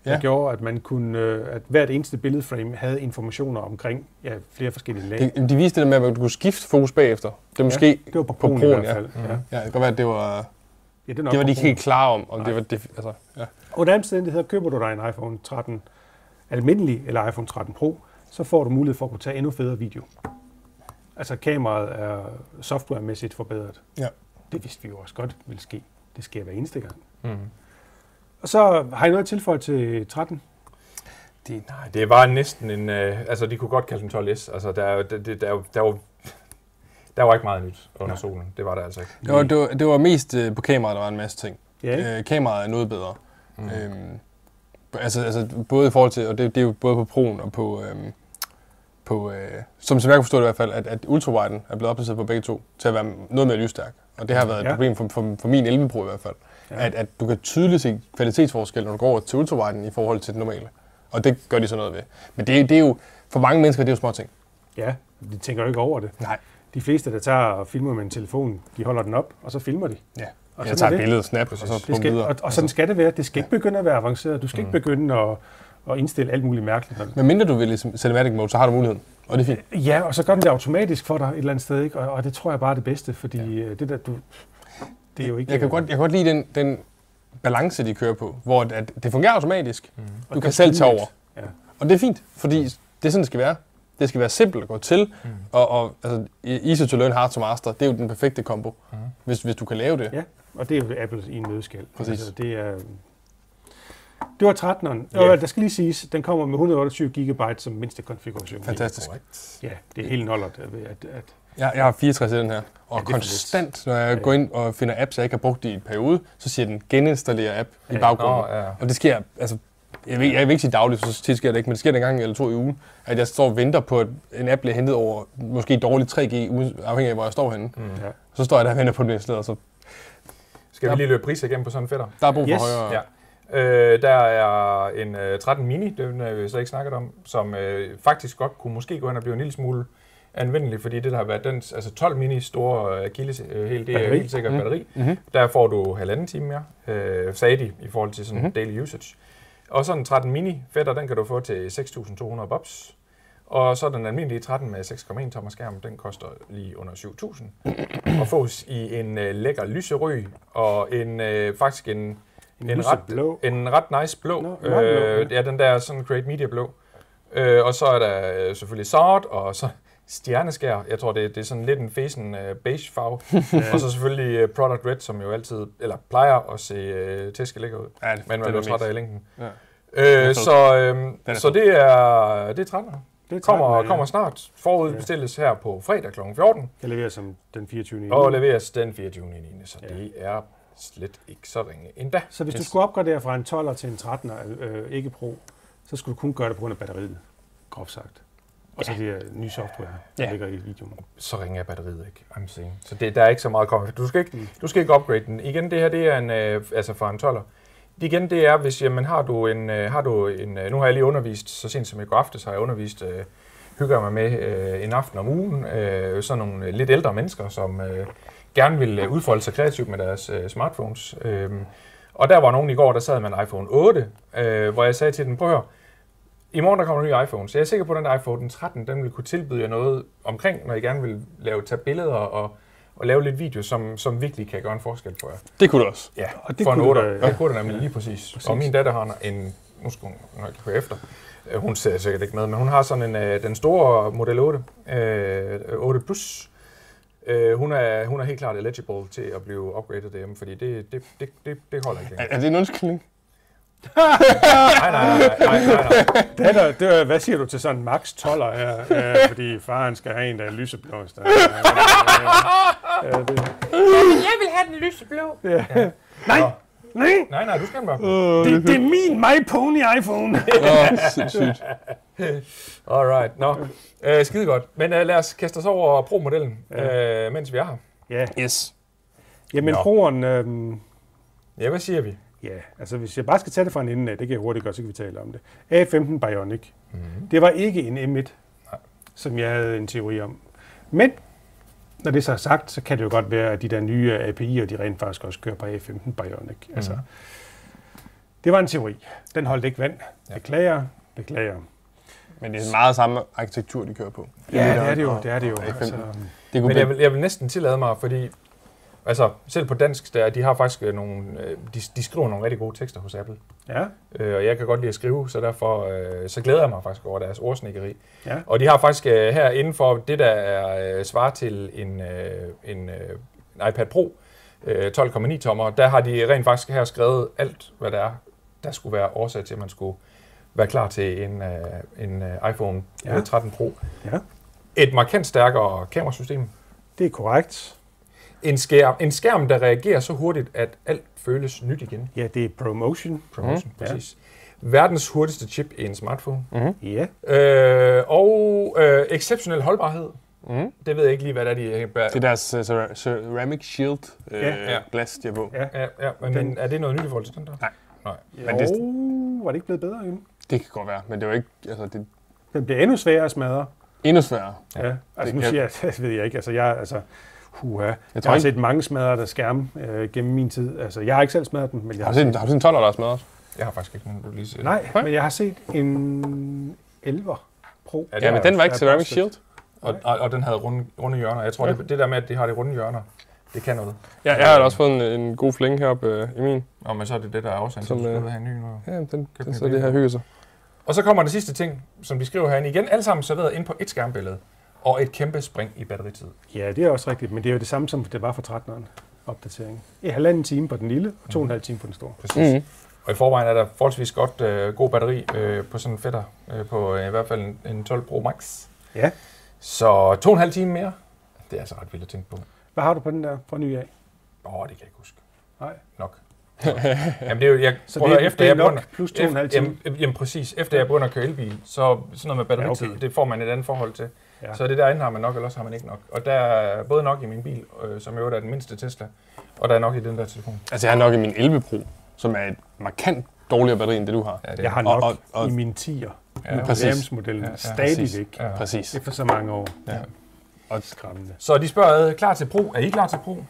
der
Ja.
gjorde, at, man kunne, øh, at hvert eneste billedframe havde informationer omkring ja, flere forskellige lag. Det,
de, de viste det der med, at du kunne skifte fokus bagefter. Det er måske...
det var på
på
broen,
broen,
i hvert fald. Ja. Ja.
Ja, det kan godt være, at det var,
Ja, det er nok
det var
på
de ikke
broen.
helt klare om. om det var, det, altså, ja.
Under omstændigheder køber du dig en iPhone 13 almindelig eller iPhone 13 Pro, så får du mulighed for at kunne tage endnu federe video. Altså kameraet er softwaremæssigt forbedret.
Ja.
Det vidste vi jo også godt ville ske. Det sker hver eneste gang.
Mm.
Og så har I noget tilføjet til 13?
Det,
Nej, det var næsten en... Øh, altså, de kunne godt kalde den 12S. Altså, der, er jo- det, det, der, er jo- der, var, der var ikke meget nyt under
Nej.
solen. Det var der altså ikke.
det, var, det, var, det var mest øh, på kameraet, der var en masse ting.
Ja, ikke?
Øh, kameraet er noget bedre. Mm.
Øh.
Øhm, altså, altså både i forhold til, og det, det er jo både på Proen og på, øhm, på øh, som, som jeg kunne forstå det i hvert fald, at, at ultrawiden er blevet opdateret på begge to til at være noget mere lysstærk. Og det har været et
Ja.
problem for, for, for min 11 Pro i hvert fald.
Ja.
Ja. øh, At, at du kan tydeligt se kvalitetsforskel, når du går over til ultrawiden i forhold til det normale. Og det gør de så noget ved. Men det, det er jo, for mange mennesker, det er jo små ting.
Ja, de tænker jo ikke over det.
Nej.
De fleste, der tager og filmer med en telefon, de holder den op, og så filmer de.
Ja.
Og
Og
sådan
jeg
er
tager
det.
et billede, snap, og
Præcis.
så
Det
bum
skal,
videre. Altså, Mm.
og, og sådan skal det være. Det skal ikke begynde at være avanceret. Du skal ikke begynde at, at indstille alt muligt mærkeligt. når-
Men mindre du vil i cinematic mode, så har du muligheden. Og det er fint.
Ja, og så gør den det automatisk for dig et eller andet sted, ikke? Og, og det tror jeg bare er det bedste, fordi ja. det der, du... Det er jo ikke...
Jeg kan godt, jeg kan godt lide den, den balance, de kører på, hvor at, at det fungerer automatisk.
og
Du
det
kan
er
selv tage over.
pinligt. Ja.
Og det er fint, fordi det er sådan, det skal være. Det skal være simpelt at gå til, mm. og, og altså, easy to learn, hard to master, det er jo den perfekte kombo, mm. hvis, hvis du kan lave det.
Ja, og det er jo Apple i en nødskal. Altså,
Præcis.
det er... Det var 13'eren.
Ja.
Yeah. Og der skal lige siges, den kommer med 128 GB som mindste konfiguration.
Fantastisk.
Ja, det er helt nollert, at, at
Jeg, jeg har 64 i den her, og
det er for
ja, konstant, når jeg går ind og finder apps, jeg ikke har brugt i en periode, så siger den geninstallér app ja, i baggrunden.
Nå, ja.
Og det sker, altså, jeg vil, jeg vil ikke sige dagligt, for så tit sker det ikke, men det sker en gang eller to i ugen, at jeg står og venter på, at en app bliver hentet over måske dårligt 3G, uden- afhængig af, hvor jeg står henne. Mm.
Ja.
Så står jeg der og venter på den installeret, så
Skal
Ja.
vi lige løbe priser igennem på sådan en fætter?
der er brug for
Yes.
højere.
Ja. Øh, der er en øh, 13 mini, den har vi slet ikke snakket om, som øh, faktisk godt kunne måske gå hen og blive en lille smule anvendelig, fordi det der har været den, altså 12 mini store øh, kildes, øh, helt, det er
Batteri.
helt sikkert batteri.
Mhm.
Mm-hmm. Der får du halvanden time mere, øh, sagde de, i forhold til sådan
Mhm.
mm-hmm. daily usage. Og sådan en 13 mini fætter, den kan du få til 6.200 bobs. Og så den almindelige 13 med 6,1 tommer skærm, den koster lige under 7.000. og fås i en øh, lækker lyserøg og en øh, faktisk en, en, ret,
lyseblå.
en ret nice blå.
Nå, en ret blå,
øh, ja, den der sådan Great Media blå. Øh, og så er der øh, selvfølgelig sort, og så stjerneskær. Jeg tror, det, det er sådan lidt en fesen øh, beige farve. og så selvfølgelig øh, Product Red, som jo altid, eller plejer at se øh, tæske lækker ud.
Ja, det-
Men man
den er
bliver træt
mest.
af i længden.
Ja.
Øh, så øh,
er
så det er, det er 13.
det er øh,
Kommer,
13'eren, ja.
kommer snart. Forudbestilles her på fredag kl. 14.
kan leveres som den 24. i
Og
ugen.
leveres den 24. i 9. Så det er slet ikke så ringe endda.
Så hvis du skulle opgradere fra en 12'er til en 13'er, øh, ikke Pro, så skulle du kun gøre det på grund af batteriet, groft sagt. Og så det her nye software, der
Ja.
ligger i videoen.
så ringer jeg batteriet ikke. I'm saying. Så det, der er ikke så meget kommet. Du skal ikke, du skal ikke upgrade den. Igen, det her det er en, øh, altså for en 12'er. Det igen, det er, hvis jamen, har du en, øh, har du en øh, nu har jeg lige undervist, så sent som i går aftes har jeg undervist, øh, hygger jeg mig med øh, en aften om ugen, øh, sådan nogle øh, lidt ældre mennesker, som øh, gerne vil øh, udfolde sig kreativt med deres øh, smartphones. Øh, og der var nogen i går, der sad med en iPhone 8, øh, hvor jeg sagde til dem, prøv at høre, i morgen der kommer en ny iPhone, så jeg er sikker på, at den iPhone den 13, den vil kunne tilbyde jer noget omkring, når I gerne vil lave, tage billeder og, og lave lidt video, som, som virkelig kan gøre en forskel for jer.
Det kunne du også.
Ja,
og det
for
kunne
en
det
8'er.
være, ja.
Det kunne det nemlig lige præcis. Og min datter har en, nu skal hun nok høre efter, Øh, hun ser sikkert ikke med, men hun har sådan en, øh, den store Model 8, øh, 8 Plus. Øh, hun, er, hun er helt klart eligible til at blive upgradet derhjemme, fordi det, det, det, det, det holder ikke.
Er,
længere.
er det en undskyldning?
Nej, nej, nej, nej, nej, nej.
Det er der, det er, hvad siger du til sådan en max 12'er her? Øh, fordi faren skal have en, der er lyseblå. Så, øh, øh, øh, det,
Jeg vil have den lyseblå.
nej! Nej!
Nej, nej, du skal bare.
Det, det er min My Pony iPhone!
Nå, sindssygt.
Alright, nå. Øh, skide godt. Men øh, lad os kaste os over Pro-modellen, ja. øh, mens vi er her.
Ja,
Yes.
jamen
Nå.
Pro'en... Øh,
Ja, hvad siger vi?
Ja, altså hvis jeg bare skal tage det fra en ende af, det kan jeg hurtigt gøre, så kan vi tale om det. A15 Bionic. Mm. Det var ikke en M1, som jeg havde en teori om. Men når det så er sagt, så kan det jo godt være, at de der nye API'er, de rent faktisk også kører på A15 Bionic.
Mhm.
Mm. Altså, det var en teori. Den holdt ikke vand. Beklager, beklager.
Men det er meget samme arkitektur, de kører på.
Ja, det er det jo, det er det jo.
A15.
Altså,
Det kunne
Men
blive
jeg vil, jeg vil næsten tillade mig, fordi altså, selv på dansk, der, de har faktisk øh, nogle, øh, de, de skriver nogle rigtig gode tekster hos Apple.
ja,
Øh, og jeg kan godt lide at skrive, så derfor øh, så glæder jeg mig faktisk over deres ordsnikkeri.
Ja.
Og de har faktisk øh, her inden for det, der er øh, svar til en, øh, en, øh, en iPad Pro øh, 12,9 tommer, der har de rent faktisk her skrevet alt, hvad der er, der skulle være årsag til, at man skulle være klar til en, øh, en øh, iPhone
Ja.
ja. 13 Pro.
ja,
Et markant stærkere kamerasystem.
det er korrekt.
En skærm, en skærm, der reagerer så hurtigt, at alt føles nyt igen.
Ja, det er ProMotion.
Promotion, mm, præcis. Mhm. Ja. Verdens hurtigste chip i en smartphone.
Mhm.
Ja,
Øh, og øh, exceptionel holdbarhed. Mm. Det ved jeg ikke lige, hvad det er, de øh, bærer.
Mhm. Det er deres uh, cera- ceramic shield øh,
Ja.
ja. glas, de har på.
ja.
Ja, ja, men, men er det noget nyt i forhold til den der?
Nej.
Nej.
Men det,
Oh, var det ikke blevet bedre? Jim?
det kan godt være, men det er jo ikke... Altså, det er
Den bliver endnu sværere at smadre.
endnu sværere.
Ja, altså
Det
nu
kan-
siger jeg, det ved jeg ikke, altså jeg, altså, huha. Jeg,
Jeg
jeg
tror
har
ikke-
set mange smadret af skærme øh, gennem min tid. Altså, jeg har ikke selv smadret den, men jeg
Har
har
du set, en- har du set en 12'er, der er smadret?
Jeg har faktisk ikke nogen, du lige siger.
Nej, men jeg har set en 11'er Pro.
Ja, det
Ja,
har
men
jeg.
den var ikke
der er
ceramic
bare
shield.
Og, og, og den havde runde, runde hjørner. Jeg tror, ja. det, det der med, at de har det runde hjørner, det kan noget.
Ja, jeg har da også fået en, en god flænge heroppe øh, i min.
Og men så er det det, der er afsendt, så
Som,
du skal
øh,
have en ny nu.
Ja, den,
den
den så
i
det her hygger sig.
Og så kommer den sidste ting, som de skriver herinde igen, alle sammen serveret ind på et skærmbillede og et kæmpe spring i batteritid.
Ja, det er også rigtigt, men det er jo det samme, som det var for 13'eren opdateringen. I halvanden time på den lille, og to og en halv time på den store.
Præcis.
Mhm.
Mm. Og i forvejen er der forholdsvis godt øh, god batteri øh, på sådan en fætter, øh, på øh, i hvert fald en, en 12 Pro Max.
Ja.
Så to og en halv time mere, det er altså ret vildt at tænke på.
Hvad har du på den der fra ny af?
Åh, det kan jeg ikke huske.
Nej.
Nok. Jamen det er jo, jeg,
Så
prøv
det er-
at høre, efter
det er
jeg
nok
begynder-
plus to og en halv
Jamen, jamen, præcis, efter jeg begynder at køre elbil, så sådan noget med
Ja,
batteritid, ja,
okay.
okay. det får man et andet forhold til.
Ja.
Ja. Så det der enten har man nok, eller også har man ikke nok. Og der er både nok i min bil, øh, som i øvrigt er den mindste Tesla, og der er nok i den der telefon.
Altså, jeg har nok i min 11 Pro, som er et markant dårligere batteri, end det du har.
Ja, det er-
Jeg har
Og-
nok og,
og-
og,
og-
i min 10'er
Ja,
med
okay.
Williams-modellen ja, ja, stadig
præcis.
væk.
Ja.
Præcis.
Efter så mange år.
Ja.
Og skræmmende.
Så de spørger, øh, klar til brug? Er I klar til brug?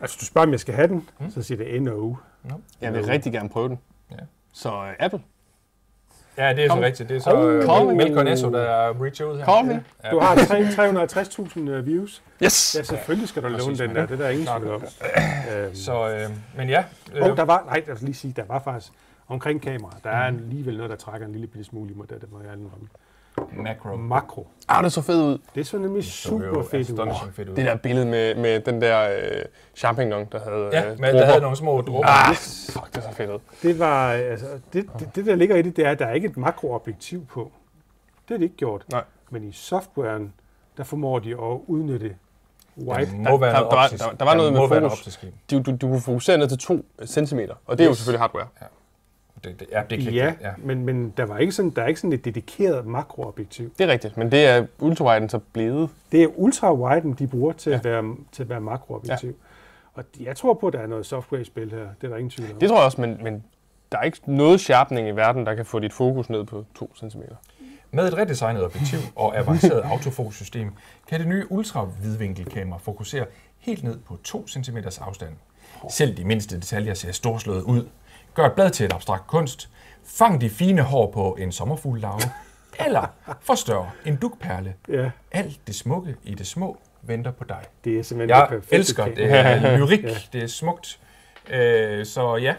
Altså, du spørger, om jeg skal have den, mm. så siger det NO.
Jeg vil rigtig gerne prøve den.
Ja.
Så øh, Apple,
Ja, det er
Kom.
så rigtigt. Det er så øh,
Kom.
Mel- Melchior Nesso, der er reach ud her.
Kom. Ja.
Du har tre- 360.000 øh, views.
Yes!
Ja, selvfølgelig skal du låne
præcis,
den
men
der.
det-
Det er der ingen tvivl om. Øhm,
Så, øh, men ja. Øh,
Og der var, nej, jeg skal lige sige, der var faktisk omkring kamera, der er alligevel noget, der trækker en lille bitte smule i mig, der, det må jeg indrømme.
macro.
Makro.
Ah, det så fedt ud.
Det så nemlig super fedt ud.
fedt ud.
Det der billede med, med den der øh, champignon, der havde øh,
Ja, men der
dråber.
havde nogle små dråber.
Ah, fuck, det så fedt ud.
Det, var, altså, det, det, det, der ligger i det, det er, at der er ikke et makroobjektiv på. Det er det ikke gjort.
Nej.
Men i softwaren, der formår de at udnytte
Der
wide.
må være
der-
noget
der var-
optisk.
der- der var noget
må
med
være
fokus.
optisk i.
Du, du, du kunne fokusere ned til 2 cm, og det er jo
Yes.
selvfølgelig hardware.
Det, det, ja, det kan
Ja,
ja.
men, men der, var ikke sådan, der er ikke sådan et dedikeret makroobjektiv.
Det er rigtigt, men det er ultrawiden så blevet.
Det er ultrawiden, de bruger til, ja. at, være, til at være makroobjektiv. Ja. Og jeg tror på, at der er noget software-spil her. Det er der ingen tvivl om.
Det tror jeg også, men, men der er ikke noget sharpening i verden, der kan få dit fokus ned på 2 cm.
Med et redesignet objektiv og avanceret autofokussystem, kan det nye ultra-hvidvinkelkamera fokusere helt ned på 2 cm afstand. Selv de mindste detaljer ser storslået ud. Gør et blad til et abstrakt kunst. Fang de fine hår på en sommerfugllarve. Eller forstør en dukperle.
Ja,
Alt det smukke i det små venter på dig.
det er simpelthen det
Jeg
perfekte
elsker det.
kamera.
Det er lyrik. Det er smukt. Øh, så ja,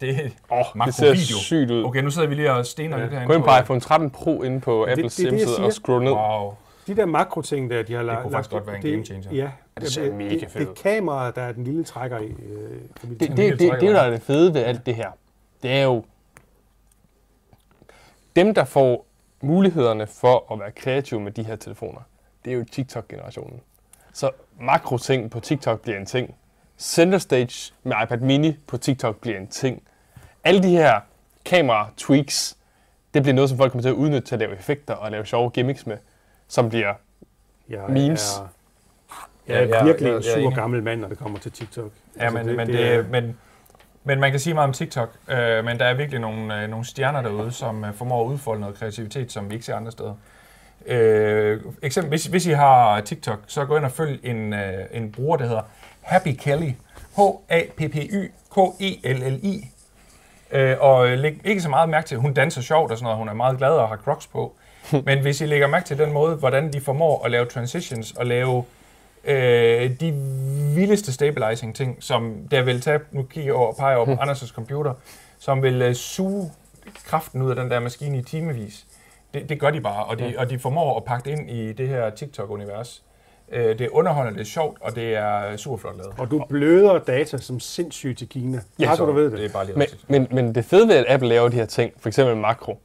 det er oh,
Det ser sygt ud.
Okay, nu sidder vi lige og stener lidt herinde.
Gå ind på
på-
iPhone 13 Pro inde på
det-
Apples
det er det, jeg
hjemmeside og
siger.
scroll ned.
Wow.
De der makroting der, de har lagt...
kunne
lagt-
faktisk godt være en game changer.
Ja, det,
ser mega
det,
fedt
Det
ud.
kamera, der er den lille trækker i. Øh, familien.
det, det, det, det, det er jo der er det fede ved alt det her. Det er jo dem, der får mulighederne for at være kreative med de her telefoner. Det er jo TikTok-generationen. Så makroting på TikTok bliver en ting. Center stage med iPad mini på TikTok bliver en ting. Alle de her kamera-tweaks, det bliver noget, som folk kommer til at udnytte til at lave effekter og lave sjove gimmicks med, som bliver
jeg
memes.
Er,
Ja,
jeg er
jeg-
virkelig
jeg-
en
jeg er
sur
enig.
gammel mand, når det kommer til TikTok. Altså,
Ja, men, Altså, det, men, det,
er-
det, men, men man kan sige meget om TikTok, øh, men der er virkelig nogle, øh, nogle stjerner derude, som øh, formår at udfolde noget kreativitet, som vi ikke ser andre steder. Øh, eksempel, hvis, hvis I har TikTok, så gå ind og følg en, øh, en bruger, der hedder Happy Kelly. E H-A-P-P-Y-K-E-L-L-I. Øh, og øh, læg ikke så meget mærke til, hun danser sjovt og sådan noget, hun er meget glad og har crocs på. Men hvis I lægger mærke til den måde, hvordan de formår at lave transitions og lave øh, de vildeste stabilizing ting, som der vil tage, nu kigger jeg over og peger over
Hmm.
på Anders' computer, som vil øh, suge kraften ud af den der maskine i timevis. Det, det gør de bare, og de, og de formår at pakke det ind i det her TikTok-univers. Øh, det underholder, det er sjovt, og det er super flot lavet.
Og du bløder data som sindssygt til Kina. Ja, så, du ved det.
Det er bare lige
Men,
rigtigt.
men, men det fede ved, at Apple laver de her ting, for eksempel makro,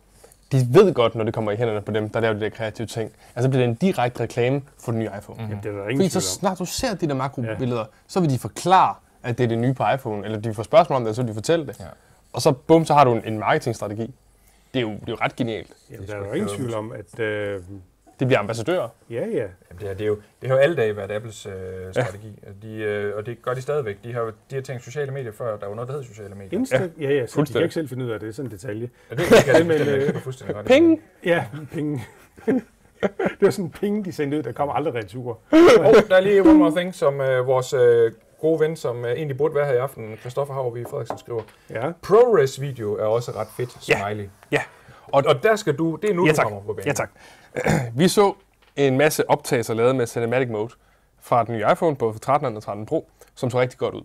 de ved godt, når det kommer i hænderne på dem, der laver de der kreative ting. Altså bliver det en direkte reklame for den nye iPhone. Mm.
Jamen, det er Mhm. der ingen
Fordi så
tvivl om.
snart du ser de der makrobilleder, så vil de forklare, at det er det nye på iPhone, eller de får spørgsmål om det, og så vil de fortælle det.
Ja.
Og så bum, så har du en, en marketingstrategi. Det er, jo, det er jo ret genialt.
Jamen, der er der ingen tvivl om, at... Øh,
Det bliver ambassadører.
ja, ja.
Jamen, det, er, det, er jo, det har jo alle dage været Apples øh, strategi, og, de, øh, og det gør de stadigvæk. De har, jo- de har tænkt sociale medier før, der var noget, der hed sociale medier.
Insta, ja, ja, så de kan
fuldstændig.
ikke selv finde ud af det. Det er sådan en detalje.
Ja, det kan jeg
Men,
fuldstændig-
øh,
jeg køber fuldstændig ret i.
Penge!
Ja, penge. det var sådan en penge, de sendte ud, der kommer aldrig retur.
Og oh, der er lige one more thing, som øh, vores øh, gode ven, som øh, egentlig burde være her i aften, Christoffer Havre i Frederiksen, skriver.
Ja.
ProRes video er også ret fedt, smiley.
Ja.
Og, og der skal du, det er nu,
Ja
du
tak.
kommer på banen.
ja, tak. Vi så en masse optagelser lavet med Cinematic Mode fra den nye iPhone, både for 13 og 13 Pro, som så rigtig godt ud.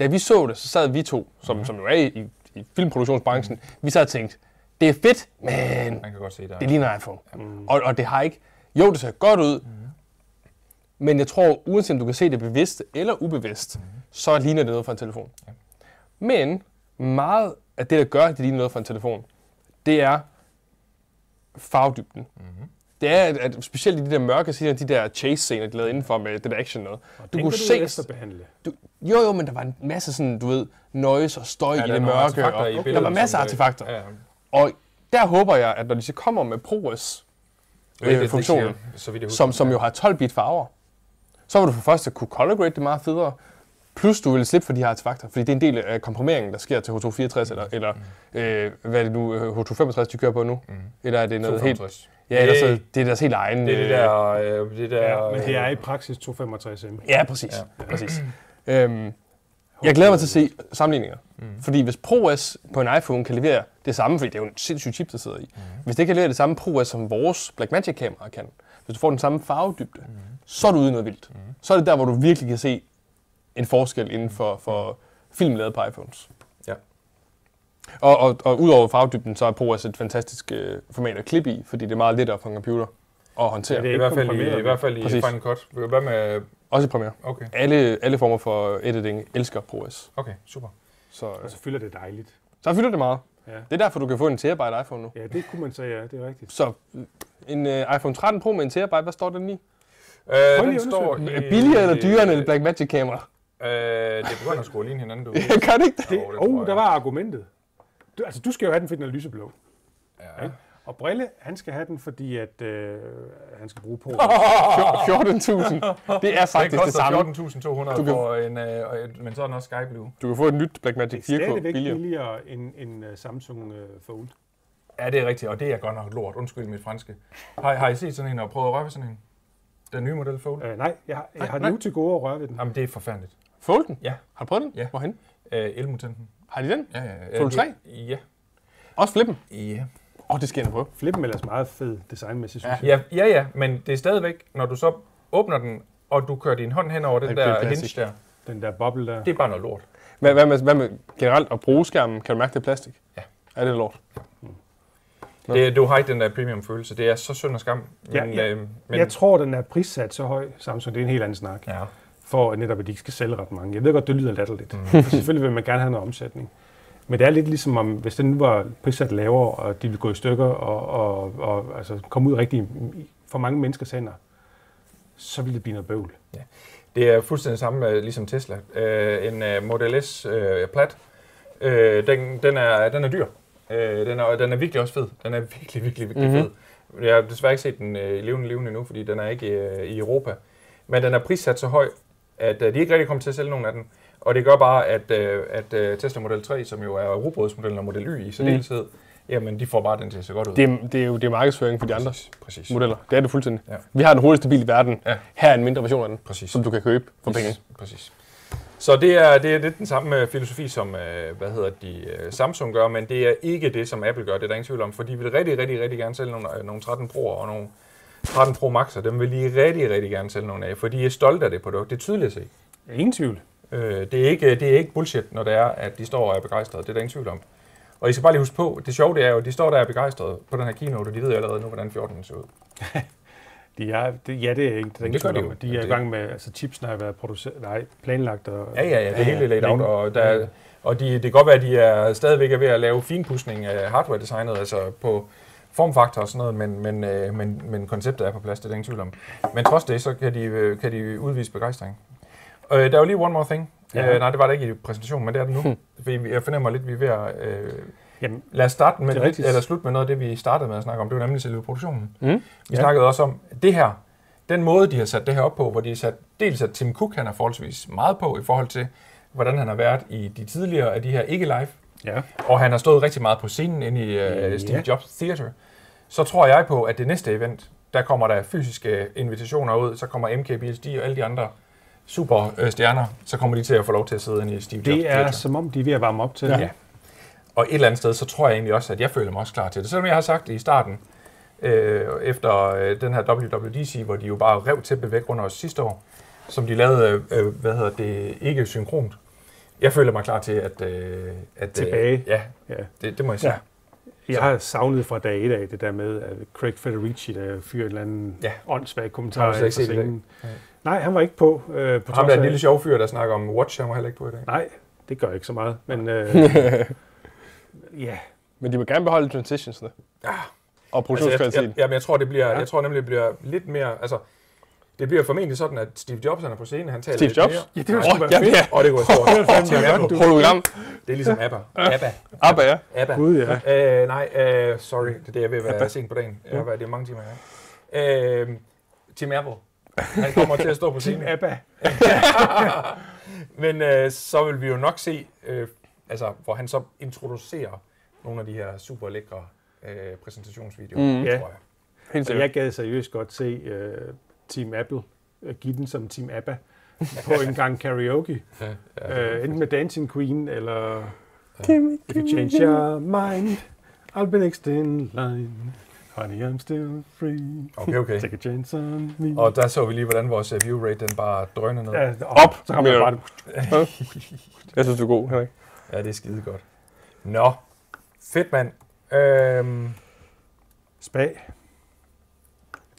Da vi så det, så sad vi to, som, som jo er i, i filmproduktionsbranchen, vi sad og tænkte, Det er fedt, men
Man kan godt se der.
det ligner en iPhone. Mm. Og, og det har ikke... Jo, det ser godt ud,
Mm.
men jeg tror, uanset om du kan se det bevidst eller ubevidst,
Mm.
så ligner det noget fra en telefon. Men meget af det, der gør, at det ligner noget fra en telefon, det er farvedybden.
Mm-hmm.
Det er, at, at specielt i de der mørke scener, de der chase-scener, de lavede indenfor med det der action noget. Du kunne se...
efterbehandle.
Du, jo, jo, men der var en masse sådan, du ved, noise og støj ja, i
der er
det
nogle
mørke.
artefakter i
Og, der
billedet,
var masser af
som det-
artefakter. Øh,
Ja, ja.
Og der håber jeg, at når de så kommer med ProRes,
Det er det, det
funktionen,
siger, så vidt jeg
som,
husker.
som jo har 12-bit farver, så vil du for det første kunne color grade det meget federe, plus du vil slippe for de her artefakter, fordi det er en del af komprimeringen, der sker til H264, eller, eller øh, hvad er det nu, øh, H265, de kører på nu?
Mm.
Eller er det noget helt...
265.
Ja, eller så,
Yay.
det er deres helt egen...
Det er det
øh,
der... Øh, det der
Ja, men det er i praksis 265M.
Ja, præcis. Ja. præcis. Øhm, jeg glæder mig til at se sammenligninger. Mm. Fordi hvis ProRes på en iPhone kan levere det samme, fordi det er jo en sindssyg chip, der sidder i. Mm. Hvis det kan levere det samme ProRes, som vores Blackmagic-kamera kan, hvis du får den samme farvedybde, mm. så er du ude i noget vildt. Mm. Så er det der, hvor du virkelig kan se en forskel inden for, for film lavet på iPhones.
Ja.
Og, og, og udover farvedybden, så er ProRes et fantastisk øh, format at klippe i, fordi det er meget lettere for en computer at håndtere.
Ja, det
I
er-
hvert fald i,
komprimeret.
i hvert fald i
Præcis.
Final Cut. Hvad med...
Også i Premiere.
Okay,
Alle, alle former for editing elsker ProRes.
okay, super.
Så, øh,
Og så fylder det dejligt.
så fylder det meget.
Ja.
Det er derfor, du kan få en terabyte iPhone nu.
Ja, det kunne man sige, ja, det er rigtigt.
Så øh, en uh, iPhone 13 Pro med en terabyte, hvad står den i?
Øh,
lige
den
at
står
undersøge
i,
Er billigere eller dyrere end et Blackmagic-kamera?
Øh, det begynder at skulle ligne hinanden, du.
Jeg kan det ikke det.
Det,
Jo, det tror
oh,
jeg.
der var argumentet. Du, altså, du skal jo have den, fordi den er lyseblå.
Ja.
Og Brille, han skal have den, fordi at, øh, han skal bruge på.
14.000. Det er
Det
faktisk det
Ah. koster
samme.
14.200
kan-
for en, øh, og et- men så er den også Skyblue.
Du kan få et nyt Blackmagic
Det er
4K
stadigvæk
billigere.
billigere end, end øh, Samsung øh, Fold.
Ja, det er rigtigt, og det er godt nok lort. Undskyld mit franske. Har, har I set sådan en og prøvet at røre ved sådan en? Den nye model Fold?
Øh, nej, jeg, har- jeg har
nej.
nu til gode at røre ved den.
Jamen, det er forfærdeligt.
Fold den?
Ja.
Har du prøvet den?
Ja.
Hvorhen?
Øh, elmutanten.
Har de den?
Ja, ja,
Fold 3?
Ja.
Også flippen?
Ja.
Åh, oh, det skal jeg på.
Flippen er ellers meget fed designmæssigt, synes jeg.
Ja, ja, ja, men det er stadigvæk, når du så åbner den, og du kører din hånd hen over den
Det bliver
der
plastik.
hinge der,
Den der boble der.
det er bare noget lort.
Hvad, hvad, med, hvad med generelt at bruge skærmen? Kan du mærke, det er plastik?
Ja.
Er det lort? Nå.
Det, du har ikke den der premium-følelse. Det er så synd og skam. Men,
Ja, ja.
Øh, men,
Men... Jeg tror, den er prissat så høj, Samsung, det er en helt anden snak,
ja.
for at netop, at de ikke skal sælge ret mange. Jeg ved godt, det lyder latterligt, mm. for selvfølgelig vil man gerne have noget omsætning. Men det er lidt ligesom, om, hvis den nu var prissat lavere, og de ville gå i stykker og, og, og altså, komme ud rigtig i- for mange menneskers hænder, så ville det blive noget bøvl.
Det er fuldstændig samme med, ligesom Tesla. Øh, en øh, Model S øh, plat, øh, den, den, er, den er dyr. Øh, den, er, den er virkelig også fed. Den er virkelig, virkelig, virkelig
Mhm.
mm-hmm. fed. Jeg har desværre ikke set den øh, i levende levende endnu, fordi den er ikke øh, i Europa. Men den er prissat så høj, at øh, de ikke rigtig kommer til at sælge nogen af den. Og det gør bare, at, øh, at øh, Tesla Model 3, som jo er robotsmodellen og Model Y i særdeleshed, jamen de får bare den til at se godt ud.
Mhm. Det er, det er jo det er markedsføring for de andre
Præcis.
modeller. Det er det fuldstændig.
Ja.
Vi har den hurtigste bil i verden.
Ja.
Her er en mindre version af den,
Præcis.
som du kan købe for penge.
Præcis. Så det er, det er lidt den samme øh, filosofi, som øh, hvad hedder de, øh, Samsung gør, men det er ikke det, som Apple gør, det er der ingen tvivl om, for de vil rigtig, rigtig, rigtig gerne sælge nogle, øh, nogle 13 Pro'er og nogle 13 Pro Max'er, dem vil de rigtig, rigtig gerne sælge nogle af, for de er stolte af det produkt, det er tydeligt at se.
Ja, Ingen tvivl.
Øh, det, er ikke, det er ikke bullshit, når det er, at de står og er begejstrede, det er der ingen tvivl om. Og I skal bare lige huske på, det sjove det er jo, at de står der og er begejstrede på den her keynote, og de ved jo allerede nu, hvordan 14 ser ud.
De er, det, ja, det er ikke det, er ingen
Det gør
tvivl
de
om,
jo.
at De er i
Det-
gang med, altså chipsene har været produceret, nej, planlagt og
Ja, ja, ja, det ja, hele er laid out, og, der, og de, det kan godt være, at de er stadigvæk er ved at lave finpudsning af hardware-designet, altså på formfaktor og sådan noget, men, men, øh, men, men konceptet er på plads, det er der ingen tvivl om. Men trods det, så kan de, øh, kan de udvise begejstring. Øh, der er jo lige one more thing. Ja. Hm. Øh, nej, det var der ikke i præsentationen, men det er det nu. Fordi vi- jeg fornemmer lidt, at vi er ved at... Øh,
Jamen,
lad os starte med,
det er rigtigt.
eller slutte med noget af det, vi startede med at snakke om. Det var nemlig selve produktionen.
Mm.
Vi snakkede også om at det her, den måde, de har sat det her op på, hvor de har sat, dels at Tim Cook, han er forholdsvis meget på i forhold til, hvordan han har været i de tidligere af de her ikke live,
ja.
og han har stået rigtig meget på scenen inde i øh, Steve Jobs Theater, så tror jeg på, at det næste event, der kommer der fysiske invitationer ud, så kommer MKBHD og alle de andre super øh, stjerner, så kommer de til at få lov til at sidde inde i Steve Jobs
Det er
Theater.
som om, de er ved at varme op til det.
Ja. Og et eller andet sted, så tror jeg egentlig også, at jeg føler mig også klar til det. Selvom jeg har sagt det i starten, øh, efter øh, den her WWDC, hvor de jo bare rev til væk under os sidste år, som de lavede, øh, øh, hvad hedder det, ikke synkront. Jeg føler mig klar til at... Øh, at øh,
Tilbage.
Ja,
Ja.
det, det må jeg sige. Ja.
Jeg har savnet fra dag et af det der med, at Craig Federici, der fyrer en eller anden ja.
Ja.
åndssvag
Har
kommentar
du slet ikke
ind
set
fra
i
scenen.
dag? Nej.
Nej, han var ikke på. Øh, på
Ham
trods
der er en
af-
lille sjov fyr, der snakker om Watch, han var heller ikke på i dag.
Nej, det gør ikke så meget. Men øh, ja,
Men de må gerne beholde transitionsene.
Ja. Altså,
Og
jeg,
produktionskvaliteten.
jeg, jamen, jeg tror, det bliver,
Ja.
ja. jeg tror nemlig, det bliver lidt mere, altså, det bliver formentlig sådan, at Steve Jobs, han er på scenen, han taler
Steve
lidt
Jobs?
mere.
ja det er jo
Åh,
sgu
ja,
være fedt.
ja.
Og det går stort. Til Apple.
Hologram.
Det er ligesom ABBA. ABBA.
Abba, ja.
ABBA.
Gud, ja.
Øh, nej, øh, sorry, det er det, jeg ved at være sent på dagen. Jeg har været, det er mange timer her. Øh, Tim Apple. Han kommer til at stå på scenen.
ABBA.
Men øh, så vil vi jo nok se, øh, altså, hvor han så introducerer nogle af de her super lækre øh, præsentationsvideoer,
Mm.
mm.
Ja.
tror jeg.
Helt
Og Altså, jeg
sikkert.
gad seriøst godt se øh, Team Apple øh, give den som Team ABBA på en gang karaoke. Øh, enten med Dancing Queen, eller If you change your mind, I'll be next in line. Honey, I'm still free.
Okay, okay.
Take a chance on me.
Og der så vi lige, hvordan vores øh, view rate den bare drønede ned. Ja,
Ja, og
Op
Så kommer
med-
jeg bare...
Jeg synes, du er god, Henrik.
det er skide godt. Nå, fedt mand. Øhm,
Spag.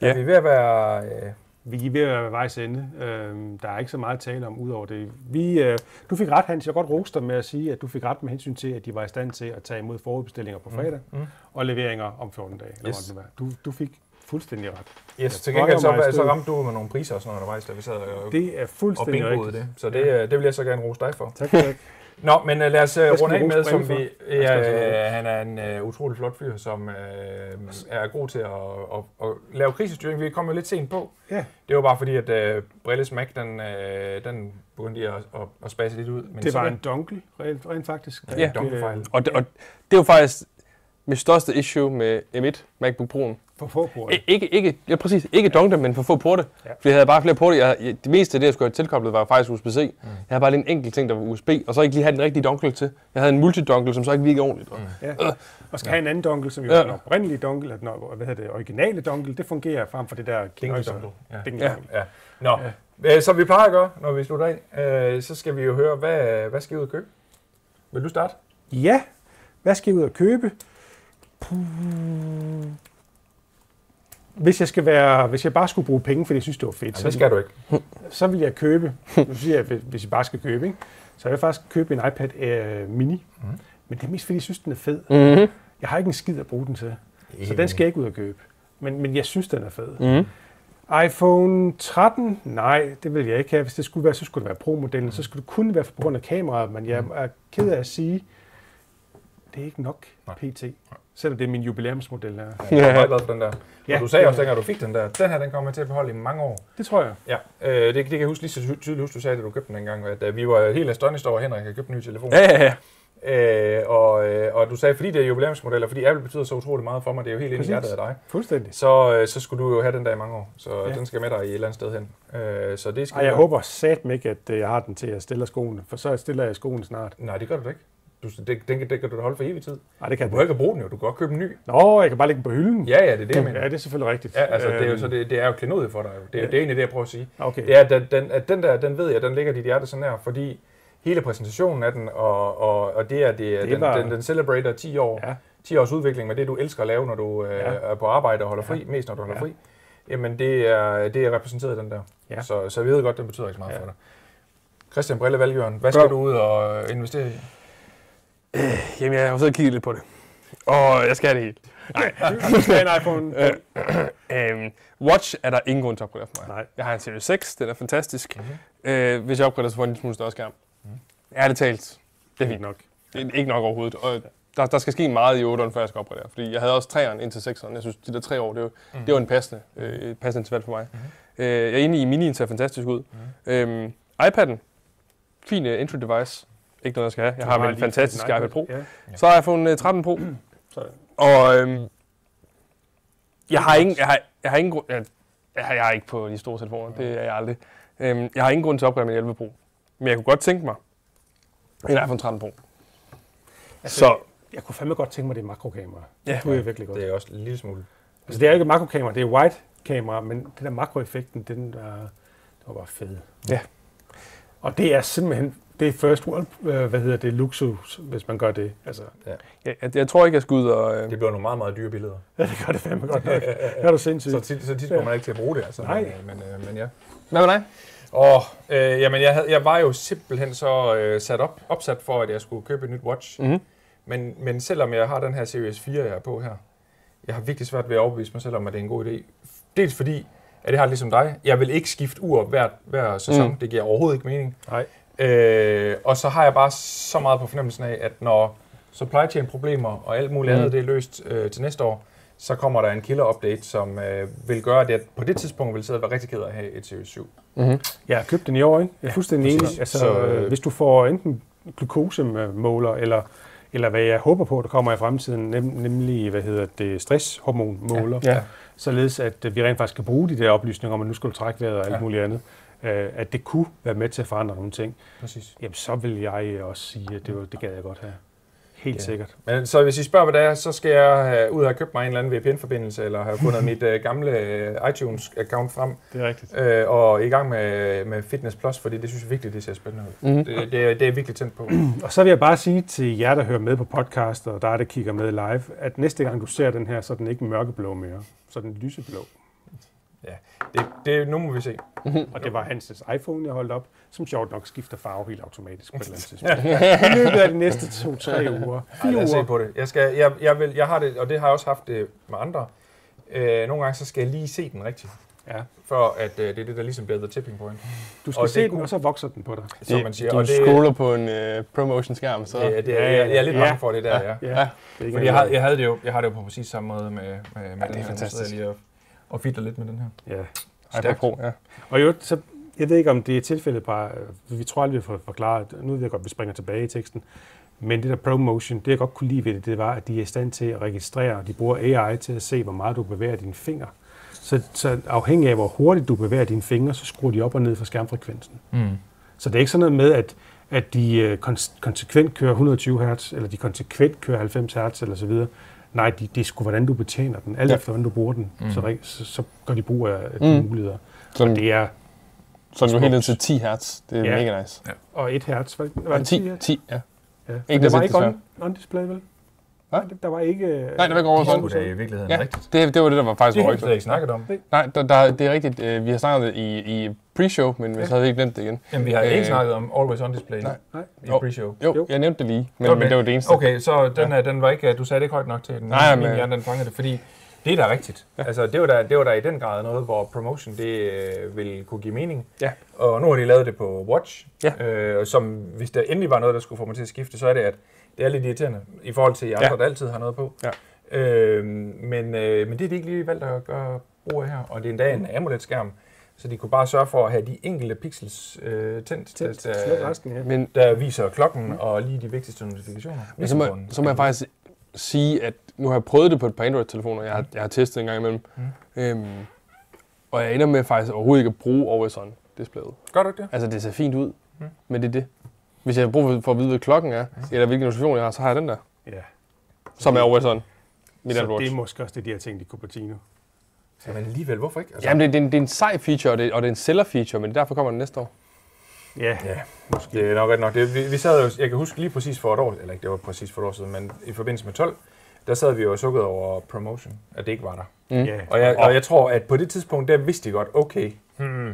ja. Er
Ja.
vi ved at være... Øh,
Vi er ved at være ved vejs ende. Øhm, der er ikke så meget at tale om udover det. Vi, øh, du fik ret, Hans. Jeg kan godt rose dig med at sige, at du fik ret med hensyn til, at de var i stand til at tage imod forudbestillinger på fredag
mm.
og leveringer om 14 dage. Eller
Yes.
yes. du, du fik fuldstændig ret.
yes, til
bøjer
gengæld så,
mig i
så
stedet.
ramte du med nogle priser og sådan noget undervejs, da vi sad og,
Det er
og
fuldstændig
bingoede
rigtigt.
det. Så det, øh, det vil jeg så gerne rose dig for.
Tak, tak.
Nå, men uh, lad os uh,
Hvad skal
runde
vi
af med,
rose Brille
som vi...
for? Hvad skal altså vi
Ja,
så
øh, han er en uh, utrolig flot fyr, som uh, er god til at, at, at lave krisestyring. Vi kom jo lidt sent på.
Ja.
Det var bare fordi, at uh, Brilles Mac, den, uh, den begyndte lige at, at, at spasse lidt ud. Men
det
så
var en dunkel, rent, rent faktisk.
Ja, en dunkefejl.
Øh,
Og det, og det er jo faktisk mit største issue med M1 MacBook Pro'en.
For få på
I- Ikke, ikke, ja, præcis, ikke donkler, men for få porte. Ja. Fordi jeg havde bare flere porte. Jeg, havde- jeg, det meste af det, jeg skulle have tilkoblet, var faktisk USB-C. Mm. Jeg havde bare lige en enkelt ting, der var USB, og så ikke lige have den rigtige dongle til. Jeg havde en multidongle, som så ikke virkede ordentligt. Mm.
Øh.
Ja. Og skal have en anden donkel, som jo
Ja.
er den oprindelige donkel, eller den o- hvad hedder det, originale donkel, det fungerer frem for det der
Dingeldonkel. Ja.
Ja.
Ja. Nå, ja. som vi plejer at gøre, når vi slutter af, uh, så skal vi jo høre, hvad, hvad skal I ud og købe? Vil du starte?
ja, hvad skal jeg ud og købe? Puh. Hvis jeg, skal være, hvis jeg bare skulle bruge penge, fordi jeg synes, det var fedt,
Ja, det
så,
skal du ikke.
så vil jeg købe, nu siger jeg, hvis- hvis jeg bare skal købe, ikke? så vil jeg faktisk købe en iPad øh, mini. Mm.
Mhm.
Men det er mest, fordi jeg synes, den er fed.
Mm-hmm.
Jeg har ikke en skid at bruge den til. Så den skal jeg ikke ud og købe. Men, men jeg synes, den er fed.
Mm-hmm.
iPhone 13? Nej, det vil jeg ikke have. Hvis det skulle være, så skulle det være Pro-modellen. Så skulle det kun være på grund af kameraet, men jeg er ked af at sige, det er ikke nok pt. Selvom det er min jubilæumsmodel her.
Ja, jeg er meget glad for den der. Ja.
Ja.
Og du sagde også, dengang du fik den der, den her, den kommer jeg til at beholde i mange år.
Det tror jeg.
Ja, øh, det, det kan jeg huske lige så ty- tydeligt, huske, du sagde, da du købte den engang, at øh, vi var helt astonished over, at Henrik havde købt en ny telefon.
Ja, ja, ja.
Øh, og, øh, og du sagde, fordi det er jubilæumsmodeller, fordi Apple betyder så utrolig meget for mig, det er jo helt ind i
Præcis.
hjertet af dig,
Fuldstændig.
så, øh, så skulle du jo have den der i mange år, så ja.
Ja.
den skal med dig i et eller andet sted hen. Øh, så det skal
Ej, jeg
du-
håber satme ikke, at øh, jeg har den til at stille skoene, for så stiller jeg skoene snart.
Nej, det gør du da ikke. Du, det, det, det, det kan du da holde for evig tid.
Nej, det
Du
kan jeg ikke.
behøver ikke at bruge den jo, du kan godt købe en ny.
Nå, jeg kan bare lægge den på hylden.
Ja, ja, det er det, jeg mener.
ja det er selvfølgelig rigtigt.
Ja, altså, det er jo,
Øhm,
så det, det er jo klenodiet for dig. jo. Det, er- det er egentlig det, jeg prøver at sige.
Okay.
Det er, at den, den, at den der, den ved jeg, den ligger dit hjerte så nær, fordi hele præsentationen af den, og, og, og det er, det, det
Det
den,
var-
den, den celebrater 10 år, ja.
Ja.
10 års udvikling med det, du elsker at lave, når du øh,
Ja.
er på arbejde og holder fri, mest når du holder
Ja.
fri, jamen det er, det er repræsenteret i den der.
Ja.
Så, så vi ved godt, den betyder ikke så meget
Ja.
for dig. Christian Brille Valgjørn, hvad skal
Godt.
du ud og øh, investere i?
Øh, Jamen, jeg har jo siddet og kigget lidt på det. Og jeg skal have det helt.
Du skal have en iPhone.
Øhm, Watch er der ingen grund til at opgradere for mig.
Nej.
Jeg har en Series 6, den er fantastisk. Mm-hmm. Øh, hvis jeg opgraderer, så får jeg en lille smule større skærm. Mm. Ærligt talt, det er fint.
nok.
Det er ikke nok overhovedet. Og der, der skal ske meget i 8'eren, før jeg skal opgradere. Fordi jeg havde også 3'eren indtil 6'eren. Jeg synes, de der 3 år, det var, mm. det var en passende, øh, et passende interval for mig. Mm. Øh, jeg er enig i, minien ser fantastisk ud. Mm. Øhm, iPad'en, fin uh, intro device. Ikke noget, jeg skal have. Jeg har, min fantastiske iPad Pro.
Ja.
Så har jeg fået en øh, 13 Pro. Og øhm, jeg, har ingen, jeg, har, jeg har ingen grund... Jeg, jeg, har- jeg er ikke på de store telefoner, det er jeg aldrig. Øhm, jeg har ingen grund til at opgradere min 11 Pro. Men jeg kunne godt tænke mig en iPhone 13 Pro.
Altså,
Så
Jeg kunne fandme godt tænke mig, det er makrokamera.
Ja.
Det kunne jeg virkelig godt.
Det er også en lille smule.
Altså, det er jo ikke makrokamera, det er wide-kamera, men den øh, der makroeffekten, den var, den var bare fed.
Ja.
Og det er simpelthen Det er first world, øh, hvad hedder det, luksus, hvis man gør det. Altså,
Jeg, jeg, jeg tror ikke, jeg skal ud og...
Det
Øh,
bliver nogle meget, meget dyre billeder.
ja, det gør det fandme godt nok. Det er du sindssygt.
Så tit, så tit kommer man ikke til at bruge det, altså.
Nej.
Men, øh, men, øh, men ja.
hvad med dig?
Og øh, jamen, jeg, havde, jeg var jo simpelthen så øh, sat op, opsat for, at jeg skulle købe et nyt watch.
Mhm.
Men, men selvom jeg har den her Series 4, jeg er på her, jeg har virkelig svært ved at overbevise mig selv om, at det er en god idé. Dels fordi, at jeg har det ligesom dig, jeg vil ikke skifte ur hver, hver sæson.
Mm.
Det giver overhovedet ikke mening.
Nej.
Øh, og så har jeg bare så meget på fornemmelsen af, at når supply chain problemer og alt muligt
Mm.
mm. andet det er løst øh, til næste år, så kommer der en killer update, som øh, vil gøre, at jeg på det tidspunkt vil sidde og være rigtig ked af at have et Series 7.
Mm-hmm.
Jeg har købt den i år, ikke? Jeg er fuldstændig
præcis.
enig. Altså,
Så,
så,
øh,
øh, hvis du får enten glukosemåler, eller, eller hvad jeg håber på, der kommer i fremtiden, nem, nemlig, hvad hedder det, stresshormonmåler,
Ja. Ja.
således at øh, vi rent faktisk kan bruge de der oplysninger om, at nu skal du trække vejret og alt
Ja.
ja. muligt andet, øh, at det kunne være med til at forandre nogle ting,
Præcis.
jamen så vil jeg øh, også sige, at det, var, det gad jeg godt have. Helt
Ja.
ja. sikkert.
Men så hvis I spørger, hvad det er, så skal jeg have, ud og have købt mig en eller anden VPN-forbindelse, eller have fundet mit øh, gamle øh, iTunes-account frem,
Det er rigtigt.
øh, og i gang med, med Fitness Plus, fordi det synes jeg virkelig, det ser spændende ud.
Mm-hmm.
Det, det, er, det er jeg virkelig tændt på.
Og så vil jeg bare sige til jer, der hører med på podcast, og dig, der kigger med live, at næste gang du ser den her, så er den ikke mørkeblå mere, så er den lyseblå.
Det, det, nu må vi se.
Og det var Hanses iPhone, jeg holdt op, som sjovt nok skifter farve helt automatisk på et eller andet tidspunkt. I løbet af de næste to-tre uger.
Ej,
Fire
lad os se
uger.
på det. Jeg, skal, jeg, jeg, vil, jeg har det, og det har jeg også haft det med andre. Øh, nogle gange så skal jeg lige se den rigtigt,
Ja.
for at øh, det er det, der ligesom bliver the tipping point,
Du
Og
skal
det
se
er
den,
god-
og så vokser den på dig.
som man siger.
Du
og det,
scroller på en øh, promotion-skærm, så...
det, det, er, jeg, jeg er lidt
Ja.
bange for det der, ja.
Ja,
Ja.
det er ikke
Fordi jeg, har, jeg, havde det jo, jeg har det jo på præcis samme måde med, med, med ja,
det er fantastisk.
Lige og, og fidler lidt med den her.
ja.
iPad Pro, ja.
Og jo, så, jeg ved ikke, om det er tilfældet bare, øh, vi tror aldrig, vi får forklaret, nu ved jeg godt, at vi springer tilbage i teksten, men det der ProMotion, det jeg godt kunne lide ved det, det var, at de er i stand til at registrere, og de bruger AI til at se, hvor meget du bevæger dine fingre. Så, så afhængig af, hvor hurtigt du bevæger dine fingre, så skruer de op og ned for skærmfrekvensen.
Mm.
Så det er ikke sådan noget med, at, at de øh, kons- konsekvent kører 120 Hz, eller de konsekvent kører 90 Hz, eller så videre. Nej, de, det er sgu, hvordan du betjener den. Alt
Ja.
ja. efter, hvordan du bruger den,
Mm.
mm. så, re- så, så gør de brug af af de
Mm.
mm. muligheder.
Sådan,
Det er,
sådan du er helt ned til 10 hertz. Det er
Ja.
mega nice.
og 1 Hz, var, var
Ja,
det
10,
10 Hz?
10, ja.
Ja.
Ikke
Ikke der var
det
ikke
sidste,
on, on display, vel?
Hvad?
Nej, Der var ikke... øh,
Nej, det var ikke over sådan.
Det er i virkeligheden
Ja,
ja. rigtigt.
det, det var det, der var faktisk
Det
var
har vi slet
rigtigt.
ikke snakket om.
Nej, der, der, det er rigtigt. øh, Vi har snakket det i, i pre-show, men vi så havde vi ikke glemt det igen.
Jamen, vi har ikke
Øh,
snakket om Always On Display
Nej.
Nej.
i
Jo.
pre-show.
Jo,
Jo.
jeg nævnte det lige, men,
Okay.
men det var det eneste.
Okay, så den, ja. den var ikke, du sagde det ikke højt nok til, at den,
Nej,
Nej,
men-
min hjerne den fangede det, fordi det er da rigtigt. Ja. Altså, det var da, det var da i den grad noget, hvor promotion det øh, ville kunne give mening.
Ja.
Og nu har de lavet det på Watch,
Ja.
øh, som hvis der endelig var noget, der skulle få mig til at skifte, så er det, at det er lidt irriterende i forhold til jer
Ja.
andre, der altid har noget på.
Ja.
Øh, men, øh, men det er de ikke lige valgt at gøre brug af her, og det er endda
Mm.
en AMOLED-skærm, så de kunne bare sørge for at have de enkelte pixels øh, tændt,
Tæt,
der,
slet resten, ja.
Men,
der viser klokken og lige de vigtigste notifikationer.
Mm. men så, må,
Mikrofonen.
så må jeg faktisk sige, at nu har jeg prøvet det på et par Android-telefoner, jeg har, jeg har testet en gang imellem. Mm. Øhm, og jeg ender med faktisk overhovedet ikke at bruge always on displayet.
Gør du ikke det?
Altså, det ser fint ud, mm. men det er det. Hvis jeg har brug for, for at vide, hvad klokken er, eller hvilken notifikation jeg har, så har jeg den der,
ja.
som er always on. Mit Apple
Så
Watch.
det er måske også det, de har tænkt i Cupertino.
Ja, men alligevel, hvorfor ikke? Altså,
Jamen, det, det, er en, det er en sej feature, og det, og det er en seller feature, men derfor kommer den næste år.
Ja,
Ja, det er nok ret nok. Det, vi, vi sad jo, jeg kan huske lige præcis for et år, eller ikke, det var præcis for et år siden, men i forbindelse med 12, der sad vi jo og sukkede over promotion, at det ikke var der.
Mm.
ja.
Og jeg, og jeg tror, at på det tidspunkt, der vidste de godt, okay, hmm,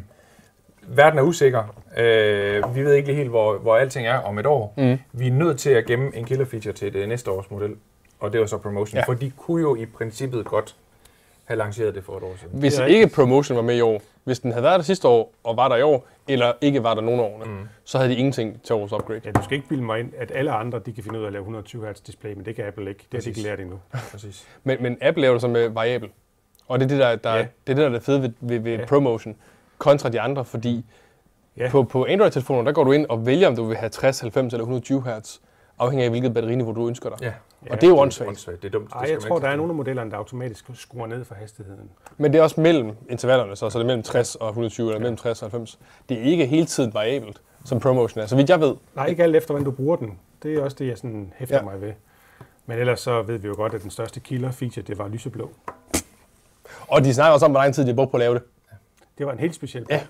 verden er usikker. Øh, vi ved ikke lige helt, hvor, hvor alting er om et år.
Mm.
Vi er nødt til at gemme en killer feature til det næste års model, og det var så promotion.
Ja.
Ja. For de kunne jo i princippet godt have lanceret det for et år siden.
Hvis
Det er
ikke promotion var med i år, hvis den havde været der sidste år og var der i år, eller ikke var der nogen af årene, mm. så havde de ingenting til årets upgrade.
Ja, du skal ikke bilde mig ind, at alle andre de kan finde ud af at lave 120 Hz display, men det kan Apple ikke. Det har de ikke
Præcis.
lært endnu.
Præcis.
Men, men Apple laver det som øh, variabel. Og det er det, der, der,
Ja.
det er det, der er det fede ved, ved, ved
Ja.
promotion kontra de andre, fordi
Ja.
på, på Android-telefoner, der går du ind og vælger, om du vil have 60, 90 eller 120 Hz, afhængig af hvilket batteriniveau du ønsker dig.
Ja.
Og det er jo åndssvagt.
Åndssvagt. Det er dumt. Det
Ej,
skal
jeg
man
tror,
ikke
der er
forstå.
nogle af modellerne, der automatisk skruer ned for hastigheden.
Men det er også mellem intervallerne, så, så det er mellem 60 og 120, eller mellem 60 og 90. Det er ikke hele tiden variabelt, som promotion er. Så vidt jeg ved,
Nej, ikke alt efter, hvordan du bruger den. Det er også det, jeg sådan hæfter
Ja.
ja. mig ved. Men ellers så ved vi jo godt, at den største killer feature, det var lyseblå.
og de snakker også om, hvor lang tid de har brugt på at lave det.
Det var en helt speciel.
Ja.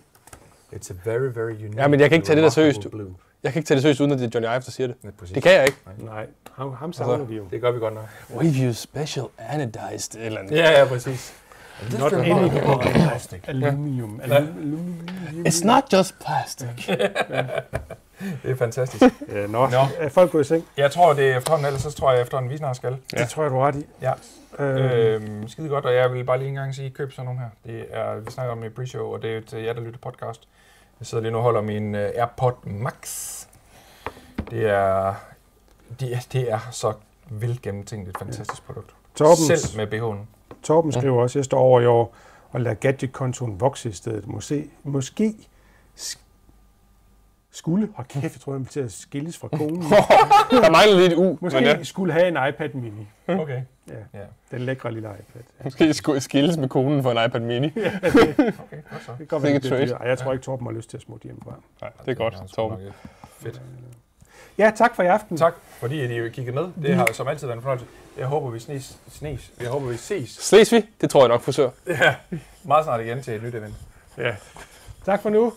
It's a very, very unique
Ja, men jeg kan ikke tage det der seriøst.
remarkable blue.
Jeg kan ikke tage det seriøst, uden at det er Johnny Ive, der siger det.
Ja, præcis.
Det kan jeg ikke.
Nej, ham, ham savner vi jo.
Det gør vi godt nok.
Review special anodized et eller andet.
Ja, ja, præcis.
Not anymore. Aluminium. Alum- Aluminium.
It's not just plastic.
Det er fantastisk.
Ja, nå.
Nå.
Er folk gået i seng?
Jeg tror, det er efterhånden, ellers så tror jeg efterhånden, vi snart skal.
Ja. Det tror jeg, du har ret i.
Ja.
Mm.
Øh,
Øhm, skide godt, og jeg vil bare lige engang sige, køb sådan nogle her. Det er, vi snakker om i pre-show, og det er til jer, der lytter podcast. Jeg sidder lige nu og holder min uh, AirPod Max. Det er, det, er, det er så velgennemtænkt et fantastisk produkt.
Torbens,
Selv med BH'en.
Torben skriver også, jeg står over i år og lader gadgetkontoen vokse i stedet. Måske, måske sk- skulle, og kæft, jeg tror, jeg vil til at skilles fra konen.
der mangler lidt u, men ja.
Måske skulle have en iPad mini.
Hm?
Okay.
Ja.
Ja.
Den lækre lille iPad. Ja,
Måske jeg skulle skilles med konen for en iPad mini.
Okay, godt så.
Det kan godt være,
Sikke
det bliver
trade.
dyrere. Ej, jeg tror ikke, Torben har lyst til at smutte hjemmefra.
Nej, det er godt,
sgu
Torben.
nok Fedt.
Ja, tak for i aften.
Tak, fordi at I kiggede med. Det har som altid været en fornøjelse. Jeg håber, vi snes, snes. Jeg håber, vi ses
Ses vi? Det tror jeg nok, frisør.
meget snart igen til et nyt event.
Tak for nu.